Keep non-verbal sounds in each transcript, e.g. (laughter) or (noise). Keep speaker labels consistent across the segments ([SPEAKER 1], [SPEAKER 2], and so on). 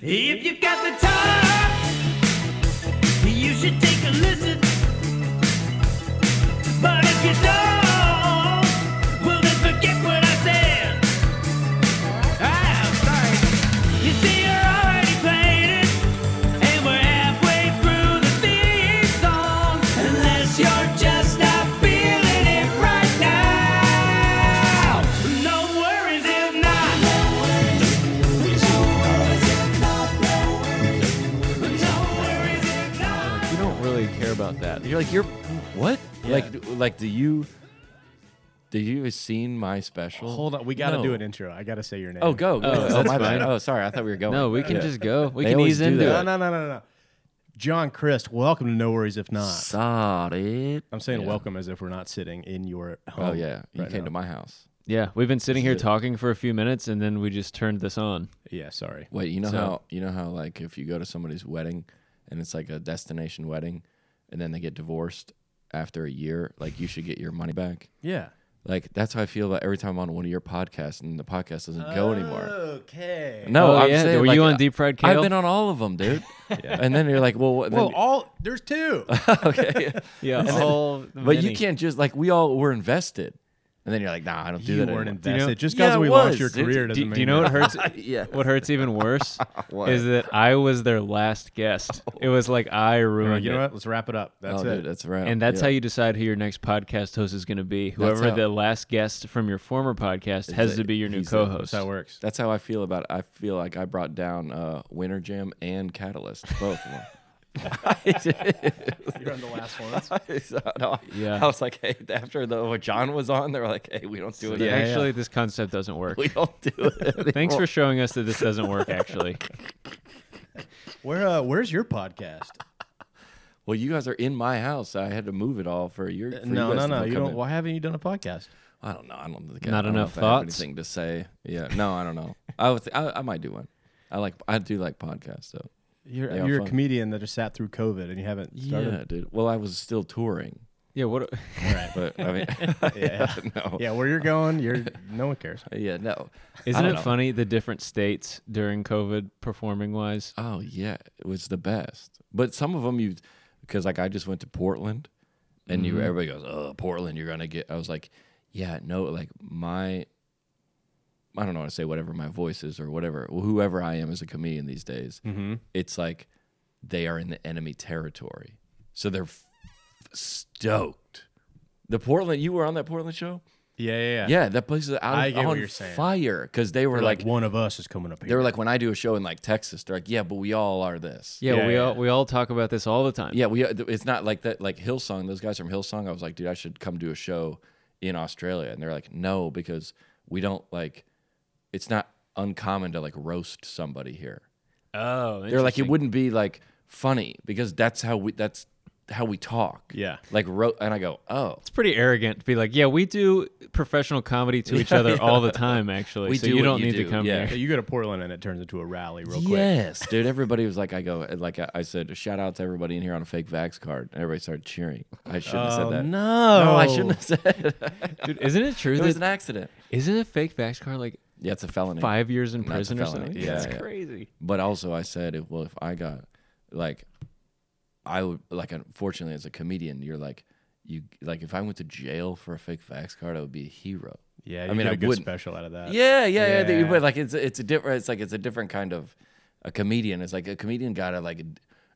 [SPEAKER 1] If you've got the time, you should take a listen. But if you don't, well then forget what I said. Ah, I'm sorry. You see, you're already playing it, and we're halfway through the theme song. Unless you're just not feeling it right now. No worries if not.
[SPEAKER 2] Like, you don't really care about that. You're like, you're what? Like, d- like, do you? Did you have seen my special?
[SPEAKER 3] Hold on, we got to
[SPEAKER 2] No.
[SPEAKER 3] do an intro. I got to say your name.
[SPEAKER 2] Oh, go. go. Oh,
[SPEAKER 4] that's
[SPEAKER 2] my bad.
[SPEAKER 4] fine.
[SPEAKER 2] Oh, sorry. I thought we were going.
[SPEAKER 4] No, we can
[SPEAKER 2] Yeah.
[SPEAKER 4] just go. We
[SPEAKER 2] They
[SPEAKER 4] can
[SPEAKER 2] always
[SPEAKER 4] ease
[SPEAKER 2] do
[SPEAKER 4] into
[SPEAKER 2] that.
[SPEAKER 3] No,
[SPEAKER 4] it.
[SPEAKER 3] no, no, no, no. John Christ, welcome to No Worries If Not.
[SPEAKER 2] Sorry.
[SPEAKER 3] I'm saying
[SPEAKER 2] Yeah.
[SPEAKER 3] welcome as if we're not sitting in your home.
[SPEAKER 2] Oh yeah, you
[SPEAKER 3] right
[SPEAKER 2] came
[SPEAKER 3] now.
[SPEAKER 2] to my house.
[SPEAKER 4] Yeah, we've been sitting here
[SPEAKER 2] Shit.
[SPEAKER 4] talking for a few minutes, and then we just turned this on.
[SPEAKER 3] Yeah, sorry.
[SPEAKER 2] Wait, you know
[SPEAKER 4] So-
[SPEAKER 2] how you know how like if you go to somebody's wedding and it's like a destination wedding, and then they get divorced after a year, like you should get your money back.
[SPEAKER 3] Yeah.
[SPEAKER 2] Like that's how I feel about every time I'm on one of your podcasts and the podcast doesn't go anymore.
[SPEAKER 3] Okay.
[SPEAKER 2] No,
[SPEAKER 4] Oh,
[SPEAKER 2] I'm
[SPEAKER 4] yeah.
[SPEAKER 2] saying
[SPEAKER 4] Were
[SPEAKER 2] like,
[SPEAKER 4] you on deep fried kale?
[SPEAKER 2] I've been on all of them,
[SPEAKER 3] (laughs)
[SPEAKER 2] dude. And then you're like, well, what,
[SPEAKER 3] Well,
[SPEAKER 2] then-
[SPEAKER 3] all there's two.
[SPEAKER 2] (laughs)
[SPEAKER 3] (laughs)
[SPEAKER 2] okay, (laughs)
[SPEAKER 4] yeah, (laughs) all
[SPEAKER 2] but you (laughs) can't just like we all were invested, and then you're like, nah, I don't do
[SPEAKER 3] you
[SPEAKER 2] that
[SPEAKER 3] weren't
[SPEAKER 2] anymore.
[SPEAKER 3] invested.
[SPEAKER 4] know-
[SPEAKER 3] Just
[SPEAKER 2] Yeah,
[SPEAKER 3] because
[SPEAKER 2] I
[SPEAKER 3] we lost
[SPEAKER 2] was,
[SPEAKER 3] your
[SPEAKER 2] dude.
[SPEAKER 3] career
[SPEAKER 4] Do,
[SPEAKER 3] doesn't
[SPEAKER 4] do
[SPEAKER 3] mean
[SPEAKER 4] you know what hurts?
[SPEAKER 2] Yeah.
[SPEAKER 4] What hurts even worse
[SPEAKER 2] What?
[SPEAKER 4] is that I was their last guest. It was like I
[SPEAKER 3] We're like,
[SPEAKER 4] ruined
[SPEAKER 3] you know
[SPEAKER 4] it.
[SPEAKER 3] what? Let's wrap it up. That's
[SPEAKER 2] oh,
[SPEAKER 3] it.
[SPEAKER 2] dude, that's right.
[SPEAKER 4] And that's
[SPEAKER 2] Yeah.
[SPEAKER 4] how you decide who your next podcast host is going to be. Whoever
[SPEAKER 2] how-
[SPEAKER 4] the last guest from your former podcast has
[SPEAKER 2] a-
[SPEAKER 4] to be your new
[SPEAKER 2] he's a-
[SPEAKER 3] That's
[SPEAKER 4] co-host.
[SPEAKER 3] how it works.
[SPEAKER 2] That's how I feel about it. I feel like I brought down uh, Winter Jam and Catalyst, both of
[SPEAKER 3] (laughs)
[SPEAKER 2] (laughs) them.
[SPEAKER 3] You're on the last
[SPEAKER 2] (laughs)
[SPEAKER 3] ones.
[SPEAKER 2] So, no,
[SPEAKER 4] Yeah.
[SPEAKER 2] I was like, hey, after the what John was on, they were like, hey, we don't do it.
[SPEAKER 4] But
[SPEAKER 3] Yeah, yeah.
[SPEAKER 4] actually, this concept doesn't
[SPEAKER 2] (laughs)
[SPEAKER 4] work.
[SPEAKER 2] We don't do it.
[SPEAKER 3] (laughs)
[SPEAKER 4] Thanks
[SPEAKER 2] anymore."
[SPEAKER 4] for showing us that this doesn't work. Actually,
[SPEAKER 3] Where uh, where's your podcast?
[SPEAKER 2] Well, you guys are in my house. I had to move it all for your. For
[SPEAKER 3] no,
[SPEAKER 2] you
[SPEAKER 3] no,
[SPEAKER 2] guys to
[SPEAKER 3] no.
[SPEAKER 2] come
[SPEAKER 3] You don't.
[SPEAKER 2] in.
[SPEAKER 3] Why haven't you done a podcast?
[SPEAKER 2] I don't know. I don't think. I
[SPEAKER 4] Not
[SPEAKER 2] don't know
[SPEAKER 4] enough
[SPEAKER 2] if I have
[SPEAKER 4] thoughts?
[SPEAKER 2] anything to say. Yeah. No, I don't know. I would. I, I might do one. I like. I do like podcasts though.
[SPEAKER 3] You're
[SPEAKER 2] Yeah,
[SPEAKER 3] you're a
[SPEAKER 2] fun.
[SPEAKER 3] comedian that just sat through COVID and you haven't started.
[SPEAKER 2] Yeah, dude. Well, I was still touring,
[SPEAKER 4] yeah. What?
[SPEAKER 2] (laughs) but I mean,
[SPEAKER 3] (laughs) Yeah.
[SPEAKER 2] (laughs) no.
[SPEAKER 3] Yeah, where you're going, you're no one cares.
[SPEAKER 2] Yeah, no.
[SPEAKER 4] Isn't
[SPEAKER 2] don't
[SPEAKER 4] it
[SPEAKER 2] know.
[SPEAKER 4] funny the different states during COVID performing wise?
[SPEAKER 2] Oh yeah, it was the best. But some of them you, because like I just went to Portland, and
[SPEAKER 3] Mm-hmm.
[SPEAKER 2] you everybody goes, oh Portland, you're gonna get. I was like, yeah, no, like my, I don't know how to say whatever my voice is or whatever whoever I am as a comedian these days.
[SPEAKER 3] Mm-hmm.
[SPEAKER 2] It's like they are in the enemy territory, so they're f- stoked. The Portland, you were on that Portland show.
[SPEAKER 3] Yeah, yeah,
[SPEAKER 2] Yeah, that place is out
[SPEAKER 3] I
[SPEAKER 2] of,
[SPEAKER 3] get what
[SPEAKER 2] on
[SPEAKER 3] you're saying.
[SPEAKER 2] fire because they were
[SPEAKER 3] Like,
[SPEAKER 2] like
[SPEAKER 3] one of us is coming up
[SPEAKER 2] they
[SPEAKER 3] here.
[SPEAKER 2] were like, when I do a show in like Texas, they're like, yeah, but we all are this.
[SPEAKER 4] Yeah,
[SPEAKER 3] Yeah,
[SPEAKER 4] we
[SPEAKER 3] yeah.
[SPEAKER 4] all we all talk about this all the time.
[SPEAKER 2] Yeah, we. uh, It's not like that. Like Hillsong, those guys from Hillsong. I was like, dude, I should come do a show in Australia, and they're like, no, because we don't like. It's not uncommon to like roast somebody here. They're
[SPEAKER 4] Oh,
[SPEAKER 2] like, it
[SPEAKER 4] interesting.
[SPEAKER 2] wouldn't be like funny because that's how we. That's how we talk.
[SPEAKER 3] Yeah.
[SPEAKER 2] Like ro- and I go, oh,
[SPEAKER 4] It's pretty arrogant to be like, yeah, we do professional comedy to each (laughs) other all the time. Actually,
[SPEAKER 2] We
[SPEAKER 4] so
[SPEAKER 2] do
[SPEAKER 4] you
[SPEAKER 2] what
[SPEAKER 4] don't
[SPEAKER 2] you
[SPEAKER 4] need
[SPEAKER 2] do,
[SPEAKER 4] to come
[SPEAKER 2] yeah.
[SPEAKER 4] (laughs)
[SPEAKER 3] Yeah,
[SPEAKER 4] here.
[SPEAKER 3] you go to Portland and it turns into a rally real quick.
[SPEAKER 2] yes, dude. Everybody was like, I go, like I, I said, shout out to everybody in here on a fake Vax card, and everybody started cheering. I shouldn't have said that.
[SPEAKER 3] no.
[SPEAKER 2] no, I (laughs) shouldn't have said. It,
[SPEAKER 4] Dude, isn't it true
[SPEAKER 2] it was an
[SPEAKER 4] that
[SPEAKER 2] accident.
[SPEAKER 4] isn't a fake vax card like
[SPEAKER 2] Yeah, it's a felony.
[SPEAKER 4] five years in
[SPEAKER 2] That's a
[SPEAKER 4] prison or
[SPEAKER 2] felony.
[SPEAKER 4] something?
[SPEAKER 2] Yeah,
[SPEAKER 4] That's
[SPEAKER 2] yeah.
[SPEAKER 4] crazy.
[SPEAKER 2] But also, I said, if, well, if I got like, I would like. Unfortunately, as a comedian, you're like, you like. If I went to jail for a fake fax card, I would be a hero.
[SPEAKER 3] Yeah, you
[SPEAKER 2] I mean,
[SPEAKER 3] get
[SPEAKER 2] I
[SPEAKER 3] a good
[SPEAKER 2] wouldn't.
[SPEAKER 3] special out of that.
[SPEAKER 2] Yeah, yeah, yeah. that you-
[SPEAKER 3] Yeah.
[SPEAKER 2] But like, it's it's a different. It's like it's a different kind of a comedian. It's like a comedian gotta like.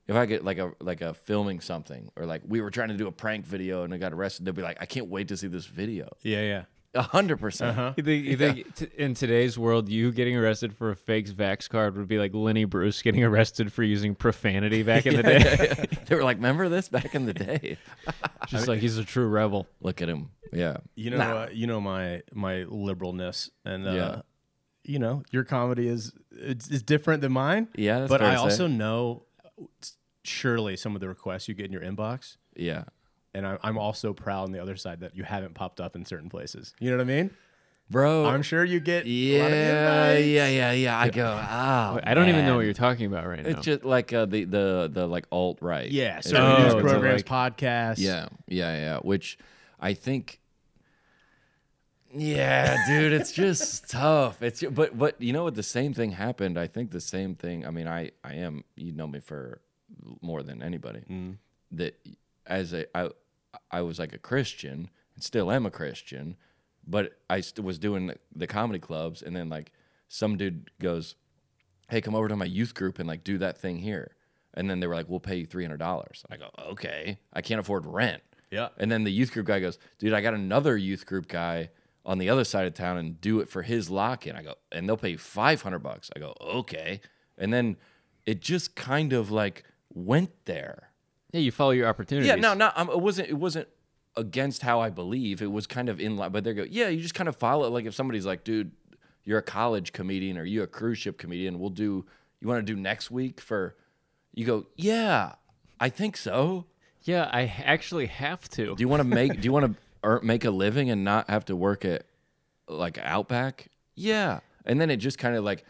[SPEAKER 2] If I get like a like a filming something or like we were trying to do a prank video and I got arrested, they'd be like, I can't wait to see this video.
[SPEAKER 3] Yeah, yeah.
[SPEAKER 2] A hundred
[SPEAKER 3] Uh-huh.
[SPEAKER 2] percent.
[SPEAKER 4] You think, you think t- in today's world, you getting arrested for a fake vax card would be like Lenny Bruce getting arrested for using profanity back in (laughs) the day?
[SPEAKER 2] (laughs) They were like, remember this back in the day?
[SPEAKER 4] Just like he's a true rebel.
[SPEAKER 2] Look at him. Yeah.
[SPEAKER 3] You know, uh, you know my my liberalness and uh,
[SPEAKER 2] Yeah.
[SPEAKER 3] you know, your comedy is it's, it's different than mine.
[SPEAKER 2] Yeah, that's
[SPEAKER 3] but
[SPEAKER 2] fair
[SPEAKER 3] I
[SPEAKER 2] to say.
[SPEAKER 3] also know uh, surely some of the requests you get in your inbox
[SPEAKER 2] Yeah.
[SPEAKER 3] and I, I'm also proud on the other side that you haven't popped up in certain places. You know what I mean?
[SPEAKER 2] Bro,
[SPEAKER 3] I'm sure you get a lot of
[SPEAKER 2] Yeah,
[SPEAKER 3] invites.
[SPEAKER 2] yeah, yeah, yeah. I go, oh,
[SPEAKER 4] I don't even know what
[SPEAKER 2] man."
[SPEAKER 4] you're talking about right now.
[SPEAKER 2] It's just like uh, the the the like alt right.
[SPEAKER 3] Yeah,
[SPEAKER 2] It's
[SPEAKER 3] certain
[SPEAKER 4] Oh,
[SPEAKER 3] news
[SPEAKER 4] it's
[SPEAKER 3] programs, podcasts.
[SPEAKER 2] Yeah, yeah, yeah. Which I think Yeah, dude, it's just tough. It's but but you know what? The same thing happened. I think the same thing. I mean, I I am you know me for more than anybody. That as a I I was like a Christian and still am a Christian, but I st- was doing the, the comedy clubs and then like some dude goes, "Hey, come over to my youth group and like do that thing here." And then they were like, "We'll pay you three hundred dollars." I go, "Okay, I can't afford rent."
[SPEAKER 3] Yeah.
[SPEAKER 2] And then the youth group guy goes, dude, I got another youth group guy on the other side of town and do it for his lock in. I go, and they'll pay you 500 bucks. I go, okay. And then it just kind of like went there.
[SPEAKER 4] Yeah, you follow your opportunities.
[SPEAKER 2] Yeah, no, no, um, it wasn't. It wasn't against how I believe. It was kind of in line. But they go, yeah, you just kind of follow. it. Like if somebody's like, dude, you're a college comedian or you're a cruise ship comedian. We'll do. You want to do next week for? You go, yeah, I think so.
[SPEAKER 4] Yeah, I actually have to.
[SPEAKER 2] Do you want to make? do you want to make a living and not have to work at like Outback? Yeah. And then it just kind of like,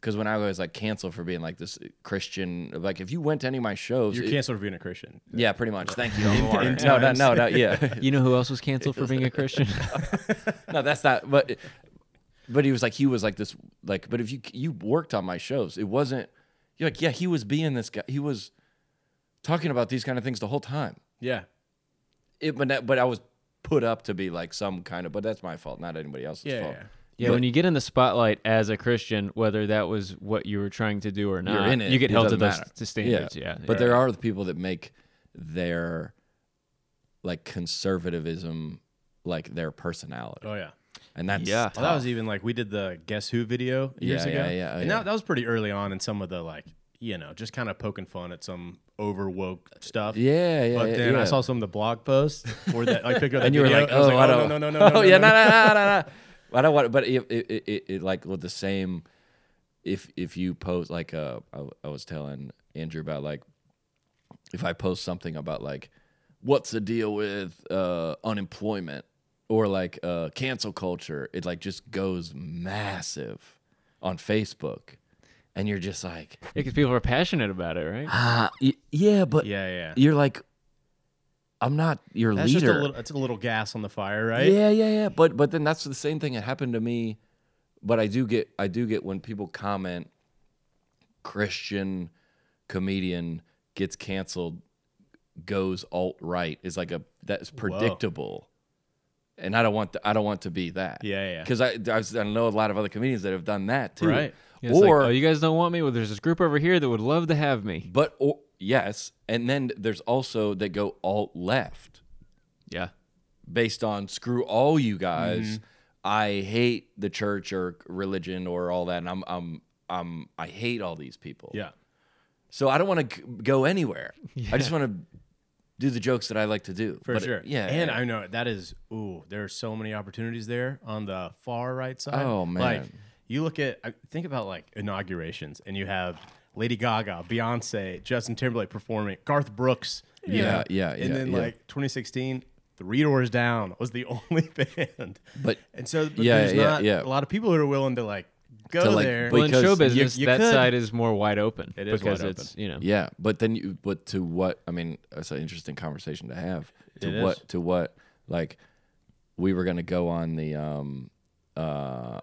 [SPEAKER 2] because when I was like canceled for being like this Christian, like if you went to any of my shows,
[SPEAKER 3] You're
[SPEAKER 2] it-
[SPEAKER 3] canceled for being a (laughs) Christian.
[SPEAKER 2] yeah, pretty much. Thank
[SPEAKER 3] (laughs)
[SPEAKER 2] you. no, no, no, no, yeah,
[SPEAKER 4] You know who else was canceled for being
[SPEAKER 2] (laughs)
[SPEAKER 4] a Christian? (laughs)
[SPEAKER 2] no, that's not. But but he was like he was like this like. But if you you worked on my shows, it wasn't. You're like yeah, he was being this guy. He was talking about these kind of things the whole time.
[SPEAKER 3] Yeah.
[SPEAKER 2] it, but that, but I was put up to be like some kind of, but that's my fault, not anybody else's
[SPEAKER 3] Yeah,
[SPEAKER 2] fault.
[SPEAKER 3] yeah.
[SPEAKER 4] yeah, when you get in the spotlight as a Christian, whether that was what you were trying to do or not,
[SPEAKER 2] You're in it.
[SPEAKER 4] you get
[SPEAKER 2] it
[SPEAKER 4] held
[SPEAKER 2] doesn't
[SPEAKER 4] to those
[SPEAKER 2] matter.
[SPEAKER 4] to standards. Yeah,
[SPEAKER 2] but there are the people that make their like conservatism like their personality,
[SPEAKER 3] Oh yeah.
[SPEAKER 2] and that's
[SPEAKER 4] Yeah.
[SPEAKER 2] tough.
[SPEAKER 3] Well, that was even like we did the Guess Who video years
[SPEAKER 2] Yeah,
[SPEAKER 3] ago.
[SPEAKER 2] yeah, yeah, oh,
[SPEAKER 3] and
[SPEAKER 2] yeah.
[SPEAKER 3] That, that was pretty early on in some of the like, you know, just kind of poking fun at some over woke stuff.
[SPEAKER 2] yeah, yeah,
[SPEAKER 3] But
[SPEAKER 2] yeah,
[SPEAKER 3] then
[SPEAKER 2] yeah.
[SPEAKER 3] I saw some of the blog posts where that I picked up
[SPEAKER 2] (laughs)
[SPEAKER 3] that
[SPEAKER 2] and you were
[SPEAKER 3] video,
[SPEAKER 2] like,
[SPEAKER 3] and I was
[SPEAKER 2] oh, I don't, (laughs)
[SPEAKER 3] oh, no, no, no, no, no,
[SPEAKER 2] oh, yeah,
[SPEAKER 3] no,
[SPEAKER 2] no, no, no, no, no. I don't want, but it, it, it, it, it like with the same. If if you post like uh, I, I was telling Andrew about like, if I post something about like, what's the deal with uh, unemployment or like uh, cancel culture, it like just goes massive on Facebook, and you're just like,
[SPEAKER 4] because people are passionate about it, right?
[SPEAKER 2] ah, y- yeah, but
[SPEAKER 3] Yeah, yeah.
[SPEAKER 2] you're like, I'm not your
[SPEAKER 3] That's
[SPEAKER 2] leader.
[SPEAKER 3] just a little. That's a little gas on the fire, right?
[SPEAKER 2] Yeah, yeah, yeah. But but then that's the same thing that happened to me. But I do get I do get when people comment Christian comedian gets canceled, goes alt right is like a that's predictable. And I don't want to, I don't want to be that.
[SPEAKER 3] Yeah, yeah.
[SPEAKER 2] Because I, I was- I know a lot of other comedians that have done that too.
[SPEAKER 3] Right.
[SPEAKER 4] Yeah, it's like,
[SPEAKER 2] or
[SPEAKER 4] oh, you guys don't want me? Well, there's this group over here that would love to have me.
[SPEAKER 2] but or yes, and then there's also that go alt left.
[SPEAKER 4] Yeah,
[SPEAKER 2] based on screw all you guys.
[SPEAKER 3] Mm-hmm.
[SPEAKER 2] I hate the church or religion or all that, and I'm I'm I'm I hate all these people.
[SPEAKER 3] Yeah.
[SPEAKER 2] So I don't want to go anywhere. I just want to do the jokes that I like to do.
[SPEAKER 3] For
[SPEAKER 2] But-
[SPEAKER 3] sure.
[SPEAKER 2] Yeah.
[SPEAKER 3] And
[SPEAKER 2] yeah.
[SPEAKER 3] I know that is ooh, there are so many opportunities there on the far right side.
[SPEAKER 2] Oh,
[SPEAKER 3] Like
[SPEAKER 2] man.
[SPEAKER 3] you look at I think about like inaugurations and you have Lady Gaga, Beyonce, Justin Timberlake performing, Garth Brooks. you
[SPEAKER 2] Yeah,
[SPEAKER 3] know,
[SPEAKER 2] yeah,
[SPEAKER 3] And
[SPEAKER 2] yeah,
[SPEAKER 3] then
[SPEAKER 2] yeah.
[SPEAKER 3] like 2016, Three Doors Down was the (laughs) only band.
[SPEAKER 2] But-
[SPEAKER 3] and so but
[SPEAKER 2] yeah,
[SPEAKER 3] there's
[SPEAKER 2] yeah,
[SPEAKER 3] not
[SPEAKER 2] yeah.
[SPEAKER 3] a lot of people who are willing to like go
[SPEAKER 2] To, like,
[SPEAKER 3] there.
[SPEAKER 2] but-
[SPEAKER 4] well, in
[SPEAKER 2] Because
[SPEAKER 4] show
[SPEAKER 2] you-
[SPEAKER 4] business,
[SPEAKER 3] you
[SPEAKER 4] that
[SPEAKER 3] could-
[SPEAKER 4] side is more wide open.
[SPEAKER 3] It is
[SPEAKER 4] because
[SPEAKER 3] wide
[SPEAKER 4] it's you know.
[SPEAKER 2] Yeah, but then you but to what? I mean, that's an interesting conversation to have. To
[SPEAKER 3] It
[SPEAKER 2] what?
[SPEAKER 3] is.
[SPEAKER 2] To what? Like, we were gonna go on the um uh,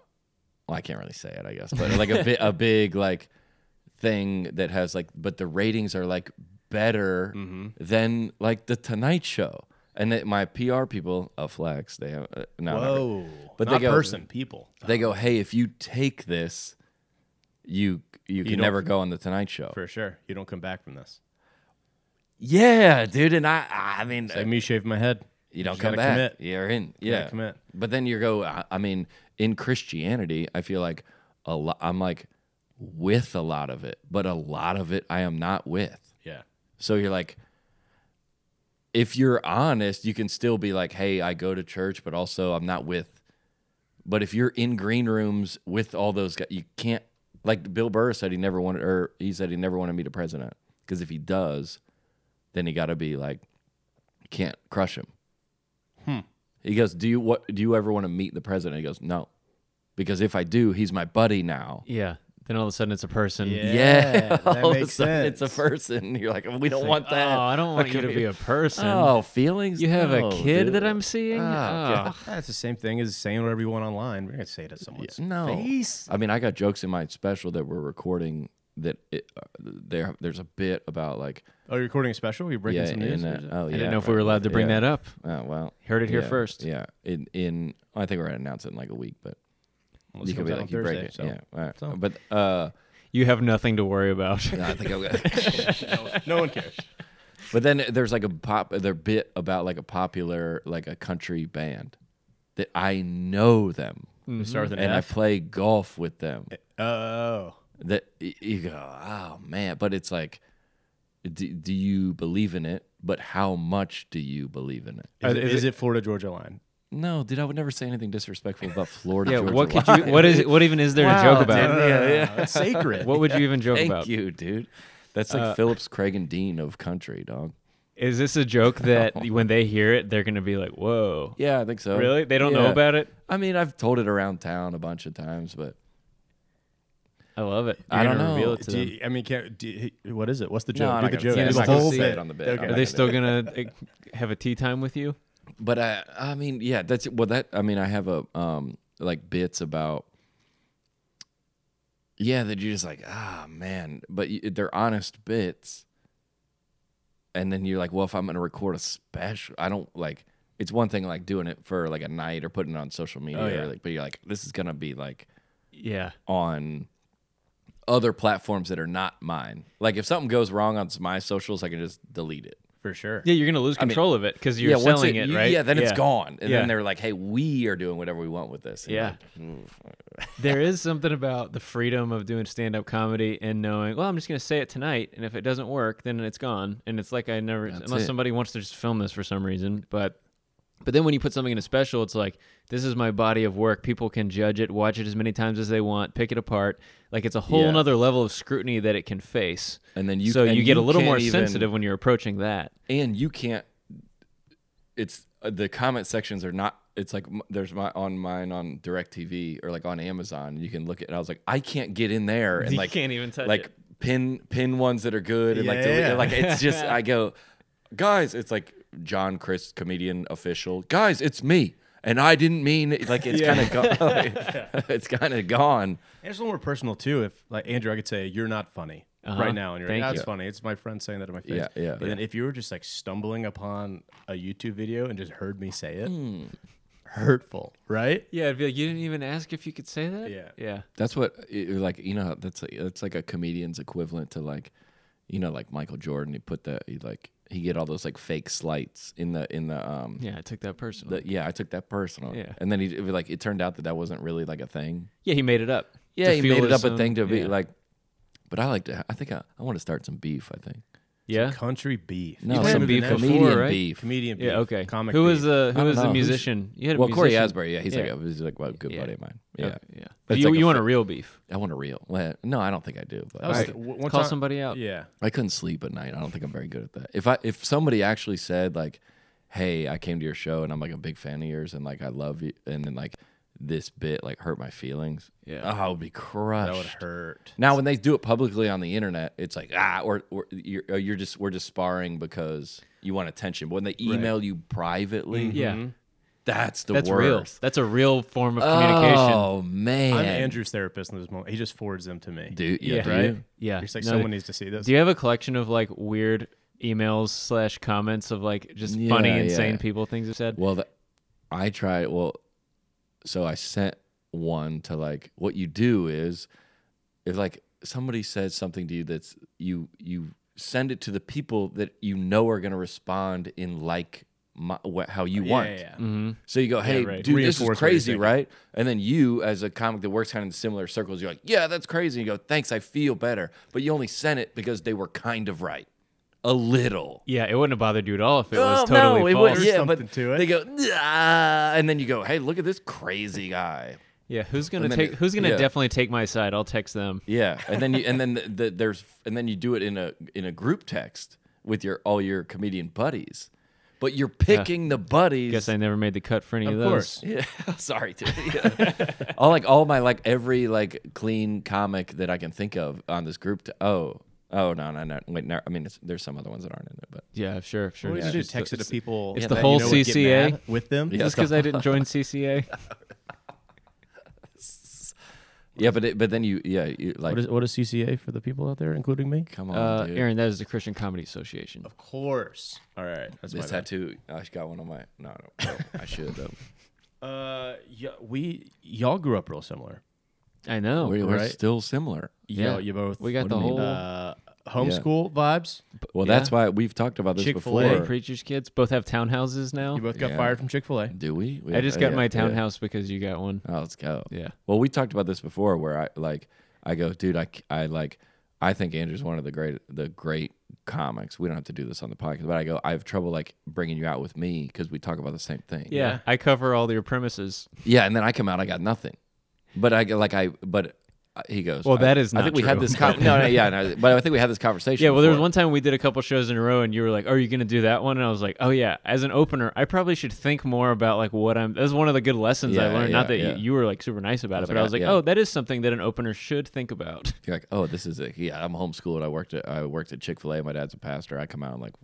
[SPEAKER 2] well, I can't really say it, I guess, but like a bit
[SPEAKER 3] (laughs)
[SPEAKER 2] a big like thing that has like, but the ratings are like better
[SPEAKER 3] Mm-hmm.
[SPEAKER 2] than like the Tonight Show, and it, my PR people, a flex, they have uh, no, not really.
[SPEAKER 3] Whoa.
[SPEAKER 2] But
[SPEAKER 3] But
[SPEAKER 2] they
[SPEAKER 3] not
[SPEAKER 2] go-
[SPEAKER 3] person, people.
[SPEAKER 2] they go, hey, if you take this, you you can
[SPEAKER 3] don't-
[SPEAKER 2] never go on the Tonight Show.
[SPEAKER 3] For sure. You don't come back from this.
[SPEAKER 2] yeah, dude, and I I mean,
[SPEAKER 3] Like me shaving my head.
[SPEAKER 2] Eh. you don't
[SPEAKER 3] Just
[SPEAKER 2] come
[SPEAKER 3] gotta
[SPEAKER 2] back.
[SPEAKER 3] commit.
[SPEAKER 2] You're in. Yeah,
[SPEAKER 3] commit.
[SPEAKER 2] But then you go. I, I mean, in Christianity, I feel like a lot. I'm like with a lot of it, but a lot of it I am not with.
[SPEAKER 3] Yeah.
[SPEAKER 2] So you're like, if you're honest, you can still be like, hey, I go to church, but also I'm not with. But if you're in green rooms with all those guys, you can't. Like Bill Burr said, he never wanted, or he said he never wanted to meet a president because if he does, then he got to be like, can't crush him.
[SPEAKER 3] Hmm.
[SPEAKER 2] He goes, do you what? Do you ever want to meet the president? He goes, no, because if I do, he's my buddy now.
[SPEAKER 4] Yeah, Then all of a sudden it's a person.
[SPEAKER 2] Yeah, (laughs)
[SPEAKER 3] that
[SPEAKER 2] all of a
[SPEAKER 3] makes
[SPEAKER 2] sudden It's
[SPEAKER 3] sense.
[SPEAKER 2] a person. You're like, we don't want
[SPEAKER 4] Oh,
[SPEAKER 2] that.
[SPEAKER 4] I don't want you to
[SPEAKER 2] Okay.
[SPEAKER 4] be a person.
[SPEAKER 2] Oh, feelings.
[SPEAKER 4] You have
[SPEAKER 2] No,
[SPEAKER 4] a kid
[SPEAKER 2] dude.
[SPEAKER 4] that I'm seeing?
[SPEAKER 2] Oh, God.
[SPEAKER 4] Oh.
[SPEAKER 3] Yeah, it's the same thing as saying whatever you want online. We're gonna say it at someone's
[SPEAKER 2] No.
[SPEAKER 3] face.
[SPEAKER 2] I mean, I got jokes in my special that we're recording. That it, uh, there, there's a bit about like
[SPEAKER 3] Oh, you're recording a special? You're breaking
[SPEAKER 2] yeah,
[SPEAKER 3] some
[SPEAKER 2] in
[SPEAKER 3] news?
[SPEAKER 2] that-
[SPEAKER 3] Or is it-
[SPEAKER 2] oh,
[SPEAKER 4] I didn't know if we were allowed to bring that up.
[SPEAKER 2] Oh well,
[SPEAKER 4] Heard it here
[SPEAKER 2] yeah,
[SPEAKER 4] first.
[SPEAKER 2] Yeah, in in I think we're gonna announce it in like a week, but
[SPEAKER 3] Well, this
[SPEAKER 2] you could
[SPEAKER 3] comes
[SPEAKER 2] be
[SPEAKER 3] out on
[SPEAKER 2] like you break
[SPEAKER 3] Thursday,
[SPEAKER 2] it.
[SPEAKER 3] so-
[SPEAKER 2] Yeah, all right.
[SPEAKER 3] so.
[SPEAKER 2] but
[SPEAKER 4] (laughs)
[SPEAKER 2] uh,
[SPEAKER 4] You have nothing to worry about.
[SPEAKER 2] no, I think I'm gonna.
[SPEAKER 3] (laughs) No one cares.
[SPEAKER 2] (laughs) But then there's like a pop their bit about like a popular like a country band that I know them
[SPEAKER 4] Mm.
[SPEAKER 3] It starts with an
[SPEAKER 2] and I
[SPEAKER 3] F.
[SPEAKER 2] play golf with them.
[SPEAKER 3] oh.
[SPEAKER 2] That y- you go, oh man, but it's like, do, do you believe in it? But how much do you believe in it?
[SPEAKER 3] Is,
[SPEAKER 4] Uh,
[SPEAKER 3] it,
[SPEAKER 4] is
[SPEAKER 3] is it Florida Georgia line?
[SPEAKER 2] No, dude, I would never say anything disrespectful about Florida.
[SPEAKER 4] (laughs) yeah,
[SPEAKER 2] Georgia
[SPEAKER 4] what could
[SPEAKER 2] line.
[SPEAKER 4] you what is what even is there to joke about?
[SPEAKER 3] yeah, yeah. Oh, It's sacred.
[SPEAKER 4] What would you even joke
[SPEAKER 2] Thank
[SPEAKER 4] about? Uh,
[SPEAKER 2] you, dude. That's like Phillips Craig and Dean of country, dog.
[SPEAKER 4] Is this a (laughs) joke that when they hear it, they're gonna be like, Whoa.
[SPEAKER 2] Yeah, I think so.
[SPEAKER 4] Really? They don't know
[SPEAKER 2] Yeah.
[SPEAKER 4] about it?
[SPEAKER 2] I mean, I've told it around town a bunch of times, but
[SPEAKER 4] I love it.
[SPEAKER 2] I
[SPEAKER 4] You're
[SPEAKER 2] don't
[SPEAKER 4] gonna
[SPEAKER 2] know.
[SPEAKER 4] Reveal it to
[SPEAKER 3] Do
[SPEAKER 4] them.
[SPEAKER 3] you- I mean, can, do you- what is it? What's the
[SPEAKER 2] No,
[SPEAKER 3] joke?
[SPEAKER 2] I'm
[SPEAKER 3] do
[SPEAKER 2] not
[SPEAKER 3] the
[SPEAKER 2] gonna say
[SPEAKER 3] joke.
[SPEAKER 4] it.
[SPEAKER 3] Do
[SPEAKER 4] I'm
[SPEAKER 3] the
[SPEAKER 4] not gonna
[SPEAKER 3] whole
[SPEAKER 4] say
[SPEAKER 2] it
[SPEAKER 3] bit.
[SPEAKER 2] on the bit.
[SPEAKER 3] Okay.
[SPEAKER 2] I'm
[SPEAKER 4] Are they still gonna uh, have a tea time with you?
[SPEAKER 2] but I I mean yeah that's well that I mean I have a um like bits about yeah that you're just like ah man but you, they're honest bits and then you're like well if I'm gonna record a special I don't like it's one thing like doing it for like a night or putting it on social media
[SPEAKER 3] Oh,
[SPEAKER 2] or
[SPEAKER 3] yeah.
[SPEAKER 2] like but you're like this is gonna be like
[SPEAKER 4] Yeah.
[SPEAKER 2] on other platforms that are not mine like if something goes wrong on my socials I can just delete it
[SPEAKER 3] For sure.
[SPEAKER 4] Yeah, you're gonna lose
[SPEAKER 2] mean,
[SPEAKER 4] control of it because you're
[SPEAKER 2] once
[SPEAKER 4] selling it,
[SPEAKER 2] you-
[SPEAKER 4] right?
[SPEAKER 2] Yeah, then it's gone. And
[SPEAKER 4] Yeah.
[SPEAKER 2] then they're like, hey, we are doing whatever we want with this. And
[SPEAKER 4] Yeah.
[SPEAKER 2] like, mm.
[SPEAKER 4] (laughs) there is something about the freedom of doing stand up comedy and knowing, well, I'm just going to say it tonight. And if it doesn't work, then it's gone. And it's like I never,
[SPEAKER 2] That's
[SPEAKER 4] unless
[SPEAKER 2] it.
[SPEAKER 4] somebody wants to just film this for some reason. But, but then when you put something in a special, it's like, this is my body of work. People can judge it, watch it as many times as they want, pick it apart. Like it's a whole
[SPEAKER 2] Yeah.
[SPEAKER 4] nother level of scrutiny that it can face.
[SPEAKER 2] And then you-
[SPEAKER 4] so
[SPEAKER 2] and
[SPEAKER 4] you get
[SPEAKER 2] you
[SPEAKER 4] a little
[SPEAKER 2] can't
[SPEAKER 4] more
[SPEAKER 2] even-
[SPEAKER 4] sensitive when you're approaching that.
[SPEAKER 2] And you can't, it's uh, the comment sections are not, it's like m- there's my on mine on DirecTV or like on Amazon. You can look at it. I was like, I can't get in
[SPEAKER 4] (laughs)
[SPEAKER 2] there. And
[SPEAKER 4] You
[SPEAKER 2] like,
[SPEAKER 4] can't even touch
[SPEAKER 2] Like,
[SPEAKER 4] it.
[SPEAKER 2] pin pin ones that are good and like
[SPEAKER 3] Yeah.
[SPEAKER 2] delete, like it's
[SPEAKER 4] (laughs)
[SPEAKER 2] just I go, guys, it's like John Chris comedian official. Guys, it's me. And I didn't mean it." like it's kind of
[SPEAKER 4] (laughs)
[SPEAKER 2] gone. (laughs) it's kind of gone.
[SPEAKER 3] And It's a little more personal too. If like Andrew, I could say you're not funny right now, and you're
[SPEAKER 4] Uh-huh.
[SPEAKER 3] like,
[SPEAKER 4] Thank
[SPEAKER 3] that's
[SPEAKER 4] you.
[SPEAKER 3] funny. It's my friend saying that in my face.
[SPEAKER 2] Yeah, yeah.
[SPEAKER 3] But then if you were just like stumbling upon a YouTube video and just heard me say it,
[SPEAKER 4] Hmm.
[SPEAKER 3] hurtful, right?
[SPEAKER 4] Yeah, it'd be like, you didn't even ask if you could say that?
[SPEAKER 3] Yeah.
[SPEAKER 4] Yeah.
[SPEAKER 2] That's what it- it like you know how that's like, that's like a comedian's equivalent to like you know like Michael Jordan he put the he like he get all those like fake slights in the in the um
[SPEAKER 4] Yeah, I took that personally.
[SPEAKER 2] the, yeah I took that personal
[SPEAKER 4] Yeah.
[SPEAKER 2] and then he it was like it turned out that that wasn't really like a thing
[SPEAKER 4] yeah, he made it up.
[SPEAKER 2] yeah
[SPEAKER 4] To
[SPEAKER 2] he
[SPEAKER 4] feel
[SPEAKER 2] made it
[SPEAKER 4] his
[SPEAKER 2] up a
[SPEAKER 4] own-
[SPEAKER 2] thing to be
[SPEAKER 4] yeah.
[SPEAKER 2] like but I like to I think I, I want to start some beef I think
[SPEAKER 4] yeah.
[SPEAKER 3] Country beef.
[SPEAKER 2] no
[SPEAKER 3] You
[SPEAKER 4] had
[SPEAKER 3] can
[SPEAKER 4] some
[SPEAKER 3] do
[SPEAKER 4] beef
[SPEAKER 3] that.
[SPEAKER 4] before,
[SPEAKER 2] comedian
[SPEAKER 4] right?
[SPEAKER 2] beef
[SPEAKER 3] Comedian beef.
[SPEAKER 4] Yeah, okay.
[SPEAKER 3] Comic
[SPEAKER 4] who
[SPEAKER 3] beef.
[SPEAKER 4] was uh, the
[SPEAKER 2] I
[SPEAKER 4] who
[SPEAKER 2] don't
[SPEAKER 4] was the
[SPEAKER 2] know. Who's-
[SPEAKER 4] musician? You had a
[SPEAKER 2] well Corey
[SPEAKER 4] musician.
[SPEAKER 2] Asbury yeah he's like
[SPEAKER 4] Yeah.
[SPEAKER 2] a, he's like a good
[SPEAKER 4] Yeah.
[SPEAKER 2] buddy of mine yeah
[SPEAKER 4] Okay, yeah.
[SPEAKER 2] It's
[SPEAKER 4] you
[SPEAKER 2] like a
[SPEAKER 4] you want
[SPEAKER 2] fi-
[SPEAKER 4] a real beef?
[SPEAKER 2] I want a real well, no I don't think I do but
[SPEAKER 3] That was
[SPEAKER 2] I-
[SPEAKER 3] the- w- one
[SPEAKER 4] Call
[SPEAKER 3] time-
[SPEAKER 4] somebody out.
[SPEAKER 3] Yeah.
[SPEAKER 2] I couldn't sleep at night. I don't think I'm very good at that. If I if somebody actually said like, "Hey, I came to your show and I'm like a big fan of yours and like I love you," and then like this bit like hurt my feelings,
[SPEAKER 4] Yeah.
[SPEAKER 2] oh, I would be crushed.
[SPEAKER 3] That would hurt.
[SPEAKER 2] Now when they do it publicly on the internet, it's like ah, or, or you're, or you're just we're just sparring because you want attention. But when they email you privately,
[SPEAKER 3] Mm-hmm.
[SPEAKER 4] Yeah,
[SPEAKER 2] that's the
[SPEAKER 4] that's real.
[SPEAKER 2] worst.
[SPEAKER 4] That's a real form of communication.
[SPEAKER 2] Oh man,
[SPEAKER 3] I'm Andrew's therapist in this moment. He just forwards them to me.
[SPEAKER 2] dude, yeah,
[SPEAKER 4] yeah,
[SPEAKER 2] do
[SPEAKER 3] right?
[SPEAKER 2] you?
[SPEAKER 4] yeah.
[SPEAKER 3] He's like,
[SPEAKER 4] No,
[SPEAKER 3] someone needs to see this.
[SPEAKER 4] do you have a collection of like weird emails slash comments of like just funny,
[SPEAKER 2] Yeah,
[SPEAKER 4] insane
[SPEAKER 2] yeah.
[SPEAKER 4] people things have said?
[SPEAKER 2] Well, the, I tried. Well, so I sent one to like what you do is if like somebody says something to you that's you you send it to the people that you know are going to respond in like my, wh- how you
[SPEAKER 3] yeah,
[SPEAKER 2] want.
[SPEAKER 3] yeah, yeah.
[SPEAKER 4] Mm-hmm.
[SPEAKER 2] So you go, hey,
[SPEAKER 4] right.
[SPEAKER 2] dude, this
[SPEAKER 3] Reinforce
[SPEAKER 2] is
[SPEAKER 3] what you're
[SPEAKER 2] crazy,
[SPEAKER 3] thinking.
[SPEAKER 2] right? And then you, as a comic that works kind of in similar circles, you're like, yeah, that's crazy. And you go, thanks, I feel better. But you only sent it because they were kind of right, a little.
[SPEAKER 4] Yeah, it wouldn't have bothered you at all if it
[SPEAKER 2] Oh
[SPEAKER 4] was totally
[SPEAKER 2] no, it
[SPEAKER 4] false.
[SPEAKER 2] was
[SPEAKER 3] There's
[SPEAKER 2] yeah, but
[SPEAKER 3] something to it.
[SPEAKER 2] they go "Ah," and then you go, hey, look at this crazy guy.
[SPEAKER 4] Yeah, who's gonna
[SPEAKER 2] And then
[SPEAKER 4] take?
[SPEAKER 2] it-
[SPEAKER 4] who's gonna
[SPEAKER 2] yeah.
[SPEAKER 4] definitely take my side? I'll text them.
[SPEAKER 2] Yeah, and then you and then the, the, there's and then you do it in a in a group text with your all your comedian buddies. but you're picking the buddies.
[SPEAKER 4] Guess I never made the cut for any of,
[SPEAKER 3] Of
[SPEAKER 4] those.
[SPEAKER 3] course.
[SPEAKER 2] Yeah, (laughs) sorry, dude. (laughs) Yeah. all like all my like every like clean comic that I can think of on this group. To, oh, oh no, no, no. Wait, no, I mean, it's, there's some other ones that aren't in there, but
[SPEAKER 4] Yeah, sure, sure.
[SPEAKER 3] What do
[SPEAKER 4] yeah.
[SPEAKER 3] you do?
[SPEAKER 4] Just
[SPEAKER 3] Text it to people.
[SPEAKER 4] it's
[SPEAKER 3] that
[SPEAKER 4] the
[SPEAKER 3] you
[SPEAKER 4] whole
[SPEAKER 3] know would get
[SPEAKER 4] CCA?
[SPEAKER 3] mad with them.
[SPEAKER 2] Yeah.
[SPEAKER 4] Just because I didn't (laughs) join CCA.
[SPEAKER 2] yeah, but it, but then you yeah you like
[SPEAKER 3] What is what is CCA for the people out there, including me?
[SPEAKER 2] come on,
[SPEAKER 4] Uh,
[SPEAKER 2] Oh, dude.
[SPEAKER 4] Aaron, that is the Christian Comedy Association.
[SPEAKER 3] Of course. All right,
[SPEAKER 2] this
[SPEAKER 3] that's my bad.
[SPEAKER 2] tattoo. I just got one on my. No, no,
[SPEAKER 4] (laughs)
[SPEAKER 2] no, I should though.
[SPEAKER 3] Uh, yeah, we y'all grew up real similar.
[SPEAKER 4] I know.
[SPEAKER 2] we, are
[SPEAKER 3] right.
[SPEAKER 2] still similar.
[SPEAKER 4] Yeah.
[SPEAKER 3] Y'all- you both.
[SPEAKER 4] We got
[SPEAKER 2] do
[SPEAKER 4] the
[SPEAKER 2] you mean?
[SPEAKER 4] whole
[SPEAKER 3] uh, homeschool vibes.
[SPEAKER 2] Well,
[SPEAKER 4] Yeah.
[SPEAKER 2] that's why we've talked about this
[SPEAKER 3] Chick-fil-A.
[SPEAKER 2] before.
[SPEAKER 4] preacher's kids. Both have townhouses now.
[SPEAKER 3] You both got
[SPEAKER 2] Yeah.
[SPEAKER 3] fired from Chick Fil A.
[SPEAKER 2] Do we? We
[SPEAKER 4] I
[SPEAKER 2] have-
[SPEAKER 4] just
[SPEAKER 2] uh,
[SPEAKER 4] got
[SPEAKER 2] yeah,
[SPEAKER 4] my
[SPEAKER 2] yeah.
[SPEAKER 4] townhouse because you got one.
[SPEAKER 2] Oh, let's go.
[SPEAKER 4] Yeah.
[SPEAKER 2] Well, we talked about this before, where I like, I go, dude, I, c- I, like, I think Andrew's one of the great, the great comics. We don't have to do this on the podcast, but I go, I have trouble like bringing you out with me because we talk about the same thing.
[SPEAKER 4] Yeah. I cover all your premises.
[SPEAKER 2] Yeah, and then I come out, I got nothing. But I go, like I, but uh, he goes.
[SPEAKER 4] Well,
[SPEAKER 2] I-
[SPEAKER 4] that is
[SPEAKER 2] I think
[SPEAKER 4] not
[SPEAKER 2] we had
[SPEAKER 4] true,
[SPEAKER 2] this. Com- no, no, yeah, no, but I think we had this conversation.
[SPEAKER 4] (laughs) Yeah, well, there was
[SPEAKER 2] before.
[SPEAKER 4] one time we did a couple shows in a row, and you were like, "Are you going to do that one?" And I was like, "Oh yeah." As an opener, I probably should think more about like what I'm. That was one of the good lessons I
[SPEAKER 2] Yeah,
[SPEAKER 4] learned. Not
[SPEAKER 2] yeah,
[SPEAKER 4] that
[SPEAKER 2] yeah.
[SPEAKER 4] you, you were like super nice about it, but
[SPEAKER 2] like,
[SPEAKER 4] I was like,
[SPEAKER 2] yeah.
[SPEAKER 4] "Oh, that is something that an opener should think about."
[SPEAKER 2] You're like, oh, this is it. Yeah, I'm homeschooled. I worked at I worked at Chick Fil A. My dad's a pastor. I come out and like,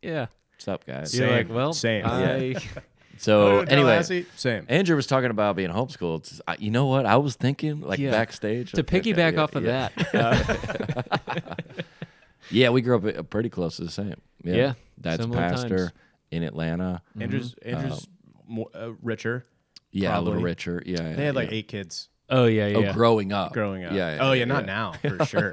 [SPEAKER 4] yeah,
[SPEAKER 2] what's up, guys?
[SPEAKER 4] you're
[SPEAKER 3] Same,
[SPEAKER 4] like, "Well,
[SPEAKER 3] same.
[SPEAKER 4] I,
[SPEAKER 2] So
[SPEAKER 3] Oh,
[SPEAKER 2] anyway,
[SPEAKER 3] same.
[SPEAKER 2] Andrew was talking about being homeschooled. It's- I- You know what? I was thinking, like
[SPEAKER 4] Yeah.
[SPEAKER 2] backstage,
[SPEAKER 4] (laughs) to
[SPEAKER 2] like, okay, (laughs)
[SPEAKER 4] piggyback
[SPEAKER 2] yeah,
[SPEAKER 4] off of
[SPEAKER 2] yeah.
[SPEAKER 4] that." Uh,
[SPEAKER 2] Yeah, we grew up uh, pretty close to the same. Yeah,
[SPEAKER 4] Yeah,
[SPEAKER 2] dad's
[SPEAKER 4] similar
[SPEAKER 2] pastor
[SPEAKER 4] times.
[SPEAKER 2] in Atlanta.
[SPEAKER 3] Andrew's
[SPEAKER 2] um,
[SPEAKER 3] Andrew's more, uh, richer.
[SPEAKER 2] Yeah, a little
[SPEAKER 3] Probably.
[SPEAKER 2] richer. Yeah, yeah,
[SPEAKER 3] They had like
[SPEAKER 2] yeah.
[SPEAKER 3] eight kids
[SPEAKER 4] oh yeah,
[SPEAKER 2] oh,
[SPEAKER 4] yeah,
[SPEAKER 2] growing up,
[SPEAKER 3] growing up.
[SPEAKER 2] Yeah.
[SPEAKER 3] oh yeah, not
[SPEAKER 2] (laughs)
[SPEAKER 3] now for sure.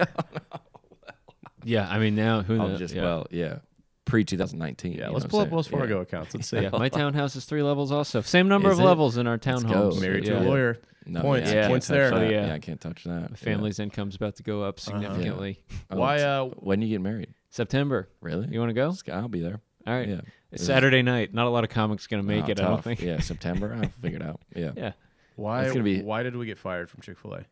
[SPEAKER 4] yeah. I mean, now who
[SPEAKER 2] Oh,
[SPEAKER 4] knows?
[SPEAKER 2] just
[SPEAKER 4] yeah.
[SPEAKER 2] well, yeah, pre 2019.
[SPEAKER 3] Yeah, let's pull up Wells Fargo accounts. Let's
[SPEAKER 2] (laughs)
[SPEAKER 3] see.
[SPEAKER 4] yeah,
[SPEAKER 3] (laughs)
[SPEAKER 4] my townhouse is three levels, also same number
[SPEAKER 2] Is
[SPEAKER 4] of
[SPEAKER 2] it?
[SPEAKER 4] levels in our
[SPEAKER 2] go.
[SPEAKER 4] townhome.
[SPEAKER 3] Married
[SPEAKER 4] yeah.
[SPEAKER 3] to a lawyer.
[SPEAKER 2] No,
[SPEAKER 3] points.
[SPEAKER 2] yeah, I can't
[SPEAKER 3] Points
[SPEAKER 2] touch
[SPEAKER 3] there.
[SPEAKER 2] that.
[SPEAKER 4] Oh, yeah.
[SPEAKER 2] yeah, I can't touch that.
[SPEAKER 4] Family's income's about to go up
[SPEAKER 3] Uh-huh.
[SPEAKER 4] significantly.
[SPEAKER 2] Yeah. Oh,
[SPEAKER 3] Why?
[SPEAKER 2] it's-
[SPEAKER 3] Uh,
[SPEAKER 2] When you get married?
[SPEAKER 4] September.
[SPEAKER 2] Really?
[SPEAKER 4] You want to go?
[SPEAKER 2] I'll be there.
[SPEAKER 4] All right.
[SPEAKER 2] Yeah.
[SPEAKER 4] It's Saturday night. Not a lot of comics gonna make
[SPEAKER 3] Ah,
[SPEAKER 2] Oh,
[SPEAKER 4] it. I don't
[SPEAKER 2] tough.
[SPEAKER 4] think.
[SPEAKER 2] Yeah, September. I'll figure it
[SPEAKER 4] (laughs)
[SPEAKER 2] out. Yeah.
[SPEAKER 4] Yeah.
[SPEAKER 3] why?
[SPEAKER 2] It's gonna be-
[SPEAKER 3] Why did we get fired from Chick Fil A?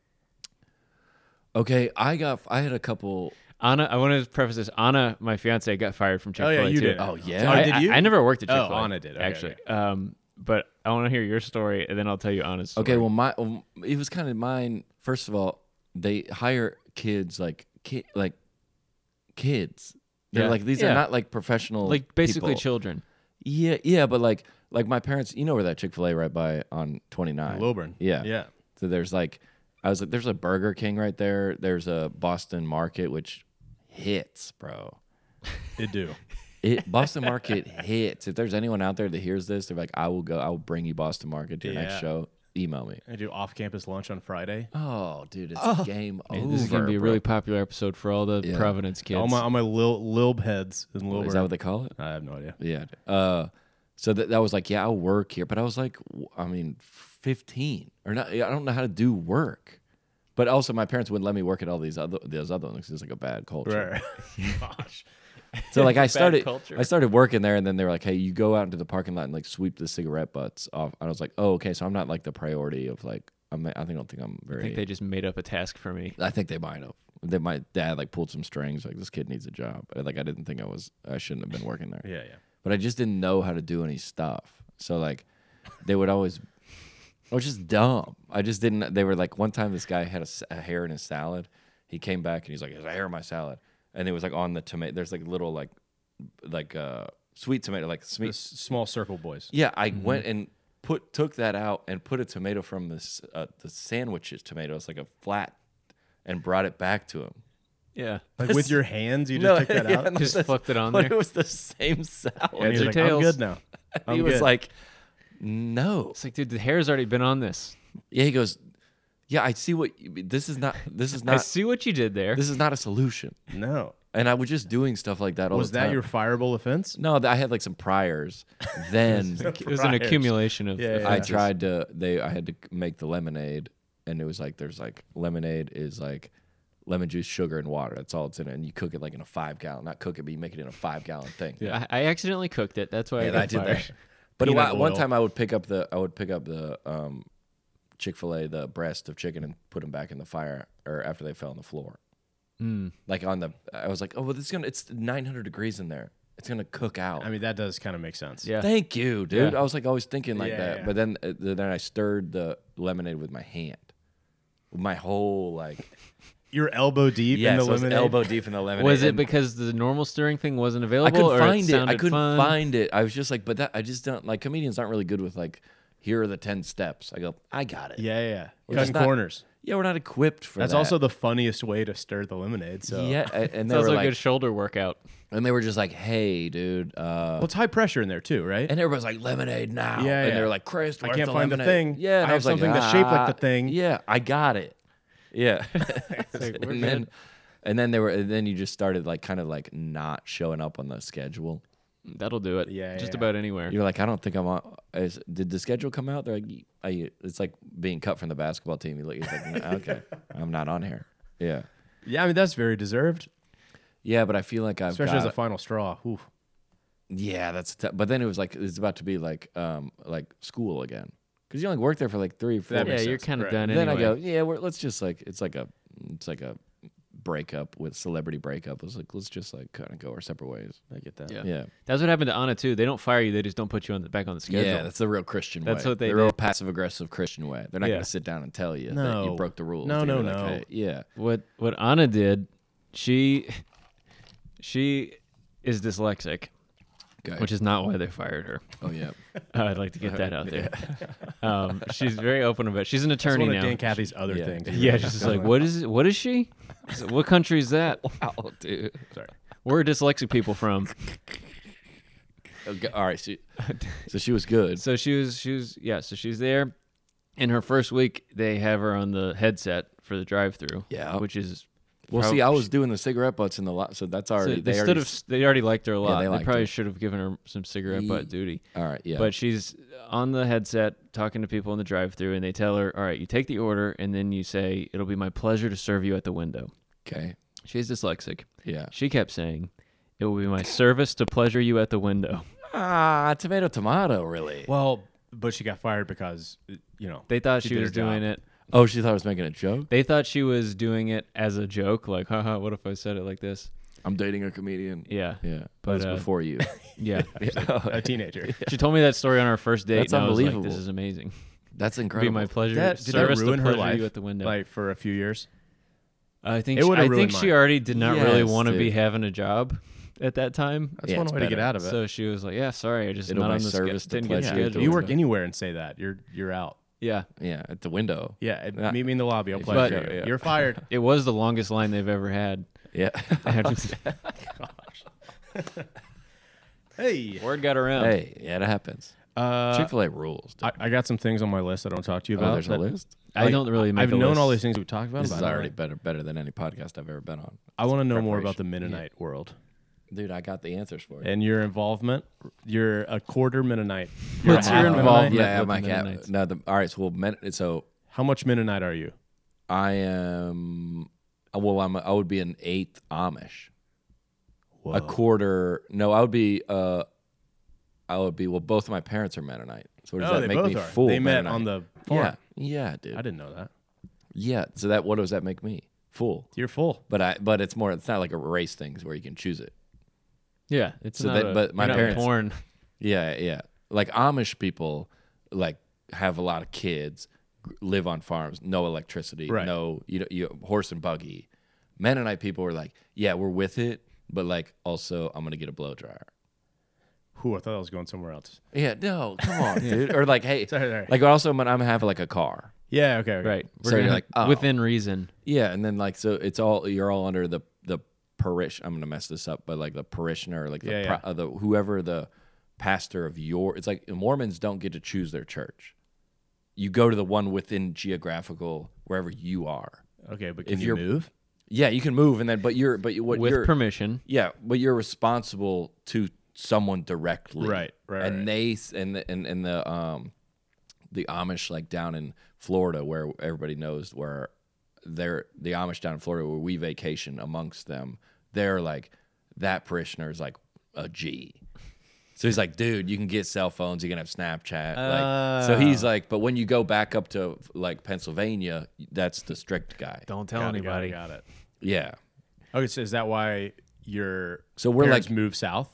[SPEAKER 2] Okay, I got. I had a couple.
[SPEAKER 4] Anna, I want to preface this. Anna, my fiance, got fired from Chick Fil
[SPEAKER 3] Oh
[SPEAKER 4] A.
[SPEAKER 3] yeah, you
[SPEAKER 4] too.
[SPEAKER 3] did.
[SPEAKER 2] Oh, yeah.
[SPEAKER 3] Oh,
[SPEAKER 4] I,
[SPEAKER 3] did you?
[SPEAKER 4] I, I never worked at
[SPEAKER 3] Oh,
[SPEAKER 4] Chick Fil A.
[SPEAKER 3] Anna did. Okay,
[SPEAKER 4] actually. Um, but I want to hear your story, and then I'll tell you Anna's. Story.
[SPEAKER 2] Okay, well, my um, it was kind of mine. First of all, they hire kids like ki- like kids. They're
[SPEAKER 4] Yeah.
[SPEAKER 2] like these
[SPEAKER 4] Yeah.
[SPEAKER 2] are not like professional,
[SPEAKER 4] like basically
[SPEAKER 2] people.
[SPEAKER 4] children.
[SPEAKER 2] Yeah, yeah, but like like my parents, you know where that Chick Fil A right by on twenty nine,
[SPEAKER 3] Lilburn.
[SPEAKER 2] Yeah,
[SPEAKER 3] Yeah.
[SPEAKER 2] So there's like, I was like, there's a Burger King right there. There's a Boston Market which hits, bro.
[SPEAKER 3] It do.
[SPEAKER 2] It Boston Market hits. If there's anyone out there that hears this, they're like, I will go. I will bring you Boston Market to your next
[SPEAKER 3] Yeah.
[SPEAKER 2] show. Email me.
[SPEAKER 3] I do off-campus lunch on Friday.
[SPEAKER 2] Oh, dude, it's game over.
[SPEAKER 4] This is gonna be a
[SPEAKER 2] bro.
[SPEAKER 4] really popular episode for all the Providence kids.
[SPEAKER 3] All my all my lil lilb heads in Lilburn.
[SPEAKER 2] Is that what they call it?
[SPEAKER 3] I have
[SPEAKER 2] (laughs)
[SPEAKER 3] no idea.
[SPEAKER 2] Yeah. Uh, so that that was like, yeah, I'll work here, but I was like, w- I mean, fifteen or not. I don't know how to do work. But also, my parents wouldn't let me work at all these other those other ones. 'cause It's like a bad culture.
[SPEAKER 3] Right. Gosh.
[SPEAKER 2] So like, I
[SPEAKER 4] Bad
[SPEAKER 2] started
[SPEAKER 4] culture.
[SPEAKER 2] I started working there, and then they were like, hey, you go out into the parking lot and like sweep the cigarette butts off. And I was like, oh, okay, so I'm not like the priority of like I'm. I think I don't think I'm very.
[SPEAKER 4] I think they just made up a task for me.
[SPEAKER 2] I think they might have. That my dad like pulled some strings like this kid needs a job. And, Like I didn't think I was I shouldn't have been working there.
[SPEAKER 3] (laughs) Yeah, yeah.
[SPEAKER 2] But I just didn't know how to do any stuff. So like they would always I was just dumb. I just didn't they were like one time this guy had a, s- a hair in his salad. He came back and he's like, "There's a hair in my salad." And it was like on the tomato there's like little like like uh sweet tomato like
[SPEAKER 3] The
[SPEAKER 2] sweet
[SPEAKER 3] s- small circle
[SPEAKER 2] (laughs)
[SPEAKER 3] boys.
[SPEAKER 2] yeah, I went and put took that out and put a tomato from this uh, the sandwiches tomato. It's like a flat, and brought it back to him.
[SPEAKER 4] Yeah.
[SPEAKER 3] Like with your hands, you just took
[SPEAKER 2] (laughs)
[SPEAKER 3] that
[SPEAKER 2] yeah,
[SPEAKER 3] out.
[SPEAKER 2] no,
[SPEAKER 4] (laughs) Just
[SPEAKER 2] that's-
[SPEAKER 4] flipped it on
[SPEAKER 2] but
[SPEAKER 4] there.
[SPEAKER 2] it was the same salad.
[SPEAKER 3] And
[SPEAKER 4] Heads
[SPEAKER 3] he's
[SPEAKER 4] or
[SPEAKER 3] like, I'm
[SPEAKER 4] tails.
[SPEAKER 3] good now.
[SPEAKER 2] (laughs)
[SPEAKER 3] I'm
[SPEAKER 2] he was
[SPEAKER 3] good.
[SPEAKER 2] like, "No."
[SPEAKER 4] It's like, dude, the hair's already been on this.
[SPEAKER 2] Yeah, he goes, "Yeah, I see what you- this is not. This
[SPEAKER 3] (laughs)
[SPEAKER 2] is
[SPEAKER 4] I
[SPEAKER 2] not.
[SPEAKER 4] see what you did there.
[SPEAKER 2] This is not a solution."
[SPEAKER 3] no.
[SPEAKER 2] And I was just doing stuff like that all
[SPEAKER 3] Was
[SPEAKER 2] the
[SPEAKER 3] that
[SPEAKER 2] time.
[SPEAKER 3] your fireable offense?
[SPEAKER 2] No, I had like some
[SPEAKER 3] (laughs)
[SPEAKER 2] priors. Then
[SPEAKER 4] it was an
[SPEAKER 3] Friars.
[SPEAKER 4] accumulation of.
[SPEAKER 3] Yeah,
[SPEAKER 4] of
[SPEAKER 3] yeah.
[SPEAKER 2] I
[SPEAKER 4] things.
[SPEAKER 2] tried to they I had to make the lemonade and it was like there's like lemonade is like lemon juice, sugar, and water. That's all it's in it. And you cook it like in a five gallon, not cook it, but you make it in a five gallon thing.
[SPEAKER 3] Yeah.
[SPEAKER 4] I, I accidentally cooked it. That's why I
[SPEAKER 2] And
[SPEAKER 4] got
[SPEAKER 2] I did
[SPEAKER 4] fired.
[SPEAKER 3] (laughs)
[SPEAKER 2] that. But
[SPEAKER 3] Peanut
[SPEAKER 2] wa- one
[SPEAKER 3] oil.
[SPEAKER 2] time I would pick up the I would pick up the um Chick fil A, the breast of chicken and put them back in the fire or after
[SPEAKER 3] Hmm.
[SPEAKER 2] they fell on the floor. Like on the I was like, Oh well this is gonna it's nine hundred degrees in there. It's gonna cook out.
[SPEAKER 3] I mean, that does kind of make sense.
[SPEAKER 4] Yeah.
[SPEAKER 2] Thank you, dude.
[SPEAKER 4] Yeah.
[SPEAKER 2] I was like always thinking like
[SPEAKER 3] Yeah,
[SPEAKER 2] that,
[SPEAKER 3] yeah.
[SPEAKER 2] but then uh, then I stirred the lemonade with my hand, with my whole like
[SPEAKER 3] You're elbow deep
[SPEAKER 2] yeah,
[SPEAKER 3] in the
[SPEAKER 2] so I was
[SPEAKER 3] lemonade.
[SPEAKER 2] elbow deep in the lemonade.
[SPEAKER 4] Was it
[SPEAKER 2] and
[SPEAKER 4] because the normal stirring thing wasn't
[SPEAKER 2] I
[SPEAKER 4] available?
[SPEAKER 2] couldn't
[SPEAKER 4] or
[SPEAKER 2] find it? I
[SPEAKER 4] sounded
[SPEAKER 2] couldn't
[SPEAKER 4] fun?
[SPEAKER 2] find it. I was just like, but that I just don't like comedians aren't really good with like here are the ten steps. I go, I got it.
[SPEAKER 3] Yeah, yeah.
[SPEAKER 2] We're
[SPEAKER 3] yeah.
[SPEAKER 2] just
[SPEAKER 3] Cutting
[SPEAKER 2] not-
[SPEAKER 3] corners.
[SPEAKER 2] yeah, we're not equipped for
[SPEAKER 3] That's
[SPEAKER 2] that.
[SPEAKER 3] also the funniest way to stir the lemonade. So
[SPEAKER 2] yeah, a- and
[SPEAKER 4] It's
[SPEAKER 2] they
[SPEAKER 4] also
[SPEAKER 2] were
[SPEAKER 4] a
[SPEAKER 2] like,
[SPEAKER 4] good shoulder workout.
[SPEAKER 2] and they were just like, hey, dude, uh,
[SPEAKER 3] Well, it's high pressure in there too, right?
[SPEAKER 2] and everybody's like lemonade now.
[SPEAKER 3] Yeah,
[SPEAKER 2] and
[SPEAKER 3] yeah.
[SPEAKER 2] they were like, Chris,
[SPEAKER 3] I
[SPEAKER 2] where's
[SPEAKER 3] can't find the
[SPEAKER 2] lemonade?"
[SPEAKER 3] thing.
[SPEAKER 2] Yeah, and I,
[SPEAKER 3] I have
[SPEAKER 2] was like,
[SPEAKER 3] something that's shaped like the
[SPEAKER 2] "Ah,
[SPEAKER 3] thing."
[SPEAKER 2] Yeah, I got it.
[SPEAKER 3] (laughs)
[SPEAKER 2] Yeah, (laughs)
[SPEAKER 4] like, we're
[SPEAKER 2] and then
[SPEAKER 4] good.
[SPEAKER 2] and then they were and then you just started like kind of like not showing up on the schedule.
[SPEAKER 4] That'll do it.
[SPEAKER 3] Yeah,
[SPEAKER 4] Just
[SPEAKER 3] yeah.
[SPEAKER 4] about anywhere.
[SPEAKER 2] You're like, I don't think I'm on. Is, did the schedule come out? They're like, "Y- I, it's like being cut from the basketball team. You look, you're like, "No,
[SPEAKER 3] (laughs)
[SPEAKER 2] okay, I'm not on here. Yeah,
[SPEAKER 3] yeah, I mean that's very deserved,
[SPEAKER 2] Oh, yeah, but I feel like I've
[SPEAKER 3] especially
[SPEAKER 2] got
[SPEAKER 3] as a
[SPEAKER 2] it.
[SPEAKER 3] final straw. Oof.
[SPEAKER 2] Yeah, that's. T- but then it was like it's about to be like um like school again because you only worked there for like three or four.
[SPEAKER 3] That
[SPEAKER 4] yeah,
[SPEAKER 3] makes
[SPEAKER 4] you're
[SPEAKER 3] sense.
[SPEAKER 4] kind of
[SPEAKER 3] Right.
[SPEAKER 4] done.
[SPEAKER 2] then I
[SPEAKER 4] anyway.
[SPEAKER 2] go, yeah, we're, let's just like it's like a it's like a breakup with celebrity breakup. It's like let's just like kind of go our separate ways.
[SPEAKER 3] I get that.
[SPEAKER 4] Yeah.
[SPEAKER 2] Yeah,
[SPEAKER 4] That's what happened to Anna too. They don't fire you; they just don't put you on the back on the schedule.
[SPEAKER 2] yeah, that's the real Christian way.
[SPEAKER 4] That's what they
[SPEAKER 2] the real passive aggressive Christian way. They're not
[SPEAKER 4] Yeah.
[SPEAKER 2] gonna sit down and tell you that
[SPEAKER 3] No.
[SPEAKER 2] you broke the rules.
[SPEAKER 3] No,
[SPEAKER 2] They're
[SPEAKER 3] no,
[SPEAKER 2] like,
[SPEAKER 3] no.
[SPEAKER 2] "Hey, yeah,
[SPEAKER 4] what what Anna did. She (laughs) she is dyslexic,
[SPEAKER 2] okay.
[SPEAKER 4] which is not why they fired her.
[SPEAKER 2] oh
[SPEAKER 4] (laughs)
[SPEAKER 2] yeah,
[SPEAKER 4] I'd like to get that out (laughs) there. Um, she's very open about. it. She's an
[SPEAKER 3] It's
[SPEAKER 4] attorney
[SPEAKER 3] one of
[SPEAKER 4] now.
[SPEAKER 3] Dan Cathy's other
[SPEAKER 2] (laughs) Yeah.
[SPEAKER 3] things.
[SPEAKER 4] yeah, she's just like, what is it? What is she? Is it- What country
[SPEAKER 2] (laughs)
[SPEAKER 4] is that? Wow, dude.
[SPEAKER 3] Sorry.
[SPEAKER 4] Where are dyslexic people from?
[SPEAKER 2] okay. Oh, all right. So,
[SPEAKER 4] (laughs)
[SPEAKER 2] so she was good.
[SPEAKER 4] So she was she was yeah. So she's there. In her first week, they have her on the headset for the drive-through.
[SPEAKER 2] Yeah.
[SPEAKER 4] which is
[SPEAKER 2] Well, see,
[SPEAKER 4] prob-
[SPEAKER 2] I was doing the cigarette butts in the lot, so that's
[SPEAKER 4] So
[SPEAKER 2] already
[SPEAKER 4] they,
[SPEAKER 2] they
[SPEAKER 4] should
[SPEAKER 2] already.
[SPEAKER 4] have. They already liked her a lot.
[SPEAKER 2] they
[SPEAKER 4] they,
[SPEAKER 2] liked
[SPEAKER 4] probably
[SPEAKER 2] her.
[SPEAKER 4] should have given her some cigarette
[SPEAKER 2] Ye-
[SPEAKER 4] butt duty.
[SPEAKER 2] all right, yeah.
[SPEAKER 4] But she's on the headset talking to people in the drive-through, and they tell her, "All right, you take the order, and then you say it'll be my pleasure to serve you at the window."
[SPEAKER 2] okay,
[SPEAKER 4] She's dyslexic.
[SPEAKER 2] yeah.
[SPEAKER 4] (laughs) She kept saying, "It will be my service to pleasure you at the window."
[SPEAKER 2] Ah, tomato, tomato, really.
[SPEAKER 3] Well, but she got fired because
[SPEAKER 2] (laughs)
[SPEAKER 3] you know
[SPEAKER 4] They thought
[SPEAKER 3] She
[SPEAKER 4] she,
[SPEAKER 3] did
[SPEAKER 4] was
[SPEAKER 3] her job.
[SPEAKER 4] doing it.
[SPEAKER 2] Oh, she thought I was making a joke.
[SPEAKER 4] They thought she was doing it as a joke, like, haha, what if I said it like this?
[SPEAKER 2] I'm dating a comedian.
[SPEAKER 4] Yeah.
[SPEAKER 2] yeah.
[SPEAKER 4] But,
[SPEAKER 2] But it's
[SPEAKER 4] uh,
[SPEAKER 2] before you.
[SPEAKER 4] (laughs) Yeah.
[SPEAKER 2] Oh,
[SPEAKER 3] a teenager.
[SPEAKER 4] (laughs) She told me that story on our first date.
[SPEAKER 2] That's
[SPEAKER 4] and I was like,
[SPEAKER 2] unbelievable.
[SPEAKER 4] this is amazing.
[SPEAKER 2] That's
[SPEAKER 4] It'll be
[SPEAKER 2] incredible.
[SPEAKER 4] my pleasure.
[SPEAKER 3] That, did that
[SPEAKER 4] service
[SPEAKER 3] ruin
[SPEAKER 4] to
[SPEAKER 3] her
[SPEAKER 4] pleasure
[SPEAKER 3] life
[SPEAKER 4] you at the window.
[SPEAKER 3] like for a few years?
[SPEAKER 4] I think
[SPEAKER 3] It
[SPEAKER 4] she,
[SPEAKER 3] would've
[SPEAKER 4] I
[SPEAKER 3] ruined
[SPEAKER 4] think she
[SPEAKER 3] mine.
[SPEAKER 4] already did not really
[SPEAKER 2] Yes,
[SPEAKER 4] want to be
[SPEAKER 2] dude.
[SPEAKER 4] having a job at that time.
[SPEAKER 3] That's
[SPEAKER 2] Yeah,
[SPEAKER 3] one
[SPEAKER 2] it's
[SPEAKER 3] way to get
[SPEAKER 2] better.
[SPEAKER 3] out of it.
[SPEAKER 4] So she was like, "Yeah, sorry, I just
[SPEAKER 2] It'll
[SPEAKER 4] not
[SPEAKER 2] my
[SPEAKER 4] on the
[SPEAKER 2] service
[SPEAKER 4] sch-
[SPEAKER 2] to
[SPEAKER 4] didn't get
[SPEAKER 2] pleasure
[SPEAKER 3] yeah,
[SPEAKER 2] you.
[SPEAKER 4] scheduled."
[SPEAKER 3] you work
[SPEAKER 4] but-
[SPEAKER 3] anywhere and say that you're you're out.
[SPEAKER 4] Yeah,
[SPEAKER 2] yeah, at the window.
[SPEAKER 3] Yeah, and
[SPEAKER 2] Yeah.
[SPEAKER 3] meet me in the lobby. I'll
[SPEAKER 2] If
[SPEAKER 3] play.
[SPEAKER 4] you
[SPEAKER 3] for
[SPEAKER 2] go,
[SPEAKER 3] you.
[SPEAKER 2] yeah.
[SPEAKER 3] You're fired.
[SPEAKER 2] (laughs)
[SPEAKER 4] it was the longest line they've ever had. (laughs)
[SPEAKER 2] Yeah.
[SPEAKER 3] hey,
[SPEAKER 4] Word got
[SPEAKER 2] (laughs)
[SPEAKER 4] around.
[SPEAKER 2] hey, yeah, that happens.
[SPEAKER 3] uh,
[SPEAKER 2] Chick Fil A rules. dude.
[SPEAKER 3] I, I got some things on my list that I want to talk to you
[SPEAKER 2] oh,
[SPEAKER 3] about.
[SPEAKER 2] there's a
[SPEAKER 3] that-
[SPEAKER 2] list.
[SPEAKER 4] I
[SPEAKER 3] like,
[SPEAKER 4] don't really. Make
[SPEAKER 3] I've
[SPEAKER 4] a
[SPEAKER 3] known
[SPEAKER 4] list.
[SPEAKER 3] all these things we've talked about.
[SPEAKER 2] This
[SPEAKER 3] but
[SPEAKER 2] is
[SPEAKER 3] I don't
[SPEAKER 2] already
[SPEAKER 3] like-
[SPEAKER 2] better better than any podcast I've ever been on.
[SPEAKER 3] I want to know more about the
[SPEAKER 2] preparation.
[SPEAKER 3] Mennonite world
[SPEAKER 2] Dude, I got the answers for you.
[SPEAKER 3] and your involvement. You're a quarter Mennonite. You're
[SPEAKER 4] What's
[SPEAKER 3] a
[SPEAKER 4] your
[SPEAKER 3] half Mennonite?
[SPEAKER 4] involvement
[SPEAKER 2] yeah,
[SPEAKER 4] with
[SPEAKER 2] my
[SPEAKER 4] the
[SPEAKER 2] cat.
[SPEAKER 4] Mennonites?
[SPEAKER 2] No, the, all right. So, well, men, so
[SPEAKER 3] How much Mennonite are you?
[SPEAKER 2] I am. uh, Well, I'm. I would be an eighth Amish. a quarter. No, I would be. Uh, I would be. Well, both of my parents are Mennonite, so does
[SPEAKER 3] Oh,
[SPEAKER 2] that
[SPEAKER 3] they
[SPEAKER 2] make
[SPEAKER 3] both
[SPEAKER 2] me
[SPEAKER 3] are.
[SPEAKER 2] full?
[SPEAKER 3] They met
[SPEAKER 2] Mennonite?
[SPEAKER 3] on the farm.
[SPEAKER 2] Yeah, yeah, dude.
[SPEAKER 3] I didn't know that.
[SPEAKER 2] Yeah. So that what does that make me full?
[SPEAKER 3] You're full.
[SPEAKER 2] But I. But it's more. It's not like a race thing where you can choose it.
[SPEAKER 4] Yeah, it's
[SPEAKER 2] So
[SPEAKER 4] not.
[SPEAKER 2] that-
[SPEAKER 4] a-
[SPEAKER 2] but my
[SPEAKER 4] you're not
[SPEAKER 2] parents-
[SPEAKER 4] Born.
[SPEAKER 2] Yeah, yeah. Like Amish people, like have a lot of kids, g- live on farms, no electricity,
[SPEAKER 3] Right.
[SPEAKER 2] no you know, you horse and buggy. Mennonite people were like, yeah, we're with it, but like also I'm gonna get a blow dryer.
[SPEAKER 3] Who I thought I was going somewhere else.
[SPEAKER 2] Yeah, no, come (laughs) on, dude. Or like, hey,
[SPEAKER 3] Sorry, sorry.
[SPEAKER 2] like also, I'm gonna have like a car.
[SPEAKER 3] Yeah. Okay. okay.
[SPEAKER 4] Right. We're
[SPEAKER 2] So you're
[SPEAKER 4] gonna-
[SPEAKER 2] like, oh.
[SPEAKER 4] within reason.
[SPEAKER 2] Yeah, and then like so, it's all you're all under the the parish. I'm gonna mess this up, but like the parishioner, like the,
[SPEAKER 3] Yeah,
[SPEAKER 2] pro-
[SPEAKER 3] yeah.
[SPEAKER 2] uh, the whoever the pastor of your. It's like Mormons don't get to choose their church. You go to the one within geographical wherever you are.
[SPEAKER 3] Okay. But can
[SPEAKER 2] If
[SPEAKER 3] you
[SPEAKER 2] you're-
[SPEAKER 3] move?
[SPEAKER 2] Yeah, you can move, and then but you're but you what
[SPEAKER 4] with
[SPEAKER 2] you're,
[SPEAKER 4] permission.
[SPEAKER 2] Yeah, but you're responsible to someone directly,
[SPEAKER 3] Right, right, right.
[SPEAKER 2] And they s- and the, and and the um, the Amish like down in Florida, where everybody knows where they're the Amish down in Florida, where we vacation amongst them. They're like that parishioner is like a G. So he's like, dude, you can get cell phones. You can have Snapchat. like,
[SPEAKER 3] Ah.
[SPEAKER 2] so he's like, but when you go back up to like Pennsylvania, that's the strict guy.
[SPEAKER 4] Don't tell
[SPEAKER 3] Got it, got it,
[SPEAKER 4] anybody.
[SPEAKER 3] Got it.
[SPEAKER 2] Yeah.
[SPEAKER 3] Okay. So is that why your
[SPEAKER 2] So we're
[SPEAKER 3] parents
[SPEAKER 2] like-
[SPEAKER 3] move south?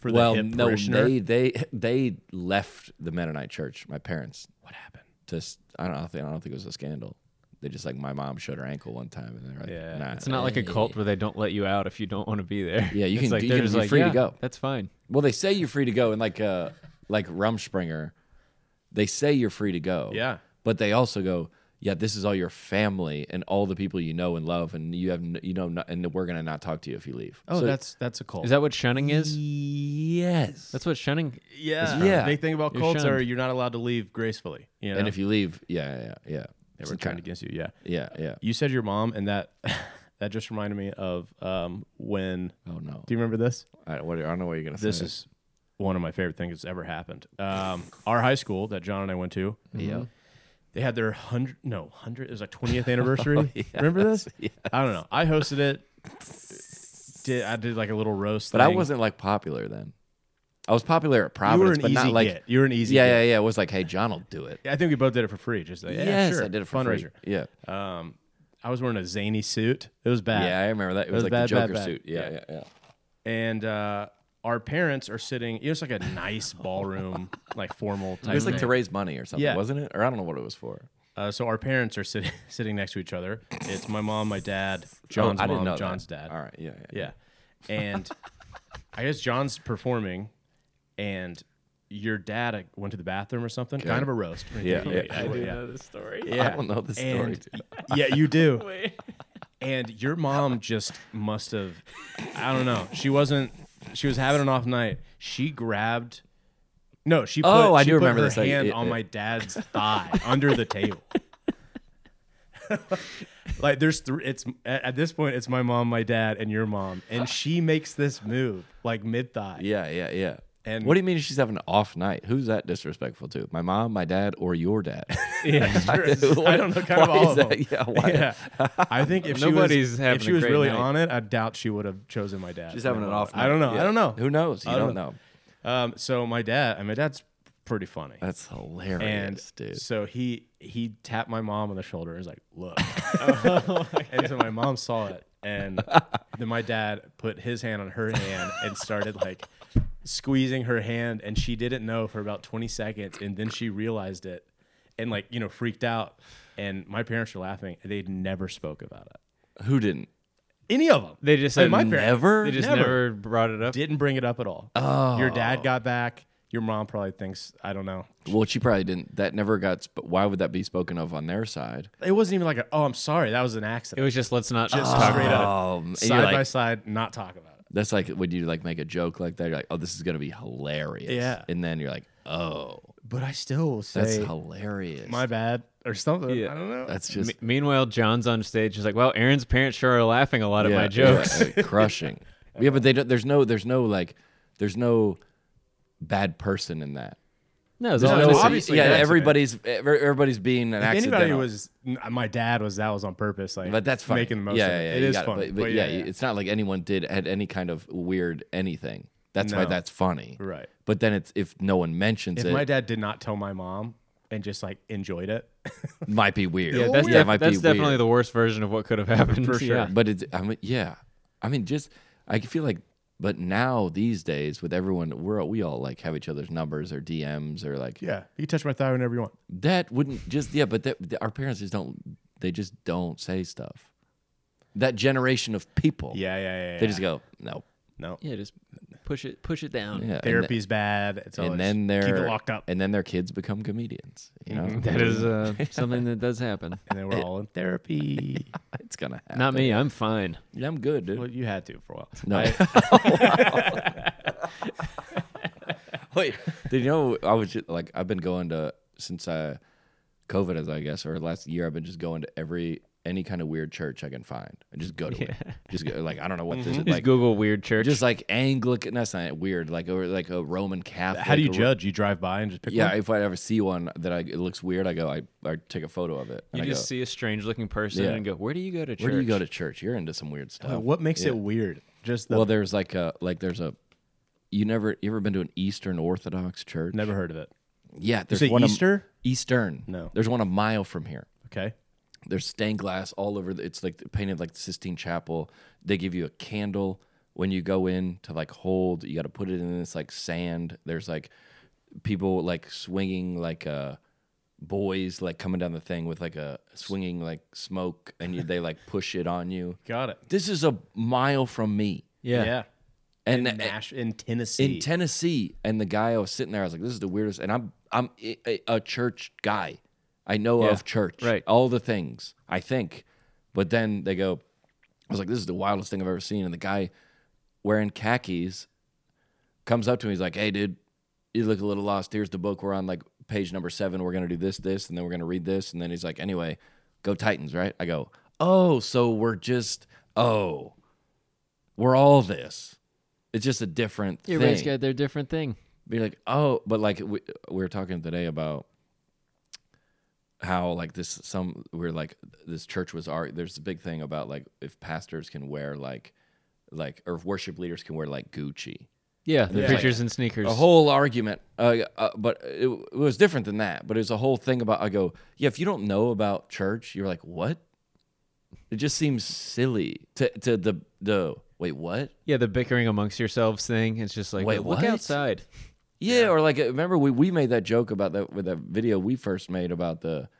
[SPEAKER 3] for the
[SPEAKER 2] well,
[SPEAKER 3] hip
[SPEAKER 2] no,
[SPEAKER 3] parishioner?
[SPEAKER 2] they they they left the Mennonite church. My parents
[SPEAKER 3] what happened?
[SPEAKER 2] to s- I don't know, I think I don't think it was a scandal. They just like my mom showed her ankle one time, and they're like,
[SPEAKER 3] Yeah.
[SPEAKER 2] nah,
[SPEAKER 4] It's not like a cult where they don't let you out if you don't want to be there.
[SPEAKER 2] Yeah, you
[SPEAKER 4] It's
[SPEAKER 2] can-
[SPEAKER 4] like
[SPEAKER 2] you
[SPEAKER 4] they're
[SPEAKER 2] can
[SPEAKER 4] just
[SPEAKER 2] be
[SPEAKER 4] like,
[SPEAKER 2] free to
[SPEAKER 4] "Yeah,
[SPEAKER 2] go."
[SPEAKER 4] That's fine.
[SPEAKER 2] Well, they say you're free to go, and like uh, like Rumspringer, they say you're free to go.
[SPEAKER 3] Yeah.
[SPEAKER 2] but they also go, yeah, this is all your family and all the people you know and love, and you have n- you know, not, and we're gonna not talk to you if you leave.
[SPEAKER 3] Oh,
[SPEAKER 2] So-
[SPEAKER 3] that's that's a cult.
[SPEAKER 4] Is that what shunning is?
[SPEAKER 2] yes.
[SPEAKER 4] That's what shunning.
[SPEAKER 3] yeah?
[SPEAKER 2] Yeah.
[SPEAKER 3] They think about
[SPEAKER 4] You're
[SPEAKER 3] cults are
[SPEAKER 4] shunned.
[SPEAKER 3] you're not allowed to leave gracefully. You know?
[SPEAKER 2] and if you leave, yeah, yeah, yeah, yeah.
[SPEAKER 3] they
[SPEAKER 2] It's
[SPEAKER 3] were trying
[SPEAKER 2] kinda-
[SPEAKER 3] against you, yeah.
[SPEAKER 2] yeah, yeah.
[SPEAKER 3] You said your mom, and that (laughs) that just reminded me of um, when.
[SPEAKER 2] Oh no,
[SPEAKER 3] Do you remember this?
[SPEAKER 2] I, what, I don't know what you're gonna
[SPEAKER 3] This
[SPEAKER 2] say.
[SPEAKER 3] is one of my favorite things that's ever happened. Um, our high school that John and I went to,
[SPEAKER 2] yeah.
[SPEAKER 3] they had their hundred no hundred it was
[SPEAKER 2] (laughs)
[SPEAKER 3] like twentieth
[SPEAKER 2] Oh,
[SPEAKER 3] anniversary. Remember this? I don't know. I hosted it. Did I did like a little roast?
[SPEAKER 2] But I
[SPEAKER 3] thing.
[SPEAKER 2] wasn't like popular then. I was popular at
[SPEAKER 3] You were
[SPEAKER 2] Providence,
[SPEAKER 3] an
[SPEAKER 2] but
[SPEAKER 3] easy
[SPEAKER 2] not like
[SPEAKER 3] get. You were an easy.
[SPEAKER 2] yeah,
[SPEAKER 3] get.
[SPEAKER 2] yeah, yeah. It was like, hey, John will do it.
[SPEAKER 3] I think we both did it for free. Just like, yeah,
[SPEAKER 2] yes,
[SPEAKER 3] sure.
[SPEAKER 2] I did it for
[SPEAKER 3] fundraiser.
[SPEAKER 2] Free. Yeah,
[SPEAKER 3] Um, I was wearing a zany suit. It was bad.
[SPEAKER 2] yeah, I remember that. It
[SPEAKER 3] was
[SPEAKER 2] was, like
[SPEAKER 3] bad,
[SPEAKER 2] the
[SPEAKER 3] bad,
[SPEAKER 2] Joker
[SPEAKER 3] bad.
[SPEAKER 2] suit. Yeah, yeah, yeah.
[SPEAKER 3] and uh, our parents are sitting. It was like a nice ballroom, like formal type.
[SPEAKER 2] It was like to
[SPEAKER 3] thing.
[SPEAKER 2] raise money or something,
[SPEAKER 3] Yeah.
[SPEAKER 2] wasn't it? Or I don't know what it was for.
[SPEAKER 3] Uh, so our parents are sitting (laughs) sitting next to each other. It's my mom, my dad, John's
[SPEAKER 2] oh, I didn't
[SPEAKER 3] mom,
[SPEAKER 2] know
[SPEAKER 3] John's
[SPEAKER 2] that.
[SPEAKER 3] dad.
[SPEAKER 2] All right, yeah, yeah.
[SPEAKER 3] Yeah, and (laughs) I guess John's performing, and your dad uh, went to the bathroom or something. Kind of a roast.
[SPEAKER 2] Yeah, yeah. I
[SPEAKER 3] do
[SPEAKER 4] this story.
[SPEAKER 3] yeah.
[SPEAKER 2] (laughs) I don't know this story,
[SPEAKER 3] and,
[SPEAKER 2] dude.
[SPEAKER 3] Yeah, you do. And your mom just must have I don't know. She wasn't she was having an off night. She grabbed No, she put,
[SPEAKER 2] Oh, I
[SPEAKER 3] she
[SPEAKER 2] do
[SPEAKER 3] put
[SPEAKER 2] remember
[SPEAKER 3] her
[SPEAKER 2] this. I-
[SPEAKER 3] hand
[SPEAKER 2] it-
[SPEAKER 3] on
[SPEAKER 2] it-
[SPEAKER 3] my dad's thigh under the table. (laughs) like there's three it's at, at this point it's my mom, my dad, and your mom. And she makes this move like mid thigh. (laughs)
[SPEAKER 2] Yeah, yeah, yeah.
[SPEAKER 3] And-
[SPEAKER 2] And what do you mean she's having an off night? Who's that disrespectful to? My mom, my dad, or your
[SPEAKER 3] (laughs)
[SPEAKER 2] dad? (laughs)
[SPEAKER 3] I don't know, kind of
[SPEAKER 2] Why
[SPEAKER 3] all
[SPEAKER 2] is
[SPEAKER 3] of them.
[SPEAKER 2] that- yeah, why-
[SPEAKER 4] (laughs)
[SPEAKER 3] Yeah. I think if
[SPEAKER 4] Nobody's
[SPEAKER 3] she was,
[SPEAKER 4] having
[SPEAKER 3] if she
[SPEAKER 4] a
[SPEAKER 3] was
[SPEAKER 4] great
[SPEAKER 3] really
[SPEAKER 4] night.
[SPEAKER 3] on it, I doubt she would have chosen my dad.
[SPEAKER 2] She's having an off night.
[SPEAKER 3] I don't know. I
[SPEAKER 2] Yeah.
[SPEAKER 3] don't know.
[SPEAKER 2] Who knows? You
[SPEAKER 3] I
[SPEAKER 2] don't,
[SPEAKER 3] don't
[SPEAKER 2] know.
[SPEAKER 3] Um, so my dad, I mean, dad's pretty funny.
[SPEAKER 2] That's hilarious,
[SPEAKER 3] and
[SPEAKER 2] dude.
[SPEAKER 3] so he he tapped my mom on the shoulder and was like,
[SPEAKER 2] (laughs)
[SPEAKER 3] "Look," and so my mom saw it,
[SPEAKER 2] (laughs)
[SPEAKER 3] and then my dad put his hand on her hand and started like squeezing her hand, and she didn't know for about twenty seconds, and then she realized it, and like you know freaked out, and my parents were laughing, and they'd never spoke about it,
[SPEAKER 2] Who didn't?
[SPEAKER 3] any of them.
[SPEAKER 4] They just
[SPEAKER 3] Like,
[SPEAKER 4] said
[SPEAKER 3] my parents
[SPEAKER 2] Never.
[SPEAKER 4] They just
[SPEAKER 3] Never.
[SPEAKER 4] never. brought it up.
[SPEAKER 3] didn't bring it up at all. Oh, your dad got back. Your mom probably thinks I don't know.
[SPEAKER 2] Well, she probably didn't. That never got. But why would that be spoken of on their side?
[SPEAKER 3] It wasn't even like, a, oh, I'm sorry, that was an
[SPEAKER 4] It
[SPEAKER 3] accident.
[SPEAKER 4] was just let's not
[SPEAKER 3] Just
[SPEAKER 4] talk
[SPEAKER 3] straight
[SPEAKER 4] about
[SPEAKER 3] up.
[SPEAKER 2] Um, and you're
[SPEAKER 3] side by
[SPEAKER 2] like,
[SPEAKER 3] side, not talk about it.
[SPEAKER 2] that's like when you like make a joke like that. You're like, oh, this is gonna be hilarious.
[SPEAKER 3] Yeah.
[SPEAKER 2] And then you're like, oh,
[SPEAKER 3] But I still will say
[SPEAKER 2] that's hilarious.
[SPEAKER 3] my bad or something.
[SPEAKER 4] Yeah.
[SPEAKER 3] I don't know.
[SPEAKER 2] that's
[SPEAKER 4] it.
[SPEAKER 2] just
[SPEAKER 4] Me- meanwhile, John's on stage. He's like, "Well, Aaron's parents sure are laughing a lot at
[SPEAKER 2] yeah,
[SPEAKER 4] my jokes."
[SPEAKER 2] yeah, like,
[SPEAKER 3] (laughs)
[SPEAKER 2] crushing. yeah, but they don't. There's no. There's no like. There's no bad person in that.
[SPEAKER 4] No, it's
[SPEAKER 2] There's
[SPEAKER 4] all
[SPEAKER 3] no,
[SPEAKER 2] no-
[SPEAKER 4] innocent.
[SPEAKER 3] obviously
[SPEAKER 2] yeah.
[SPEAKER 3] an accident.
[SPEAKER 2] Everybody's every- everybody's being an
[SPEAKER 3] If
[SPEAKER 2] accident.
[SPEAKER 3] anybody was, n- my dad was. That was on purpose. Like,
[SPEAKER 2] But that's funny.
[SPEAKER 3] Making the most.
[SPEAKER 2] yeah,
[SPEAKER 3] of
[SPEAKER 2] yeah,
[SPEAKER 3] it.
[SPEAKER 2] yeah,
[SPEAKER 3] It
[SPEAKER 2] you
[SPEAKER 3] is
[SPEAKER 2] got
[SPEAKER 3] funny.
[SPEAKER 2] But, but yeah, it's not like anyone did had any kind of weird anything. That's why
[SPEAKER 3] No.
[SPEAKER 2] that's funny.
[SPEAKER 3] Right.
[SPEAKER 2] But then it's if no one mentions
[SPEAKER 3] if
[SPEAKER 2] it,
[SPEAKER 3] my dad did not tell my mom and just like enjoyed it, (laughs)
[SPEAKER 2] might be weird.
[SPEAKER 4] Yeah, that's,
[SPEAKER 2] that
[SPEAKER 4] def-
[SPEAKER 2] might
[SPEAKER 4] that's
[SPEAKER 2] be
[SPEAKER 4] definitely
[SPEAKER 2] weird.
[SPEAKER 4] the worst version of what could have happened.
[SPEAKER 3] For sure.
[SPEAKER 4] Yeah.
[SPEAKER 2] But it's I mean yeah, I mean just I feel like but now these days with everyone we're we all like have each other's numbers or DMs or like
[SPEAKER 3] yeah, you can touch my thigh whenever you want.
[SPEAKER 2] that wouldn't just yeah but that, our parents just don't they just don't say stuff. That generation of people,
[SPEAKER 3] Yeah, yeah, yeah.
[SPEAKER 2] they
[SPEAKER 3] yeah.
[SPEAKER 2] just go no.
[SPEAKER 3] no.
[SPEAKER 4] Yeah, just push it, push it down.
[SPEAKER 2] Yeah, and
[SPEAKER 3] Therapy's bad. It's always
[SPEAKER 2] and then their
[SPEAKER 3] keep it locked up. Mm-hmm.
[SPEAKER 2] and then their kids become comedians. You know,
[SPEAKER 4] That is (laughs) uh, something that does happen.
[SPEAKER 3] And then we're all in therapy.
[SPEAKER 2] (laughs) it's gonna happen.
[SPEAKER 4] (laughs) Not me. I'm fine.
[SPEAKER 2] Yeah, I'm good, dude.
[SPEAKER 3] well, (laughs) you had to for a while.
[SPEAKER 2] no. (laughs) Wait, did you know I was just like I've been going to since uh, COVID is I guess or last year I've been just going to every any kind of weird church I can find and just go to it. Just go, like I don't know what this is
[SPEAKER 3] Mm-hmm.
[SPEAKER 4] Just
[SPEAKER 2] like.
[SPEAKER 4] Google weird church.
[SPEAKER 2] (laughs) Just like Anglican, that's not weird. Like or like a Roman Catholic.
[SPEAKER 3] How do you
[SPEAKER 2] or-
[SPEAKER 3] judge? You drive by and just pick
[SPEAKER 2] Yeah,
[SPEAKER 3] one.
[SPEAKER 2] if I ever see one that I, it looks weird, I go, I, I take a photo of it.
[SPEAKER 4] you
[SPEAKER 2] and I
[SPEAKER 4] just
[SPEAKER 2] go,
[SPEAKER 4] see a strange looking person
[SPEAKER 2] oh. Yeah.
[SPEAKER 4] and go, "Where do you go to church?
[SPEAKER 2] Where do you go to church? You're into some weird stuff.
[SPEAKER 3] Like, Uh, what makes it weird? Just the
[SPEAKER 2] well, there's like a like there's a you never you ever been to an Eastern Orthodox church?
[SPEAKER 3] never heard of it.
[SPEAKER 2] Yeah, there's
[SPEAKER 3] say
[SPEAKER 2] one a-
[SPEAKER 3] Easter?
[SPEAKER 2] Eastern.
[SPEAKER 3] No.
[SPEAKER 2] there's one a mile from here.
[SPEAKER 3] Okay.
[SPEAKER 2] There's stained glass all over. The, it's like painted like the Sistine Chapel. They give you a candle. well, when you go in to like hold, you got to put it in this like sand. There's like people like swinging like uh boys like coming down the thing with like a swinging like smoke, and you, they like push it on you.
[SPEAKER 3] Got it.
[SPEAKER 2] This is a mile from me,
[SPEAKER 4] Yeah.
[SPEAKER 2] and uh,
[SPEAKER 3] In, Nash- in Tennessee.
[SPEAKER 2] in Tennessee, and the guy I was sitting there, I was like, "This is the weirdest." And I'm I'm a- a, a church guy. I know
[SPEAKER 4] Yeah,
[SPEAKER 2] of church,
[SPEAKER 4] right.
[SPEAKER 2] All the things I think, but then they go. I was like, "This is the wildest thing I've ever seen." And the guy wearing khakis comes up to me. He's like, "Hey, dude, you look a little lost. Here's the book. We're on like page number seven. We're gonna do this, this, and then we're gonna read this." And then he's like, "Anyway, go Titans, right?" I go, "Oh, so we're just oh, we're all this." It's just a different
[SPEAKER 4] Everybody's
[SPEAKER 2] thing
[SPEAKER 4] got their different thing.
[SPEAKER 2] be like, oh, but like we, we were talking today about how like this some we're like this church was already there's a big thing about like if pastors can wear like like or if worship leaders can wear like Gucci.
[SPEAKER 4] Yeah, the
[SPEAKER 2] Yeah.
[SPEAKER 4] preachers and sneakers.
[SPEAKER 2] A whole argument, uh, uh, but it, it was different than that. But it was a whole thing about I go, yeah, if you don't know about church, you're like, what? It just seems silly to to the the wait what
[SPEAKER 4] yeah, the bickering amongst yourselves thing. It's just like
[SPEAKER 2] Wait,
[SPEAKER 4] look
[SPEAKER 2] what?
[SPEAKER 4] outside.
[SPEAKER 2] Yeah, or like uh, remember we we made that joke about that with that video we first made about the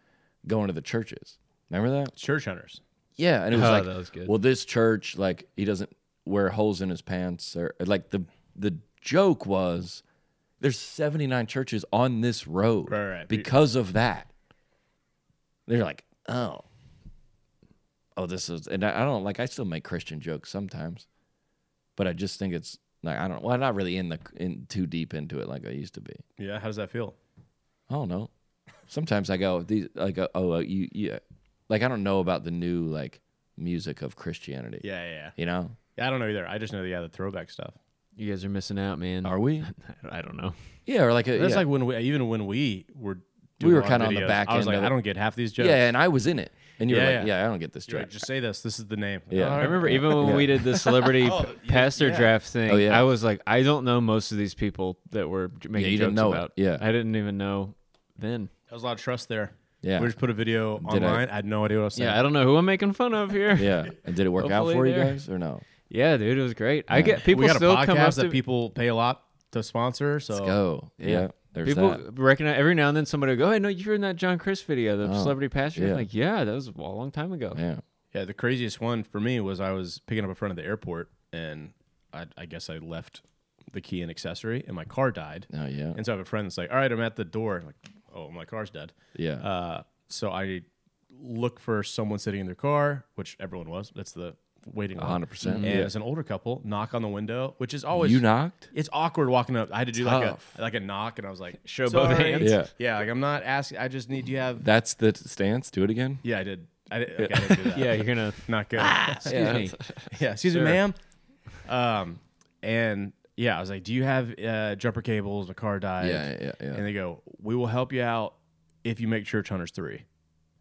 [SPEAKER 2] going to the churches. Remember that?
[SPEAKER 3] Church hunters.
[SPEAKER 2] Yeah, and it was
[SPEAKER 4] Oh,
[SPEAKER 2] like,
[SPEAKER 4] that was good.
[SPEAKER 2] well, this church like he doesn't wear holes in his pants or like the the joke was there's 79 churches on this road
[SPEAKER 3] Right, right, right.
[SPEAKER 2] because of that. They're like, oh, oh, this is, and I, I don't like. I still make Christian jokes sometimes, but I just think it's like I don't. Well, I'm not really in the in too deep into it like I used to be.
[SPEAKER 3] Yeah. How does that feel?
[SPEAKER 2] I don't know. Sometimes I go these like oh uh, you yeah, like I don't know about the new like music of Christianity.
[SPEAKER 3] Yeah, yeah, yeah.
[SPEAKER 2] you know,
[SPEAKER 3] Yeah, I don't know either. I just know the yeah, the throwback stuff.
[SPEAKER 4] You guys are missing out, man.
[SPEAKER 2] are we?
[SPEAKER 4] (laughs) I don't know.
[SPEAKER 2] Yeah, or like a,
[SPEAKER 3] That's
[SPEAKER 2] yeah.
[SPEAKER 3] like when we even when we were
[SPEAKER 2] We
[SPEAKER 3] doing
[SPEAKER 2] were
[SPEAKER 3] a lot
[SPEAKER 2] kinda on the
[SPEAKER 3] videos,
[SPEAKER 2] back
[SPEAKER 3] I
[SPEAKER 2] end
[SPEAKER 3] was like,
[SPEAKER 2] of
[SPEAKER 3] I
[SPEAKER 2] it.
[SPEAKER 3] don't get half these jokes.
[SPEAKER 2] yeah, and I was in it, and you were
[SPEAKER 3] Yeah,
[SPEAKER 2] like,
[SPEAKER 3] yeah.
[SPEAKER 2] yeah, I don't get this
[SPEAKER 3] You're
[SPEAKER 2] joke.
[SPEAKER 3] like, just say this. This is the name.
[SPEAKER 2] Yeah.
[SPEAKER 3] All
[SPEAKER 4] I
[SPEAKER 3] right. Oh,
[SPEAKER 4] remember even when we did the
[SPEAKER 3] (laughs)
[SPEAKER 4] celebrity p- pastor draft thing,
[SPEAKER 2] Oh, yeah.
[SPEAKER 4] I was like, I don't know most of these people that were j- making
[SPEAKER 2] you
[SPEAKER 4] jokes
[SPEAKER 2] didn't know it.
[SPEAKER 4] about.
[SPEAKER 2] Yeah.
[SPEAKER 4] I didn't even know then.
[SPEAKER 3] There was a lot of trust there.
[SPEAKER 2] Yeah.
[SPEAKER 3] We just put a video
[SPEAKER 2] I-
[SPEAKER 3] online. I, had no idea what I was saying.
[SPEAKER 4] Yeah, I don't know who I'm making fun of here. (laughs)
[SPEAKER 2] (laughs)
[SPEAKER 4] Yeah,
[SPEAKER 2] yeah, and did it work out
[SPEAKER 4] Hopefully
[SPEAKER 2] for you
[SPEAKER 4] they're-
[SPEAKER 2] guys or no?
[SPEAKER 4] dude, it was great. I get people
[SPEAKER 3] we got a
[SPEAKER 4] still come up
[SPEAKER 3] podcast
[SPEAKER 4] to
[SPEAKER 3] that people pay a lot to sponsor. So
[SPEAKER 2] Go, yeah, there's
[SPEAKER 4] people
[SPEAKER 2] that.
[SPEAKER 4] recognize every now and then somebody will go, "Hey, no, you were in that John Chris video, the
[SPEAKER 2] Oh,
[SPEAKER 4] celebrity pastor." I'm
[SPEAKER 2] yeah.
[SPEAKER 4] like, yeah, that was a long time ago.
[SPEAKER 2] Yeah,
[SPEAKER 3] yeah, the craziest one for me was I was picking up a friend at the airport, and I, I guess I left the key and accessory, and my car died.
[SPEAKER 2] no, Oh, yeah,
[SPEAKER 3] And so I have a friend that's like, "All right, I'm at the door." I'm like, oh, my car's dead.
[SPEAKER 2] yeah.
[SPEAKER 3] Uh, so I look for someone sitting in their car, which everyone was. That's the waiting line.
[SPEAKER 2] 100%,
[SPEAKER 3] And
[SPEAKER 2] yeah.
[SPEAKER 3] it's an older couple. Knock on the window, which is always
[SPEAKER 2] you knocked.
[SPEAKER 3] It's awkward walking up. I had to do
[SPEAKER 2] Tough.
[SPEAKER 3] like a like a knock, and I was like,
[SPEAKER 4] Show both
[SPEAKER 3] "Sorry."
[SPEAKER 4] hands?
[SPEAKER 2] Yeah.
[SPEAKER 3] yeah. Like I'm not asking. I just need. Do you have?
[SPEAKER 2] That's the t- stance. Do it again.
[SPEAKER 3] Yeah, I did. I, did, okay, I didn't do that.
[SPEAKER 4] (laughs) (laughs) Yeah, you're gonna.
[SPEAKER 3] not good.
[SPEAKER 4] Excuse me.
[SPEAKER 3] (laughs) yeah, excuse me, ma'am. Um, and yeah, I was like, "Do you have uh, jumper cables? My car died."
[SPEAKER 2] Yeah, yeah, yeah.
[SPEAKER 3] And they go, "We will help you out if you make Church Hunters 3.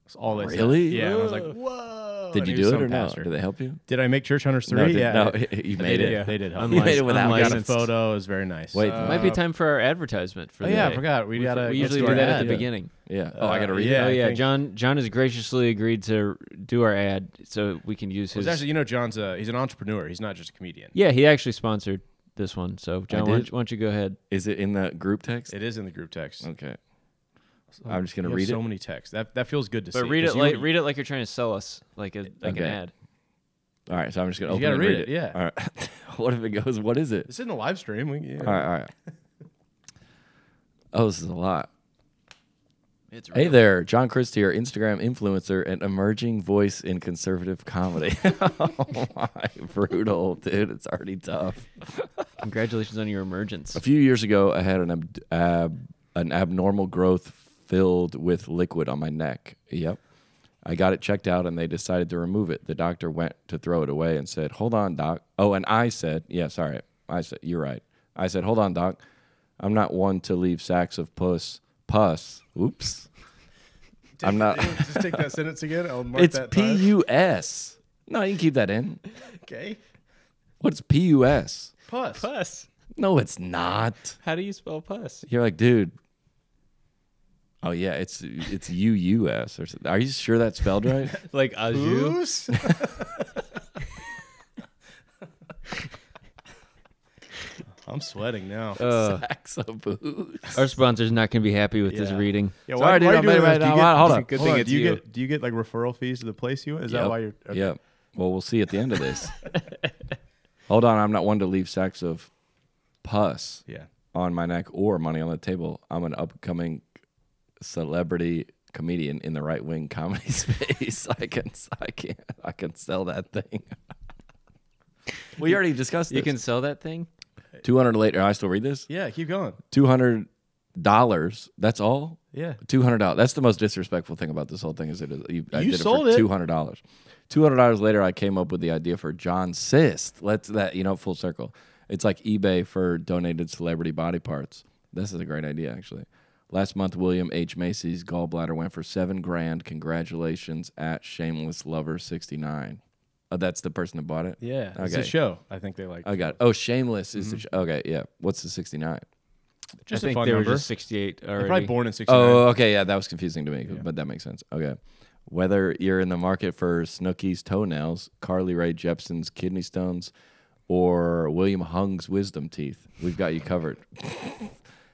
[SPEAKER 3] That's all they said.
[SPEAKER 2] Really?
[SPEAKER 3] Yeah. And I was like, "Whoa!"
[SPEAKER 2] Did
[SPEAKER 3] And
[SPEAKER 2] you
[SPEAKER 3] he was
[SPEAKER 2] do it
[SPEAKER 3] some
[SPEAKER 2] or no?
[SPEAKER 3] pastor.
[SPEAKER 2] Did they help you?
[SPEAKER 3] Did I make Church Hunters
[SPEAKER 2] No,
[SPEAKER 3] three?
[SPEAKER 2] did-
[SPEAKER 3] yeah,
[SPEAKER 2] no, (laughs)
[SPEAKER 3] I-
[SPEAKER 2] you
[SPEAKER 3] they
[SPEAKER 2] made
[SPEAKER 3] did.
[SPEAKER 2] it. (laughs)
[SPEAKER 3] They did help.
[SPEAKER 4] Unlicensed.
[SPEAKER 3] me.
[SPEAKER 2] You made it without
[SPEAKER 3] (laughs) I got a
[SPEAKER 4] licensed.
[SPEAKER 3] photo. It was very nice.
[SPEAKER 2] Wait,
[SPEAKER 3] Uh,
[SPEAKER 4] Might be time for our advertisement for
[SPEAKER 3] Oh,
[SPEAKER 4] the
[SPEAKER 3] yeah, I
[SPEAKER 4] day.
[SPEAKER 3] forgot. We gotta-
[SPEAKER 4] We
[SPEAKER 3] let's
[SPEAKER 4] usually
[SPEAKER 3] do
[SPEAKER 4] do
[SPEAKER 3] our ad.
[SPEAKER 4] that at the
[SPEAKER 3] Yeah.
[SPEAKER 4] beginning.
[SPEAKER 2] yeah. Oh, I
[SPEAKER 3] uh,
[SPEAKER 2] gotta read.
[SPEAKER 3] yeah.
[SPEAKER 4] oh
[SPEAKER 2] it.
[SPEAKER 3] I
[SPEAKER 4] yeah,
[SPEAKER 3] think-
[SPEAKER 4] John John has graciously agreed to do our ad so we can use his.
[SPEAKER 3] He's actually, you know, John's a he's an entrepreneur. He's not just a comedian.
[SPEAKER 4] yeah, he actually sponsored this one. So John, why
[SPEAKER 2] did?
[SPEAKER 4] don't, why don't you go ahead?
[SPEAKER 2] Is it in the group text?
[SPEAKER 3] It is in the group text.
[SPEAKER 2] Okay. I'm just gonna
[SPEAKER 3] You have
[SPEAKER 2] read
[SPEAKER 3] so
[SPEAKER 2] it.
[SPEAKER 3] many texts. That that feels good to see.
[SPEAKER 4] But read it
[SPEAKER 3] 'cause you-
[SPEAKER 4] like read it like you're trying to sell us like a like
[SPEAKER 2] Okay.
[SPEAKER 4] an ad.
[SPEAKER 2] All right, so I'm just gonna
[SPEAKER 3] You
[SPEAKER 2] open
[SPEAKER 3] gotta
[SPEAKER 2] it and
[SPEAKER 3] read
[SPEAKER 2] read
[SPEAKER 3] it, yeah.
[SPEAKER 2] All right. (laughs) what if it goes? What is it?
[SPEAKER 3] It's in the live stream. We, yeah.
[SPEAKER 2] All right, all right. Oh, this is a lot.
[SPEAKER 4] It's
[SPEAKER 2] Hey there, John Christ here, Instagram influencer and emerging voice in conservative comedy. (laughs) oh my, (laughs) brutal, dude. It's already tough.
[SPEAKER 4] Congratulations on your (laughs) emergence.
[SPEAKER 2] A few years ago, I had an ab- ab- an abnormal growth filled with liquid on my neck. Yep. I got it checked out and they decided to remove it. The doctor went to throw it away and said, "Hold on, doc." Oh, and I said, "Yeah, sorry. I said you're right." I said, "Hold on, doc. I'm not one to leave sacks of puss pus. Oops. I'm not.
[SPEAKER 3] Just take that sentence again. I'll mark
[SPEAKER 2] It's
[SPEAKER 3] that.
[SPEAKER 2] P
[SPEAKER 3] time.
[SPEAKER 2] U S. No, you can keep that in.
[SPEAKER 3] Okay.
[SPEAKER 2] What's P U S?
[SPEAKER 3] Puss.
[SPEAKER 4] Puss.
[SPEAKER 2] No, it's not.
[SPEAKER 4] How do you spell puss?
[SPEAKER 2] You're like, dude. Oh yeah, it's it's U U S or something. Are you sure that's spelled right? (laughs)
[SPEAKER 4] Like Azu.
[SPEAKER 3] Puss. I'm sweating now.
[SPEAKER 4] Uh,
[SPEAKER 2] Sacks of booze.
[SPEAKER 4] our sponsor's not going to be happy with this
[SPEAKER 3] Yeah.
[SPEAKER 4] reading.
[SPEAKER 3] Yeah,
[SPEAKER 2] Sorry, dude, I
[SPEAKER 3] doing
[SPEAKER 2] made it
[SPEAKER 3] this?
[SPEAKER 2] right
[SPEAKER 3] Do you
[SPEAKER 2] now.
[SPEAKER 3] get-
[SPEAKER 2] Hold on.
[SPEAKER 3] Good
[SPEAKER 2] Hold
[SPEAKER 3] thing
[SPEAKER 2] on,
[SPEAKER 3] it's
[SPEAKER 2] do you
[SPEAKER 3] you.
[SPEAKER 2] get-
[SPEAKER 3] do you get like referral fees to the place you? Is that
[SPEAKER 2] Yep.
[SPEAKER 3] why you're? okay.
[SPEAKER 2] Yep. Well, we'll see at the end of this. Hold on, I'm not one to leave sacks of pus
[SPEAKER 3] Yeah.
[SPEAKER 2] on my neck or money on the table. I'm an upcoming celebrity comedian in the right wing comedy (laughs) space. I can, I can, I can sell that thing. we already discussed this.
[SPEAKER 4] You can sell that thing?
[SPEAKER 2] two hundred later. I still read this.
[SPEAKER 3] Yeah. Keep going.
[SPEAKER 2] Two hundred dollars. That's all.
[SPEAKER 3] Yeah.
[SPEAKER 2] Two hundred dollars. That's the most disrespectful thing about this whole thing is it is you, I
[SPEAKER 3] You
[SPEAKER 2] did
[SPEAKER 3] sold
[SPEAKER 2] it
[SPEAKER 3] it.
[SPEAKER 2] for two hundred dollars. Two hundred dollars later, I came up with the idea for John Cyst. Let's that you know full circle. It's like eBay for donated celebrity body parts. This is a great idea actually. Last month, William H Macy's gallbladder went for seven grand. Congratulations at Shameless Lover sixty nine. Oh, that's the person that bought it.
[SPEAKER 3] Yeah. It's
[SPEAKER 2] Okay.
[SPEAKER 3] a show. I think they like.
[SPEAKER 2] I got. It. Oh, Shameless is the
[SPEAKER 3] Mm-hmm.
[SPEAKER 2] sh- okay. Yeah. What's the sixty nine?
[SPEAKER 3] Just a
[SPEAKER 4] I think
[SPEAKER 3] fun
[SPEAKER 4] they
[SPEAKER 3] number.
[SPEAKER 4] were just 68 already.
[SPEAKER 3] Probably born in '69.
[SPEAKER 2] Oh, okay. Yeah, that was confusing to me, but that makes sense. Okay. Whether you're in the market for Snooki's toenails, Carly Ray Jepsen's kidney stones, or William Hung's wisdom teeth, we've got you covered. (laughs)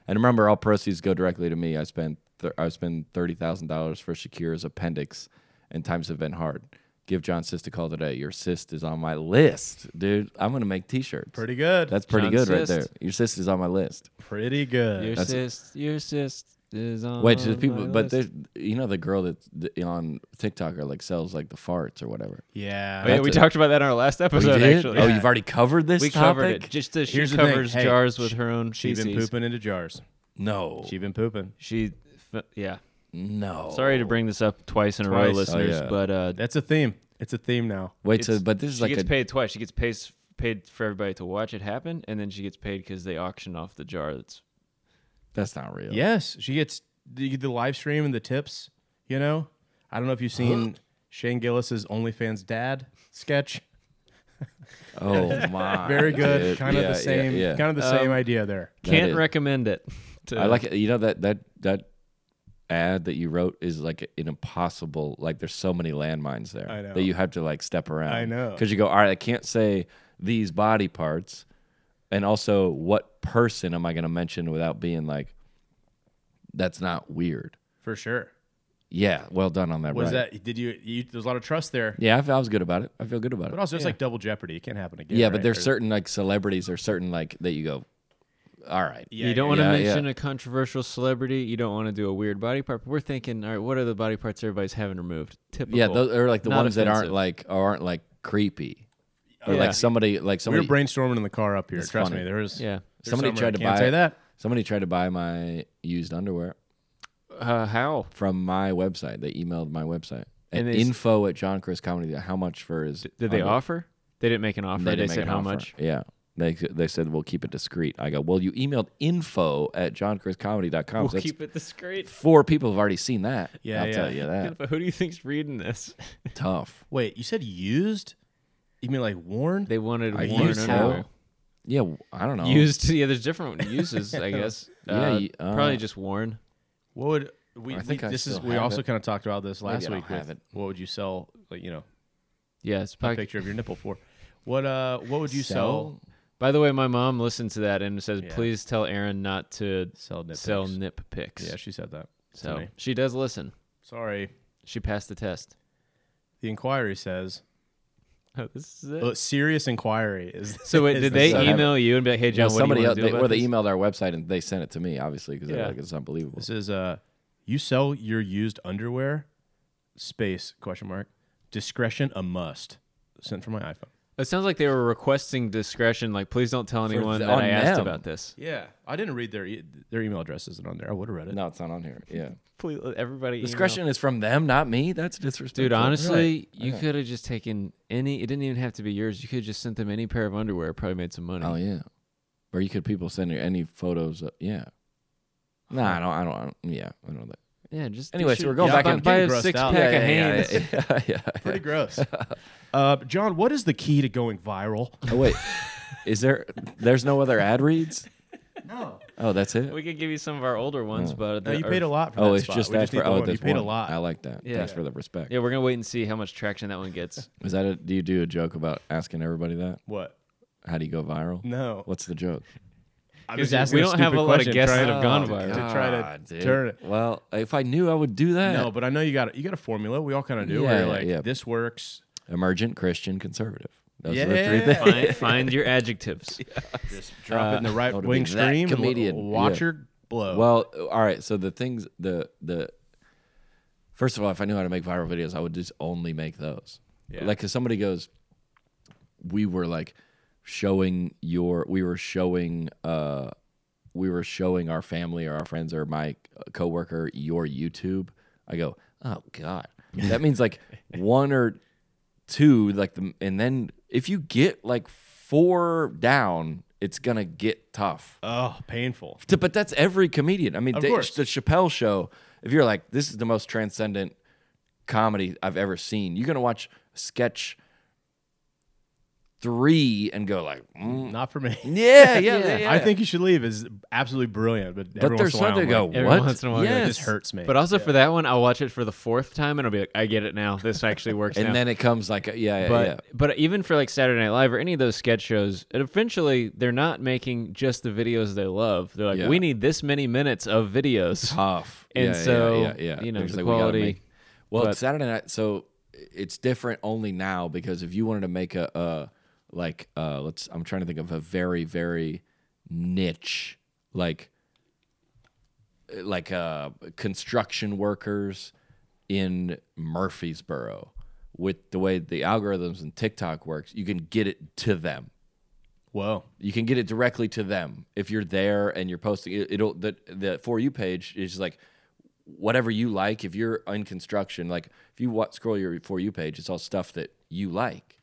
[SPEAKER 2] and remember, all proceeds go directly to me. I spend th- I spend thirty thousand dollars for Shakira's appendix, and times have been hard. Give John Sist a call today. Your cyst is on my list, dude. I'm gonna make T-shirts.
[SPEAKER 3] Pretty good.
[SPEAKER 2] That's pretty
[SPEAKER 4] John
[SPEAKER 2] good right
[SPEAKER 4] Cyst.
[SPEAKER 2] there. Your cyst is on my list.
[SPEAKER 3] pretty good.
[SPEAKER 4] Your
[SPEAKER 2] That's-
[SPEAKER 4] cyst, your cyst is on.
[SPEAKER 2] Wait, so there's people,
[SPEAKER 4] Oh, my
[SPEAKER 2] but
[SPEAKER 4] list.
[SPEAKER 2] there's you know the girl that's th- on TikTok or like sells like the farts or whatever.
[SPEAKER 3] yeah.
[SPEAKER 4] Oh, yeah, we
[SPEAKER 2] that's a-
[SPEAKER 4] talked about that on our last
[SPEAKER 2] You
[SPEAKER 4] episode,
[SPEAKER 2] did?
[SPEAKER 4] actually.
[SPEAKER 2] Oh, you've already covered this.
[SPEAKER 4] we
[SPEAKER 2] topic?
[SPEAKER 4] covered it. Just the, she
[SPEAKER 3] Here's the thing.
[SPEAKER 4] covers
[SPEAKER 3] Hey,
[SPEAKER 4] jars
[SPEAKER 3] sh-
[SPEAKER 4] with her own
[SPEAKER 3] She been
[SPEAKER 4] feces.
[SPEAKER 3] pooping into jars.
[SPEAKER 2] No,
[SPEAKER 3] She been pooping.
[SPEAKER 4] She, f- yeah.
[SPEAKER 2] no.
[SPEAKER 4] Sorry to bring this up twice in a row,
[SPEAKER 3] Twice. Oh,
[SPEAKER 4] listeners,
[SPEAKER 2] yeah.
[SPEAKER 4] but uh,
[SPEAKER 3] That's a theme. It's a theme now.
[SPEAKER 2] Wait, so
[SPEAKER 4] it's-
[SPEAKER 2] but this is
[SPEAKER 4] she
[SPEAKER 2] like
[SPEAKER 4] gets
[SPEAKER 2] a
[SPEAKER 4] paid twice. She gets paid paid for everybody to watch it happen, and then she gets paid because they auction off the jar. That's
[SPEAKER 2] that's not real.
[SPEAKER 3] Yes, she gets the, the live stream and the tips. You know, I don't know if you've seen Shane Gillis's OnlyFans dad sketch.
[SPEAKER 2] (laughs) Oh my.
[SPEAKER 3] Very good.
[SPEAKER 2] dude.
[SPEAKER 3] Kind of
[SPEAKER 2] Yeah,
[SPEAKER 3] the same.
[SPEAKER 2] Yeah. Um, yeah.
[SPEAKER 3] Kind of the same idea there.
[SPEAKER 2] That
[SPEAKER 4] can't
[SPEAKER 2] is- (laughs)
[SPEAKER 4] recommend it. to-
[SPEAKER 2] I like it. You know that that that ad that you wrote is like an impossible. Like there's so many landmines there
[SPEAKER 3] I know.
[SPEAKER 2] that you have to like step around.
[SPEAKER 3] I know.
[SPEAKER 2] because you go. All right, I can't say these body parts, and also what person am I going to mention without being like, that's not weird.
[SPEAKER 3] For sure.
[SPEAKER 2] Yeah, well done on that.
[SPEAKER 3] Was
[SPEAKER 2] right.
[SPEAKER 3] that? Did you? you there's a lot of trust there.
[SPEAKER 2] Yeah, I, f- I was good about it. I feel good about it.
[SPEAKER 3] But also, it's like double jeopardy. It can't happen again.
[SPEAKER 2] yeah,
[SPEAKER 3] right?
[SPEAKER 2] but there's
[SPEAKER 3] Or-
[SPEAKER 2] certain like celebrities or certain like that you go. All right.
[SPEAKER 3] Yeah,
[SPEAKER 4] You don't
[SPEAKER 3] yeah,
[SPEAKER 4] want to
[SPEAKER 2] yeah, yeah.
[SPEAKER 4] mention a controversial celebrity. You don't want to do a weird body part. But we're thinking, all right, what are the body parts everybody's having removed? Typical.
[SPEAKER 2] Yeah, those are like the
[SPEAKER 4] Not
[SPEAKER 2] ones that aren't
[SPEAKER 4] offensive.
[SPEAKER 2] like aren't like creepy. Or
[SPEAKER 4] Yeah.
[SPEAKER 2] like somebody like
[SPEAKER 3] We were
[SPEAKER 2] somebody
[SPEAKER 3] brainstorming in the car up here. Trust
[SPEAKER 2] funny.
[SPEAKER 3] me, there is.
[SPEAKER 4] Yeah.
[SPEAKER 3] there's
[SPEAKER 2] Somebody
[SPEAKER 3] somewhere
[SPEAKER 2] tried
[SPEAKER 3] I
[SPEAKER 2] to
[SPEAKER 3] can't
[SPEAKER 2] buy
[SPEAKER 3] say
[SPEAKER 2] it.
[SPEAKER 3] that.
[SPEAKER 2] somebody tried to buy my used underwear
[SPEAKER 4] Uh, how?
[SPEAKER 2] from my website. They emailed my website. And
[SPEAKER 4] And they s-
[SPEAKER 2] info at John Chris Comedy. How much for his
[SPEAKER 4] Did they
[SPEAKER 2] underwear.
[SPEAKER 4] offer? They didn't make an offer. They,
[SPEAKER 2] didn't make
[SPEAKER 4] said
[SPEAKER 2] an
[SPEAKER 4] how
[SPEAKER 2] offer.
[SPEAKER 4] much?
[SPEAKER 2] Yeah. They, they said we'll keep it discreet. I go, well, you emailed info at johnchriscomedy.com. so
[SPEAKER 4] We'll
[SPEAKER 2] that's-
[SPEAKER 4] keep it discreet.
[SPEAKER 2] Four people have already seen that.
[SPEAKER 3] Yeah,
[SPEAKER 2] I'll
[SPEAKER 3] yeah.
[SPEAKER 2] tell you
[SPEAKER 4] (laughs)
[SPEAKER 2] that.
[SPEAKER 4] But who do you think's reading this?
[SPEAKER 2] Tough.
[SPEAKER 3] Wait, you said used? You mean like worn?
[SPEAKER 4] They wanted
[SPEAKER 2] I
[SPEAKER 4] worn
[SPEAKER 2] used
[SPEAKER 4] underwear.
[SPEAKER 2] how? Yeah, w- I don't know.
[SPEAKER 4] (laughs) Used. Yeah, there's different uses, I guess.
[SPEAKER 2] (laughs) Yeah,
[SPEAKER 4] Uh,
[SPEAKER 2] you- uh,
[SPEAKER 4] probably just worn.
[SPEAKER 3] What would we?
[SPEAKER 2] I
[SPEAKER 3] we-
[SPEAKER 2] think I
[SPEAKER 3] this is.
[SPEAKER 2] still
[SPEAKER 3] We
[SPEAKER 2] have
[SPEAKER 3] also
[SPEAKER 2] it.
[SPEAKER 3] kind of talked about this last
[SPEAKER 2] Maybe I
[SPEAKER 3] week.
[SPEAKER 2] don't have
[SPEAKER 3] with
[SPEAKER 2] it.
[SPEAKER 3] What would you sell? Like you know,
[SPEAKER 4] Yeah, it's
[SPEAKER 3] a
[SPEAKER 4] probably
[SPEAKER 3] picture of your nipple for. What uh? What would you sell?
[SPEAKER 4] By the way, my mom listened to that and says,
[SPEAKER 3] Yeah.
[SPEAKER 4] "Please tell Aaron not to
[SPEAKER 3] Sell nip.
[SPEAKER 4] sell
[SPEAKER 3] pics.
[SPEAKER 4] nip pics."
[SPEAKER 3] Yeah, she said that. to
[SPEAKER 4] so
[SPEAKER 3] me.
[SPEAKER 4] she does listen.
[SPEAKER 3] sorry.
[SPEAKER 4] She passed the test.
[SPEAKER 3] The inquiry says
[SPEAKER 4] Oh, this is it.
[SPEAKER 3] a serious inquiry
[SPEAKER 2] (laughs)
[SPEAKER 3] is.
[SPEAKER 4] so wait,
[SPEAKER 3] is
[SPEAKER 4] did
[SPEAKER 3] the
[SPEAKER 4] they
[SPEAKER 2] so-
[SPEAKER 3] subject.
[SPEAKER 4] email you and be like, "Hey, John,
[SPEAKER 2] No,
[SPEAKER 4] what
[SPEAKER 2] somebody
[SPEAKER 4] do you
[SPEAKER 2] else.
[SPEAKER 4] want to do
[SPEAKER 2] They,
[SPEAKER 4] about
[SPEAKER 2] well, they
[SPEAKER 4] this?
[SPEAKER 2] emailed our website and they sent it to me, obviously, because
[SPEAKER 4] Yeah.
[SPEAKER 2] they're like, it's unbelievable.
[SPEAKER 3] This is uh, you sell your used underwear? Space question mark discretion a must. Sent from my iPhone.
[SPEAKER 4] It sounds like they were requesting discretion. Like, please don't tell anyone
[SPEAKER 2] the-
[SPEAKER 4] that
[SPEAKER 2] on
[SPEAKER 4] I asked
[SPEAKER 2] them.
[SPEAKER 4] about this.
[SPEAKER 3] Yeah, I didn't read their e- their email address isn't on there. I would have read it.
[SPEAKER 2] No, it's not on here. Yeah.
[SPEAKER 4] Please, everybody. email.
[SPEAKER 2] Discretion is from them, not me. That's disrespectful.
[SPEAKER 4] Dude, honestly, you could have just taken any. It didn't even have to be yours. You could have just sent them any pair of underwear. Probably made some money.
[SPEAKER 2] Oh yeah. Or you could people send you any photos. Of, yeah. No, I don't. I don't. I don't yeah, I don't know that.
[SPEAKER 4] yeah, just
[SPEAKER 2] Anyway,
[SPEAKER 4] shoot-
[SPEAKER 2] so we're going
[SPEAKER 4] yeah,
[SPEAKER 2] back
[SPEAKER 4] buy,
[SPEAKER 2] and
[SPEAKER 4] buy
[SPEAKER 3] getting
[SPEAKER 4] a
[SPEAKER 3] grossed
[SPEAKER 4] six
[SPEAKER 3] out.
[SPEAKER 4] pack
[SPEAKER 2] yeah,
[SPEAKER 4] of
[SPEAKER 2] yeah,
[SPEAKER 4] Hanes.
[SPEAKER 3] (laughs)
[SPEAKER 2] yeah, (laughs) yeah, yeah.
[SPEAKER 3] Pretty gross. uh, John, what is the key to
[SPEAKER 2] (laughs)
[SPEAKER 3] going viral?
[SPEAKER 2] Oh wait, is there? There's no other ad reads.
[SPEAKER 3] No.
[SPEAKER 2] Oh, that's it.
[SPEAKER 4] We could give you some of our older ones, but
[SPEAKER 3] No,
[SPEAKER 4] the-
[SPEAKER 3] you
[SPEAKER 4] our-
[SPEAKER 3] paid a lot for that
[SPEAKER 2] Oh, it's
[SPEAKER 3] spot.
[SPEAKER 2] just
[SPEAKER 3] we
[SPEAKER 2] that
[SPEAKER 3] just need
[SPEAKER 2] for
[SPEAKER 3] the
[SPEAKER 2] oh,
[SPEAKER 3] one.
[SPEAKER 2] this
[SPEAKER 3] You paid a
[SPEAKER 2] one.
[SPEAKER 3] lot.
[SPEAKER 2] I like that.
[SPEAKER 4] Yeah.
[SPEAKER 2] Thanks for the respect.
[SPEAKER 4] Yeah, we're gonna wait and see how much traction that one (laughs) gets.
[SPEAKER 2] Is that a, do you do a joke about asking everybody that?
[SPEAKER 3] What?
[SPEAKER 2] How do you go viral?
[SPEAKER 3] No.
[SPEAKER 2] What's the joke?
[SPEAKER 3] I'm
[SPEAKER 4] Because
[SPEAKER 3] just asking
[SPEAKER 4] we
[SPEAKER 3] a
[SPEAKER 4] don't have
[SPEAKER 3] stupid
[SPEAKER 4] a lot of
[SPEAKER 3] question,
[SPEAKER 4] guests
[SPEAKER 3] trying
[SPEAKER 4] that
[SPEAKER 3] to-
[SPEAKER 4] have gone
[SPEAKER 3] to-
[SPEAKER 4] viral.
[SPEAKER 3] Oh, to try to
[SPEAKER 2] God, dude.
[SPEAKER 3] turn it.
[SPEAKER 2] Well, if I knew, I would do that.
[SPEAKER 3] Ah, No, but I know you got you got a formula. We all kind of do. where
[SPEAKER 2] Yeah,
[SPEAKER 3] you're like
[SPEAKER 2] yeah.
[SPEAKER 3] this works.
[SPEAKER 2] Emergent Christian conservative. Those are the
[SPEAKER 3] Yeah.
[SPEAKER 2] three things.
[SPEAKER 4] Find, find your (laughs) adjectives.
[SPEAKER 3] Drop it in the right
[SPEAKER 2] that would
[SPEAKER 3] wing
[SPEAKER 2] Uh, be that
[SPEAKER 3] stream. and
[SPEAKER 2] comedian.
[SPEAKER 3] w- Watch
[SPEAKER 2] Yeah.
[SPEAKER 3] her blow.
[SPEAKER 2] Well, all right. So the things, the the first of all, if I knew how to make viral videos, I would just only make those.
[SPEAKER 3] Yeah.
[SPEAKER 2] Like, if somebody goes, we were like showing your, we were showing, uh, we were showing our family or our friends or my coworker your YouTube. I go, oh god, that means like one or two, like the, and then if you get like four down, it's gonna get tough.
[SPEAKER 3] oh, painful.
[SPEAKER 2] T- But that's every comedian. I mean,
[SPEAKER 3] Of
[SPEAKER 2] the,
[SPEAKER 3] course.
[SPEAKER 2] the Chappelle show, if you're like, this is the most transcendent comedy I've ever seen, you're going to watch sketch three and go like,
[SPEAKER 3] (laughs)
[SPEAKER 2] mm,
[SPEAKER 3] Not for me.
[SPEAKER 2] (laughs) yeah, yeah, yeah, yeah.
[SPEAKER 3] I think you should leave. Is absolutely brilliant, but,
[SPEAKER 2] but
[SPEAKER 3] every
[SPEAKER 2] there's some
[SPEAKER 3] once in a while,
[SPEAKER 2] that
[SPEAKER 3] I'm
[SPEAKER 2] go,
[SPEAKER 3] like,
[SPEAKER 4] every
[SPEAKER 2] what?
[SPEAKER 4] once in a while, you're like,
[SPEAKER 2] yes.
[SPEAKER 3] This hurts me.
[SPEAKER 4] But also for that one, I'll watch it for the fourth time and I'll be like, I get it now. This actually works.
[SPEAKER 2] And
[SPEAKER 4] now.
[SPEAKER 2] then it comes like, a- yeah, yeah,
[SPEAKER 4] but
[SPEAKER 2] yeah.
[SPEAKER 4] but even for like Saturday Night Live or any of those sketch shows, it eventually they're not making just the videos they love. They're like,
[SPEAKER 2] Yeah.
[SPEAKER 4] we need this many minutes of videos.
[SPEAKER 2] tough.
[SPEAKER 4] And
[SPEAKER 2] Yeah, yeah,
[SPEAKER 4] so,
[SPEAKER 2] yeah, yeah.
[SPEAKER 4] you know,
[SPEAKER 2] They're just
[SPEAKER 4] the
[SPEAKER 2] "We gotta
[SPEAKER 4] quality,
[SPEAKER 2] make-" Well,
[SPEAKER 4] but-
[SPEAKER 2] it's Saturday night, so it's different only now because if you wanted to make a, a like, uh, let's, I'm trying to think of a very, very niche, like, like uh, construction workers in Murfreesboro. With the way the algorithms and TikTok works, you can get it to them
[SPEAKER 3] whoa.
[SPEAKER 2] you can get it directly to them if you're there and you're posting it, it'll the the for you page is like whatever you like if you're in construction like if you wa- scroll your for you page it's all stuff that you like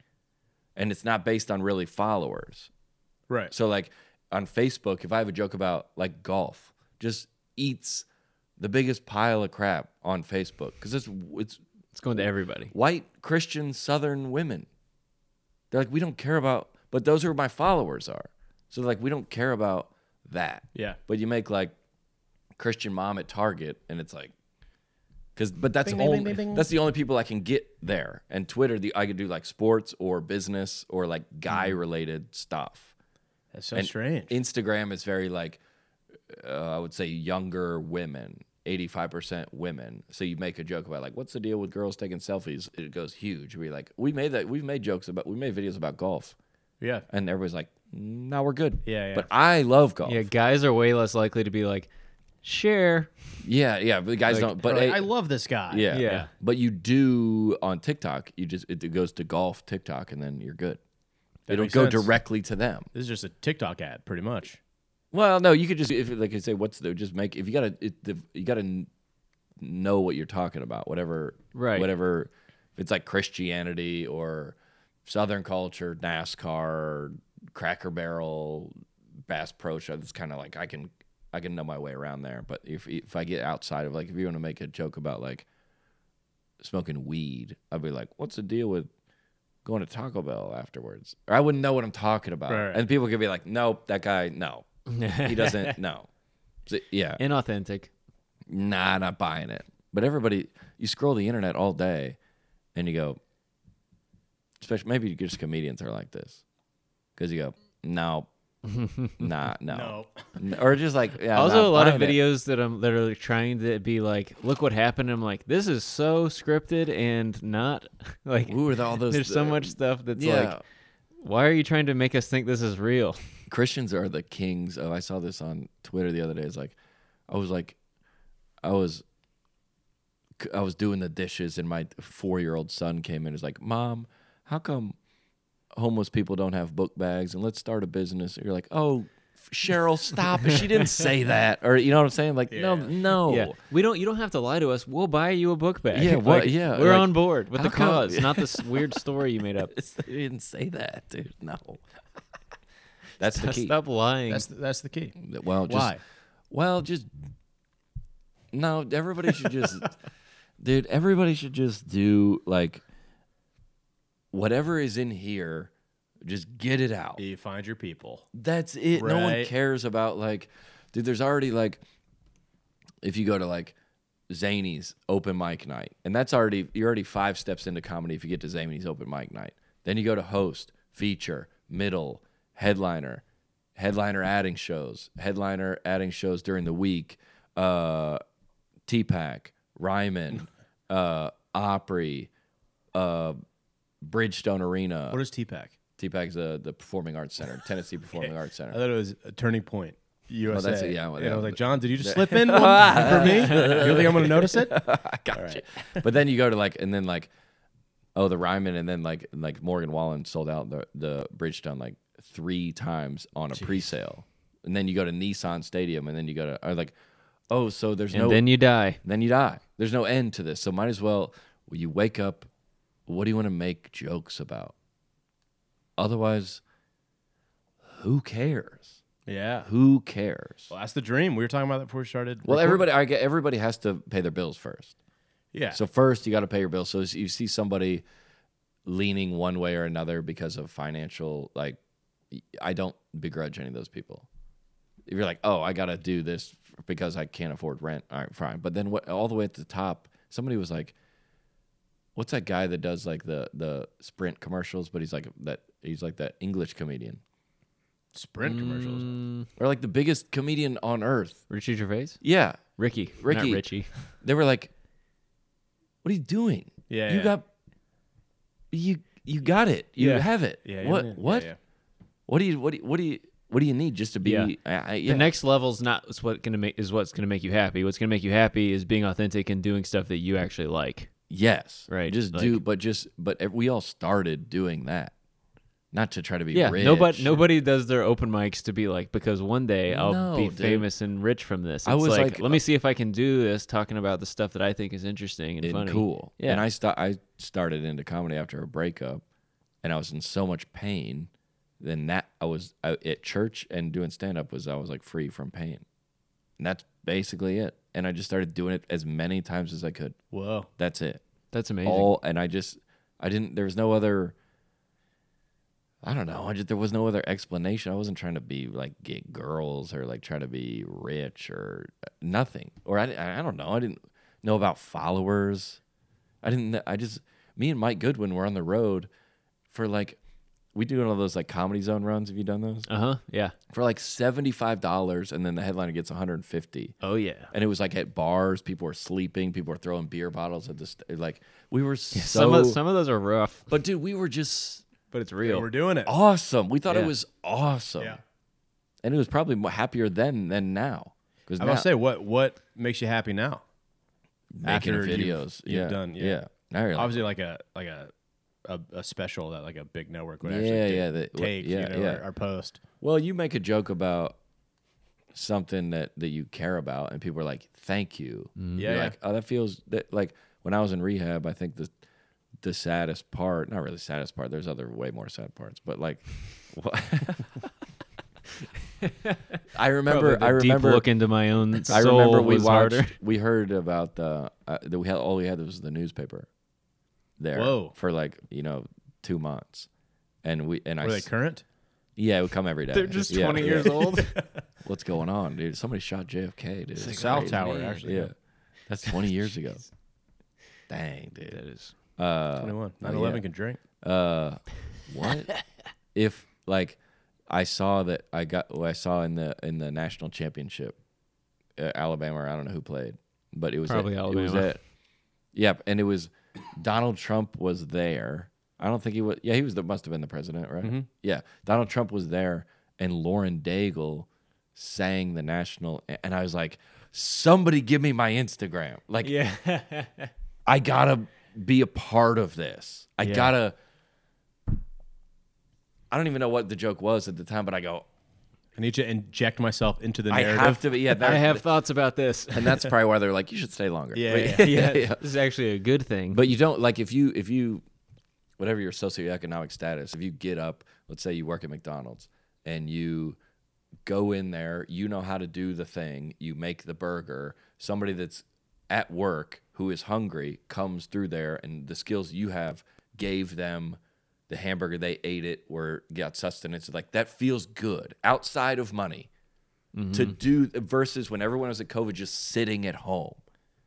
[SPEAKER 2] and it's not based on really followers
[SPEAKER 3] Right.
[SPEAKER 2] so like on facebook if i have a joke about like golf just eats the biggest pile of crap on facebook because it's it's
[SPEAKER 4] (laughs) It's going to everybody.
[SPEAKER 2] white Christian Southern women. They're like, we don't care about, but those are who my followers are. So they're like, we don't care about that.
[SPEAKER 3] Yeah.
[SPEAKER 2] But you make like Christian mom at Target, and it's like, because but that's
[SPEAKER 3] Bing, bing,
[SPEAKER 2] only
[SPEAKER 3] bing, bing, bing.
[SPEAKER 2] that's the only people I can get there. And Twitter, the I could do like sports or business or like guy related stuff.
[SPEAKER 3] That's so
[SPEAKER 2] And
[SPEAKER 3] strange.
[SPEAKER 2] Instagram is very like, uh, I would say younger women, 85% women. So you make a joke about like, what's the deal with girls taking selfies? It goes huge. We're like, we made that, we've made jokes about, we made videos about golf.
[SPEAKER 3] yeah.
[SPEAKER 2] And everybody's like, no, we're good.
[SPEAKER 3] Yeah, yeah.
[SPEAKER 2] But I love golf.
[SPEAKER 4] Yeah,
[SPEAKER 2] Yeah,
[SPEAKER 4] guys are way less likely to be like, (laughs) share.
[SPEAKER 2] yeah. but the guys don't, but
[SPEAKER 3] Or like,
[SPEAKER 2] I,
[SPEAKER 3] I love this guy.
[SPEAKER 2] yeah,
[SPEAKER 4] yeah.
[SPEAKER 2] But you do on TikTok, you just, it goes to golf TikTok and then you're good.
[SPEAKER 3] That
[SPEAKER 2] It'll
[SPEAKER 3] makes
[SPEAKER 2] go
[SPEAKER 3] sense.
[SPEAKER 2] directly to them.
[SPEAKER 3] This is just a TikTok ad, pretty much.
[SPEAKER 2] Well, no, you could just if like I say, what's the just make if you gotta it, the, you gotta kn- know what you're talking about, whatever,
[SPEAKER 4] Right.
[SPEAKER 2] Whatever, if it's like Christianity or Southern culture, NASCAR, Cracker Barrel, Bass Pro Show. That's kind of like I can I can know my way around there. But if if I get outside of like if you want to make a joke about like smoking weed, I'd be like, what's the deal with going to Taco Bell afterwards? Or I wouldn't know what I'm talking about,
[SPEAKER 3] Right, right.
[SPEAKER 2] and people could be like, nope, that guy, no he
[SPEAKER 4] (laughs)
[SPEAKER 2] doesn't know. So, yeah,
[SPEAKER 4] Inauthentic.
[SPEAKER 2] nah, not buying it. But everybody, you scroll the internet all day, and you go, especially maybe just comedians are like this, because you go,
[SPEAKER 4] (laughs)
[SPEAKER 2] no, nah, no, N- or just like yeah,
[SPEAKER 4] also,
[SPEAKER 2] not
[SPEAKER 4] a lot of
[SPEAKER 2] buying it.
[SPEAKER 4] videos that I'm that are like, trying to be like, look what happened. I'm like, this is so scripted and not (laughs) like.
[SPEAKER 2] Ooh, are there all those?
[SPEAKER 4] there's so
[SPEAKER 2] the-
[SPEAKER 4] much stuff that's
[SPEAKER 2] Yeah,
[SPEAKER 4] like, why are you trying to make us think this is (laughs) real?
[SPEAKER 2] Christians are the kings of. I saw this on Twitter the other day. It's like, I was like, I was, I was doing the dishes, and my four-year-old son came in. Is like, Mom, how come homeless people don't have book bags? And let's start a business. And you're like, Oh, Cheryl, stop! she didn't
[SPEAKER 4] (laughs)
[SPEAKER 2] say that, or you know what I'm saying? Like, no, no.
[SPEAKER 4] Yeah, Oh.
[SPEAKER 2] (laughs)
[SPEAKER 4] we don't. You don't have to lie to us. We'll buy you a book bag.
[SPEAKER 2] Yeah, what-
[SPEAKER 4] (laughs) Like,
[SPEAKER 2] yeah,
[SPEAKER 4] We're
[SPEAKER 2] like,
[SPEAKER 4] on board with the
[SPEAKER 2] how come-
[SPEAKER 4] (laughs) cause, not this weird story you (laughs) made up.
[SPEAKER 2] They didn't say that, dude. No. That's the key.
[SPEAKER 4] Stop lying.
[SPEAKER 3] That's the, that's the key.
[SPEAKER 2] Well, just,
[SPEAKER 3] Why?
[SPEAKER 2] Well, just no. Everybody should just, (laughs) dude. Everybody should just do like whatever is in here. Just get it out.
[SPEAKER 3] You find your people.
[SPEAKER 2] That's it. No one
[SPEAKER 3] Right.
[SPEAKER 2] cares about like, dude. There's already like, if you go to like Zany's open mic night, and that's already you're already five steps into comedy if you get to Zany's open mic night. Then you go to host, feature, middle, headliner. headliner adding shows, headliner adding shows during the week, uh, T Pack,
[SPEAKER 3] (laughs)
[SPEAKER 2] Ryman, uh, Opry, uh, Bridgestone Arena.
[SPEAKER 3] What is TPAC?
[SPEAKER 2] T Pack is uh, the Performing Arts Center, Tennessee
[SPEAKER 3] (laughs)
[SPEAKER 2] Performing Arts
[SPEAKER 3] I
[SPEAKER 2] Center.
[SPEAKER 3] thought it was a turning point. USA.
[SPEAKER 2] that's it, yeah, well,
[SPEAKER 3] And I
[SPEAKER 2] yeah.
[SPEAKER 3] was like, John, did
[SPEAKER 2] (laughs)
[SPEAKER 3] you just slip in one for me? You don't think I'm going to notice it?
[SPEAKER 4] (laughs)
[SPEAKER 2] gotcha. But then you go to like, and then like, oh, the Ryman, and then like, like Morgan Wallen sold out the the Bridgestone like three times on a pre-sale, and then you go to Nissan Stadium, and then you go to or like, oh, so there's
[SPEAKER 4] And
[SPEAKER 2] no
[SPEAKER 4] then you die.
[SPEAKER 2] then you die. There's no end to this, so might as well. When you wake up, what do you want to make jokes about? Otherwise, who cares?
[SPEAKER 3] Yeah.
[SPEAKER 2] Who cares?
[SPEAKER 3] Well, that's the dream. We were talking about that before we started.
[SPEAKER 2] Well,
[SPEAKER 3] recording.
[SPEAKER 2] everybody, I get everybody has to pay their bills first.
[SPEAKER 3] Yeah.
[SPEAKER 2] So first, you got to pay your bills. So if you see somebody leaning one way or another because of financial, like, I don't begrudge any of those people. If you're like, oh, I got to do this because I can't afford rent, all right, fine. But then what? All the way at the top, somebody was like, "What's that guy that does like the the Sprint commercials?" But he's like that. He's like that English comedian
[SPEAKER 3] Sprint
[SPEAKER 2] Mm,
[SPEAKER 3] commercials.
[SPEAKER 4] Mm.
[SPEAKER 2] or like the biggest comedian on earth.
[SPEAKER 4] Richie Gervais?
[SPEAKER 2] Yeah,
[SPEAKER 4] Ricky.
[SPEAKER 2] Ricky.
[SPEAKER 4] Not Richie.
[SPEAKER 2] they were like, "What are you doing?
[SPEAKER 3] Yeah,
[SPEAKER 2] you
[SPEAKER 3] yeah.
[SPEAKER 2] got you you got it. You
[SPEAKER 3] Yeah.
[SPEAKER 2] have it.
[SPEAKER 3] Yeah.
[SPEAKER 2] what
[SPEAKER 3] yeah, yeah,
[SPEAKER 2] what
[SPEAKER 3] yeah.
[SPEAKER 2] what do you what do you, what do you what do you need just to be?
[SPEAKER 4] Yeah.
[SPEAKER 2] I, I, yeah.
[SPEAKER 4] The next level's not is what gonna make is what's gonna make you happy. What's gonna make you happy is being authentic and doing stuff that you actually like.
[SPEAKER 2] yes,
[SPEAKER 4] Right,
[SPEAKER 2] Just
[SPEAKER 4] like-
[SPEAKER 2] do, but just but ev- we all started doing that, not to try to be
[SPEAKER 4] Yeah.
[SPEAKER 2] rich.
[SPEAKER 4] Nobody nobody does their open mics to be like because one day I'll
[SPEAKER 2] No,
[SPEAKER 4] be
[SPEAKER 2] dude.
[SPEAKER 4] famous and rich from this. It's
[SPEAKER 2] I was
[SPEAKER 4] like,
[SPEAKER 2] like- uh,
[SPEAKER 4] let me see if I can do this talking about the stuff that I think is interesting and,
[SPEAKER 2] and
[SPEAKER 4] funny.
[SPEAKER 2] cool.
[SPEAKER 4] Yeah.
[SPEAKER 2] And I st- I started into comedy after a breakup, and I was in so much pain. Then that I was I, at church and doing stand up was I was like free from pain, and that's basically it. And I just started doing it as many times as I could.
[SPEAKER 3] Whoa.
[SPEAKER 2] That's it.
[SPEAKER 4] That's amazing.
[SPEAKER 2] All and I just I didn't. There was no other. I don't know. I just there was no other explanation. I wasn't trying to be like get girls or like try to be rich or uh, nothing. Or I di- I don't know. I didn't know about followers. I didn't. kn- I just me and Mike Goodwin were on the road for like we do one of those like comedy zone runs. Have you done those
[SPEAKER 4] Uh huh. Yeah.
[SPEAKER 2] for like seventy five dollars and then the headliner gets one hundred and fifty
[SPEAKER 4] Oh yeah.
[SPEAKER 2] and it was like at bars, people were sleeping, people were throwing beer bottles at the st- like we were so.
[SPEAKER 4] some of some of those are rough,
[SPEAKER 2] but dude, we were just
[SPEAKER 4] but it's
[SPEAKER 3] Yeah,
[SPEAKER 4] real.
[SPEAKER 3] We're doing it.
[SPEAKER 2] awesome. We thought
[SPEAKER 4] Yeah.
[SPEAKER 2] it was awesome,
[SPEAKER 3] Yeah.
[SPEAKER 2] and it was probably more happier then than now because
[SPEAKER 3] I
[SPEAKER 2] now
[SPEAKER 3] must say, what what makes you happy now?
[SPEAKER 2] making
[SPEAKER 3] after you've-
[SPEAKER 2] videos,
[SPEAKER 3] you've
[SPEAKER 2] yeah,
[SPEAKER 3] done, yeah.
[SPEAKER 2] Now you're like,
[SPEAKER 3] Obviously, like a like a, a a special that like a big network would
[SPEAKER 2] Yeah,
[SPEAKER 3] actually do-
[SPEAKER 2] yeah, that-
[SPEAKER 3] take
[SPEAKER 2] yeah,
[SPEAKER 3] you know,
[SPEAKER 2] yeah.
[SPEAKER 3] Or, or post.
[SPEAKER 2] well, you make a joke about something that that you care about, and people are like, "Thank you."
[SPEAKER 4] Mm.
[SPEAKER 3] Yeah,
[SPEAKER 2] You're
[SPEAKER 3] yeah.
[SPEAKER 2] like, oh, that feels that like when I was in rehab, I think the the saddest part, not really saddest part. There's other way more sad parts, but like, (laughs) what? I remember, I remember,
[SPEAKER 4] deep look into my own soul
[SPEAKER 2] I remember we
[SPEAKER 4] was
[SPEAKER 2] watched,
[SPEAKER 4] harder.
[SPEAKER 2] we heard about the uh, that we had all we had was the newspaper there
[SPEAKER 3] Whoa.
[SPEAKER 2] for like you know two months, and we and I
[SPEAKER 3] Were they
[SPEAKER 2] s-
[SPEAKER 3] current?
[SPEAKER 2] yeah it would come every day. Yeah, yeah.
[SPEAKER 4] old.
[SPEAKER 2] (laughs) What's going on, dude? Somebody shot JFK, dude. It's
[SPEAKER 3] South
[SPEAKER 2] crazy.
[SPEAKER 3] Tower, actually.
[SPEAKER 2] Yeah, that's 20 years (laughs) ago. Dang, dude.
[SPEAKER 4] That is.
[SPEAKER 2] Uh,
[SPEAKER 3] 21.
[SPEAKER 2] oh,
[SPEAKER 3] 9
[SPEAKER 2] yeah.
[SPEAKER 3] 11 can drink.
[SPEAKER 2] uh, what if like I saw that I got well, I saw in the in the national championship uh, Alabama or I don't know who played, but it was
[SPEAKER 4] Probably
[SPEAKER 2] at, It was
[SPEAKER 4] Alabama.
[SPEAKER 2] at, yeah, and it was Donald Trump was there. I don't think he was. Yeah, he was. The, must have been the president, right?
[SPEAKER 4] Mm-hmm.
[SPEAKER 2] Yeah, Donald Trump was there, and Lauren Daigle sang the national, and I was like, somebody give me my Instagram, like
[SPEAKER 4] Yeah. (laughs)
[SPEAKER 2] I gotta be a part of this. I gotta. I don't even know what the joke was at the time, but I go,
[SPEAKER 3] I need to inject myself into the
[SPEAKER 2] I
[SPEAKER 3] narrative.
[SPEAKER 2] have to be.
[SPEAKER 3] (laughs)
[SPEAKER 2] Yeah, (laughs)
[SPEAKER 4] I
[SPEAKER 2] that-
[SPEAKER 4] have thoughts about this.
[SPEAKER 2] and that's probably why they're like, you should stay longer.
[SPEAKER 3] Yeah,
[SPEAKER 2] (laughs) But-
[SPEAKER 3] yeah,
[SPEAKER 4] (laughs) yeah. This is actually a good thing.
[SPEAKER 2] But you don't like if you if you, whatever your socioeconomic status, if you get up, let's say you work at McDonald's and you go in there, you know how to do the thing, you make the burger. Somebody that's at work who is hungry comes through there, and the skills you have gave them the hamburger they ate it were got sustenance like that feels good outside of money to do versus when everyone was at covid just sitting at home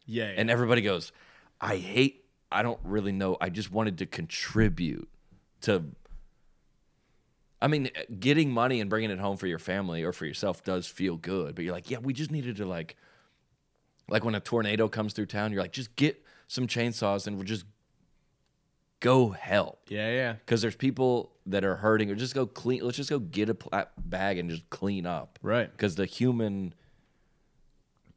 [SPEAKER 3] Yeah. yeah.
[SPEAKER 2] and everybody goes, I hate, I don't really know. I just wanted to contribute to I mean, getting money and bringing it home for your family or for yourself does feel good, but you're like, yeah, we just needed to like, like when a tornado comes through town, you're like, just get some chainsaws and we'll just go help
[SPEAKER 3] Yeah, yeah.
[SPEAKER 2] because there's people that are hurting or just go clean let's just go get a pla- bag and just clean up
[SPEAKER 3] Right.
[SPEAKER 2] because the human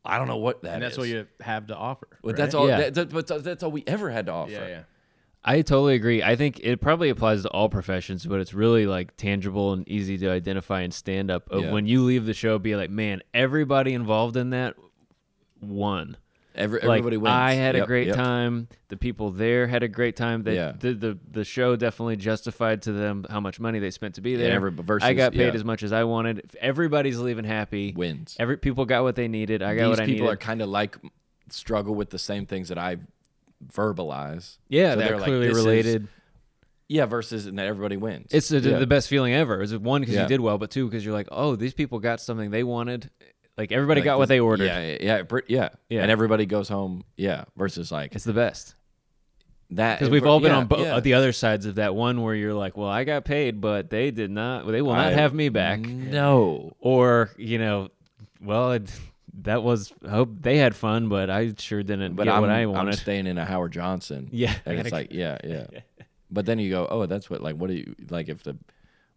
[SPEAKER 2] i don't know what that
[SPEAKER 3] And that's
[SPEAKER 2] is.
[SPEAKER 3] what you have to offer.
[SPEAKER 2] but that's
[SPEAKER 4] right?
[SPEAKER 2] all
[SPEAKER 4] Yeah.
[SPEAKER 2] that, that- but that's- that's all we ever had to offer
[SPEAKER 3] Yeah, yeah.
[SPEAKER 4] I totally agree. I think it probably applies to all professions, but it's really like tangible and easy to identify and stand up. Of
[SPEAKER 2] Yeah.
[SPEAKER 4] when you leave the show, be like, man, everybody involved in that won.
[SPEAKER 2] Every,
[SPEAKER 4] Like,
[SPEAKER 2] everybody wins
[SPEAKER 4] I had a
[SPEAKER 2] Yep,
[SPEAKER 4] great
[SPEAKER 2] yep.
[SPEAKER 4] time. The people there had a great time. They,
[SPEAKER 2] Yeah.
[SPEAKER 4] the, the the show definitely justified to them how much money they spent to be there.
[SPEAKER 2] every- versus-
[SPEAKER 4] I got paid
[SPEAKER 2] yeah.
[SPEAKER 4] as much as I wanted. If everybody's leaving happy.
[SPEAKER 2] wins
[SPEAKER 4] Every people got what they needed. I got
[SPEAKER 2] these
[SPEAKER 4] what I
[SPEAKER 2] people
[SPEAKER 4] needed.
[SPEAKER 2] are kind of like struggle with the same things that i verbalize
[SPEAKER 4] yeah,
[SPEAKER 2] So
[SPEAKER 4] they're,
[SPEAKER 2] like,
[SPEAKER 4] clearly
[SPEAKER 2] this is-
[SPEAKER 4] related.
[SPEAKER 2] yeah versus and that everybody wins
[SPEAKER 4] It's the,
[SPEAKER 2] Yeah.
[SPEAKER 4] the best feeling ever. Is one because
[SPEAKER 2] Yeah.
[SPEAKER 4] you did well, but two because you're like, oh, these people got something they wanted. Like everybody
[SPEAKER 2] Like
[SPEAKER 4] got what
[SPEAKER 2] this-
[SPEAKER 4] they ordered.
[SPEAKER 2] yeah yeah yeah, br- yeah
[SPEAKER 4] Yeah.
[SPEAKER 2] and everybody goes home yeah versus like
[SPEAKER 4] It's the best
[SPEAKER 2] that
[SPEAKER 4] because we've all been
[SPEAKER 2] yeah,
[SPEAKER 4] on both
[SPEAKER 2] yeah.
[SPEAKER 4] the other sides of that one where you're like, well, I got paid, but they did not. They will not
[SPEAKER 2] I-
[SPEAKER 4] have me back.
[SPEAKER 2] Mm. no
[SPEAKER 4] Or you know, well, it, that was I hope they had fun, but I sure didn't
[SPEAKER 2] but
[SPEAKER 4] get
[SPEAKER 2] I'm,
[SPEAKER 4] what I
[SPEAKER 2] I'm
[SPEAKER 4] wanted.
[SPEAKER 2] staying in a Howard Johnson.
[SPEAKER 4] (laughs) Yeah, I
[SPEAKER 2] and it's
[SPEAKER 4] gotta-
[SPEAKER 2] like yeah,
[SPEAKER 4] (laughs)
[SPEAKER 2] yeah. But then you go, oh, that's what like what do you like if the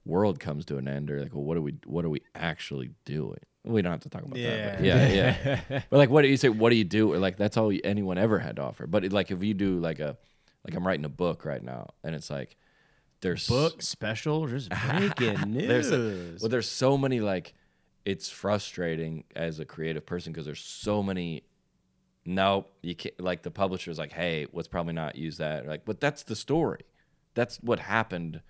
[SPEAKER 2] world comes to an end or like well what do we what are we actually doing? We don't have to talk about that. But yeah, yeah.
[SPEAKER 4] (laughs)
[SPEAKER 2] but like what do you say? What do you do? Or like that's all anyone ever had to offer. But like if you do like a like I'm writing a book right now and it's like there's
[SPEAKER 3] Book
[SPEAKER 2] (laughs)
[SPEAKER 3] special, just breaking news.
[SPEAKER 2] there's a, well there's so many like it's frustrating as a creative person because there's so many no you can't like the publisher's like hey let's probably not use that like but that's the story that's what happened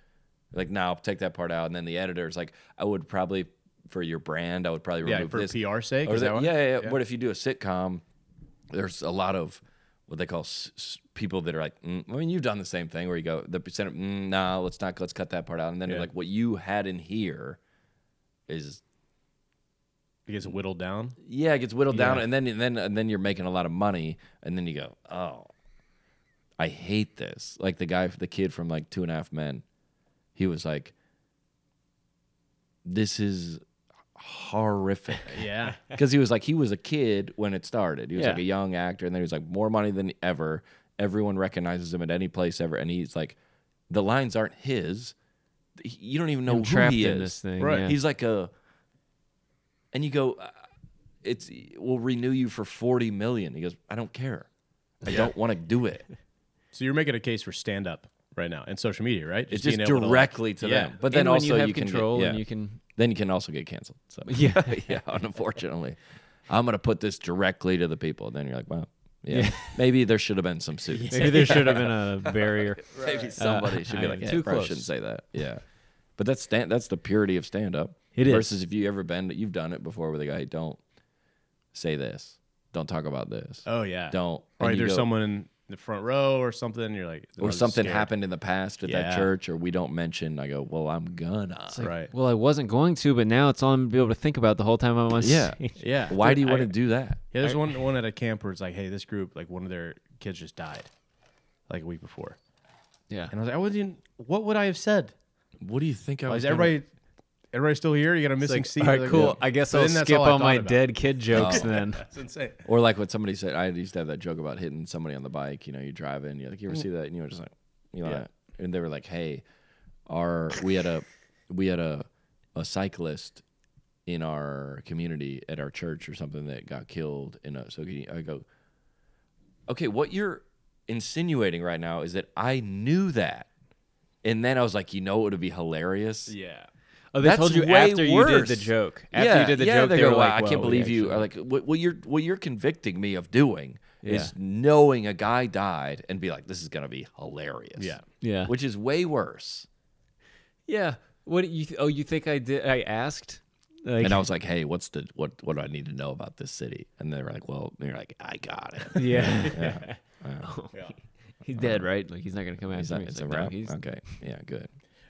[SPEAKER 2] like now I'll take that part out and then the editor's like i would probably for your brand i would probably
[SPEAKER 3] yeah,
[SPEAKER 2] remove
[SPEAKER 3] for
[SPEAKER 2] this
[SPEAKER 3] PR sake.
[SPEAKER 2] or
[SPEAKER 3] Is
[SPEAKER 2] the-
[SPEAKER 3] that what?
[SPEAKER 2] yeah, yeah, yeah. What if you do a sitcom? There's a lot of what they call s- s- people that are like, mm. I mean, you've done the same thing where you go, the percent, of, mm, no, let's not, let's cut that part out, and then you're
[SPEAKER 3] Yeah.
[SPEAKER 2] like, what you had in here is,
[SPEAKER 3] It gets whittled down.
[SPEAKER 2] yeah, it gets whittled down, and then and then and then you're making a lot of money, and then you go, oh, I hate this. Like the guy, the kid from like Two and a Half Men, he was like, this is horrific.
[SPEAKER 3] Yeah.
[SPEAKER 4] (laughs)
[SPEAKER 2] because he was like he was a kid when it started. He was like
[SPEAKER 4] Yeah.
[SPEAKER 2] a young actor, and then he was like more money than ever. Everyone recognizes him at any place ever, and he's like, the lines aren't his. He- You don't even know who
[SPEAKER 4] trapped
[SPEAKER 2] he is.
[SPEAKER 4] in this thing.
[SPEAKER 3] Right.
[SPEAKER 4] yeah.
[SPEAKER 2] He's like a, and you go, uh, it's we'll renew you for forty million. He goes, I don't care. I don't want to do
[SPEAKER 4] (laughs)
[SPEAKER 2] it.
[SPEAKER 3] (laughs) So you're making a case for stand up right now and social media, right?
[SPEAKER 2] It's
[SPEAKER 3] being
[SPEAKER 2] just
[SPEAKER 3] able to, like-
[SPEAKER 2] directly to,
[SPEAKER 3] Yeah.
[SPEAKER 2] them. But then
[SPEAKER 4] And when
[SPEAKER 2] also
[SPEAKER 4] you have
[SPEAKER 2] can get-
[SPEAKER 4] control
[SPEAKER 2] yeah.
[SPEAKER 4] and
[SPEAKER 2] (laughs)
[SPEAKER 4] you can
[SPEAKER 2] then you can also get canceled. So
[SPEAKER 3] (laughs)
[SPEAKER 2] yeah, (laughs) yeah. Unfortunately, I'm gonna put this directly to the people. And then you're like, wow, yeah, (laughs) maybe there should have been some suits.
[SPEAKER 4] Maybe there should have been a barrier.
[SPEAKER 2] (laughs)
[SPEAKER 3] Uh,
[SPEAKER 2] Maybe somebody should be
[SPEAKER 4] I-
[SPEAKER 2] like,
[SPEAKER 4] yeah.
[SPEAKER 2] yeah,
[SPEAKER 4] Too
[SPEAKER 2] probably
[SPEAKER 4] close.
[SPEAKER 2] shouldn't say that. Yeah, but that's stand. That's the purity of stand up.
[SPEAKER 4] It is.
[SPEAKER 2] versus if you ever been, you've done it before where they go, hey, don't say this, don't talk about this,
[SPEAKER 3] Oh yeah.
[SPEAKER 2] don't.
[SPEAKER 3] Or
[SPEAKER 2] And you
[SPEAKER 3] there's
[SPEAKER 2] go-
[SPEAKER 3] someone in the front row or something. and You're like,
[SPEAKER 2] or
[SPEAKER 3] I'm just
[SPEAKER 2] something
[SPEAKER 3] scared.
[SPEAKER 2] happened in the past at
[SPEAKER 3] Yeah.
[SPEAKER 2] that church, or we don't mention. I go, well, I'm gonna.
[SPEAKER 4] It's like,
[SPEAKER 3] Right.
[SPEAKER 4] Well, I wasn't going to, but now it's all I'm gonna be able to think about the whole time I'm on (laughs)
[SPEAKER 2] Yeah.
[SPEAKER 4] stage.
[SPEAKER 3] (laughs) Yeah.
[SPEAKER 2] Why do you
[SPEAKER 3] I-
[SPEAKER 2] want to do that?
[SPEAKER 3] Yeah, there's one one at a camp where it's like, hey, this group, like one of their kids just died, like a week before,
[SPEAKER 4] yeah.
[SPEAKER 3] and I was like, I wasn't. Even, what would I have said?
[SPEAKER 2] What do you think I
[SPEAKER 3] Like, is
[SPEAKER 2] was? gonna-
[SPEAKER 3] everybody, everybody still here? You got a missing
[SPEAKER 4] Like,
[SPEAKER 3] seat.
[SPEAKER 4] all right,
[SPEAKER 3] Like,
[SPEAKER 4] cool.
[SPEAKER 3] yeah.
[SPEAKER 4] I guess
[SPEAKER 3] But
[SPEAKER 4] I'll
[SPEAKER 3] then that's
[SPEAKER 4] skip
[SPEAKER 3] all I
[SPEAKER 4] all, my
[SPEAKER 3] thought about.
[SPEAKER 4] dead kid (laughs) jokes then.
[SPEAKER 3] That's insane.
[SPEAKER 2] Or like what somebody said, I used to have that joke about hitting somebody on the bike. You know, you drive in, you're like, you ever see that? And you were just like, you know,
[SPEAKER 3] Yeah.
[SPEAKER 2] and they were like, hey, our we had a we had a a cyclist in our community at our church or something that got killed. And uh, so he, I go, okay, what you're insinuating right now is that I knew that, and then I was like, you know, it would be hilarious.
[SPEAKER 3] Yeah.
[SPEAKER 4] Oh, they
[SPEAKER 2] That's
[SPEAKER 4] told you
[SPEAKER 2] way
[SPEAKER 4] after you did the
[SPEAKER 2] worse.
[SPEAKER 4] joke. After you did the joke,
[SPEAKER 2] they,
[SPEAKER 4] they,
[SPEAKER 2] go,
[SPEAKER 4] were
[SPEAKER 2] "Wow,
[SPEAKER 4] like,
[SPEAKER 2] I can't
[SPEAKER 4] "Well,
[SPEAKER 2] believe you
[SPEAKER 4] actually-
[SPEAKER 2] are like what, what you're what you're convicting me of doing
[SPEAKER 4] Yeah.
[SPEAKER 2] is knowing a guy died and be like, this is gonna be hilarious.
[SPEAKER 3] Yeah.
[SPEAKER 4] Yeah.
[SPEAKER 2] which is way worse.
[SPEAKER 4] Yeah. What do you? Oh, you think I did? I asked. Like, (laughs)
[SPEAKER 2] And I was like, hey, what's the what what do I need to know about this city? And they were like, well, and you're like, I got it.
[SPEAKER 4] (laughs) yeah. (laughs)
[SPEAKER 2] Yeah.
[SPEAKER 4] he's dead, right? Like he's not gonna come
[SPEAKER 2] Is that-
[SPEAKER 4] after me. It's
[SPEAKER 2] it's a
[SPEAKER 4] like, no,
[SPEAKER 2] wrap?
[SPEAKER 4] he's-
[SPEAKER 2] Okay, yeah, good.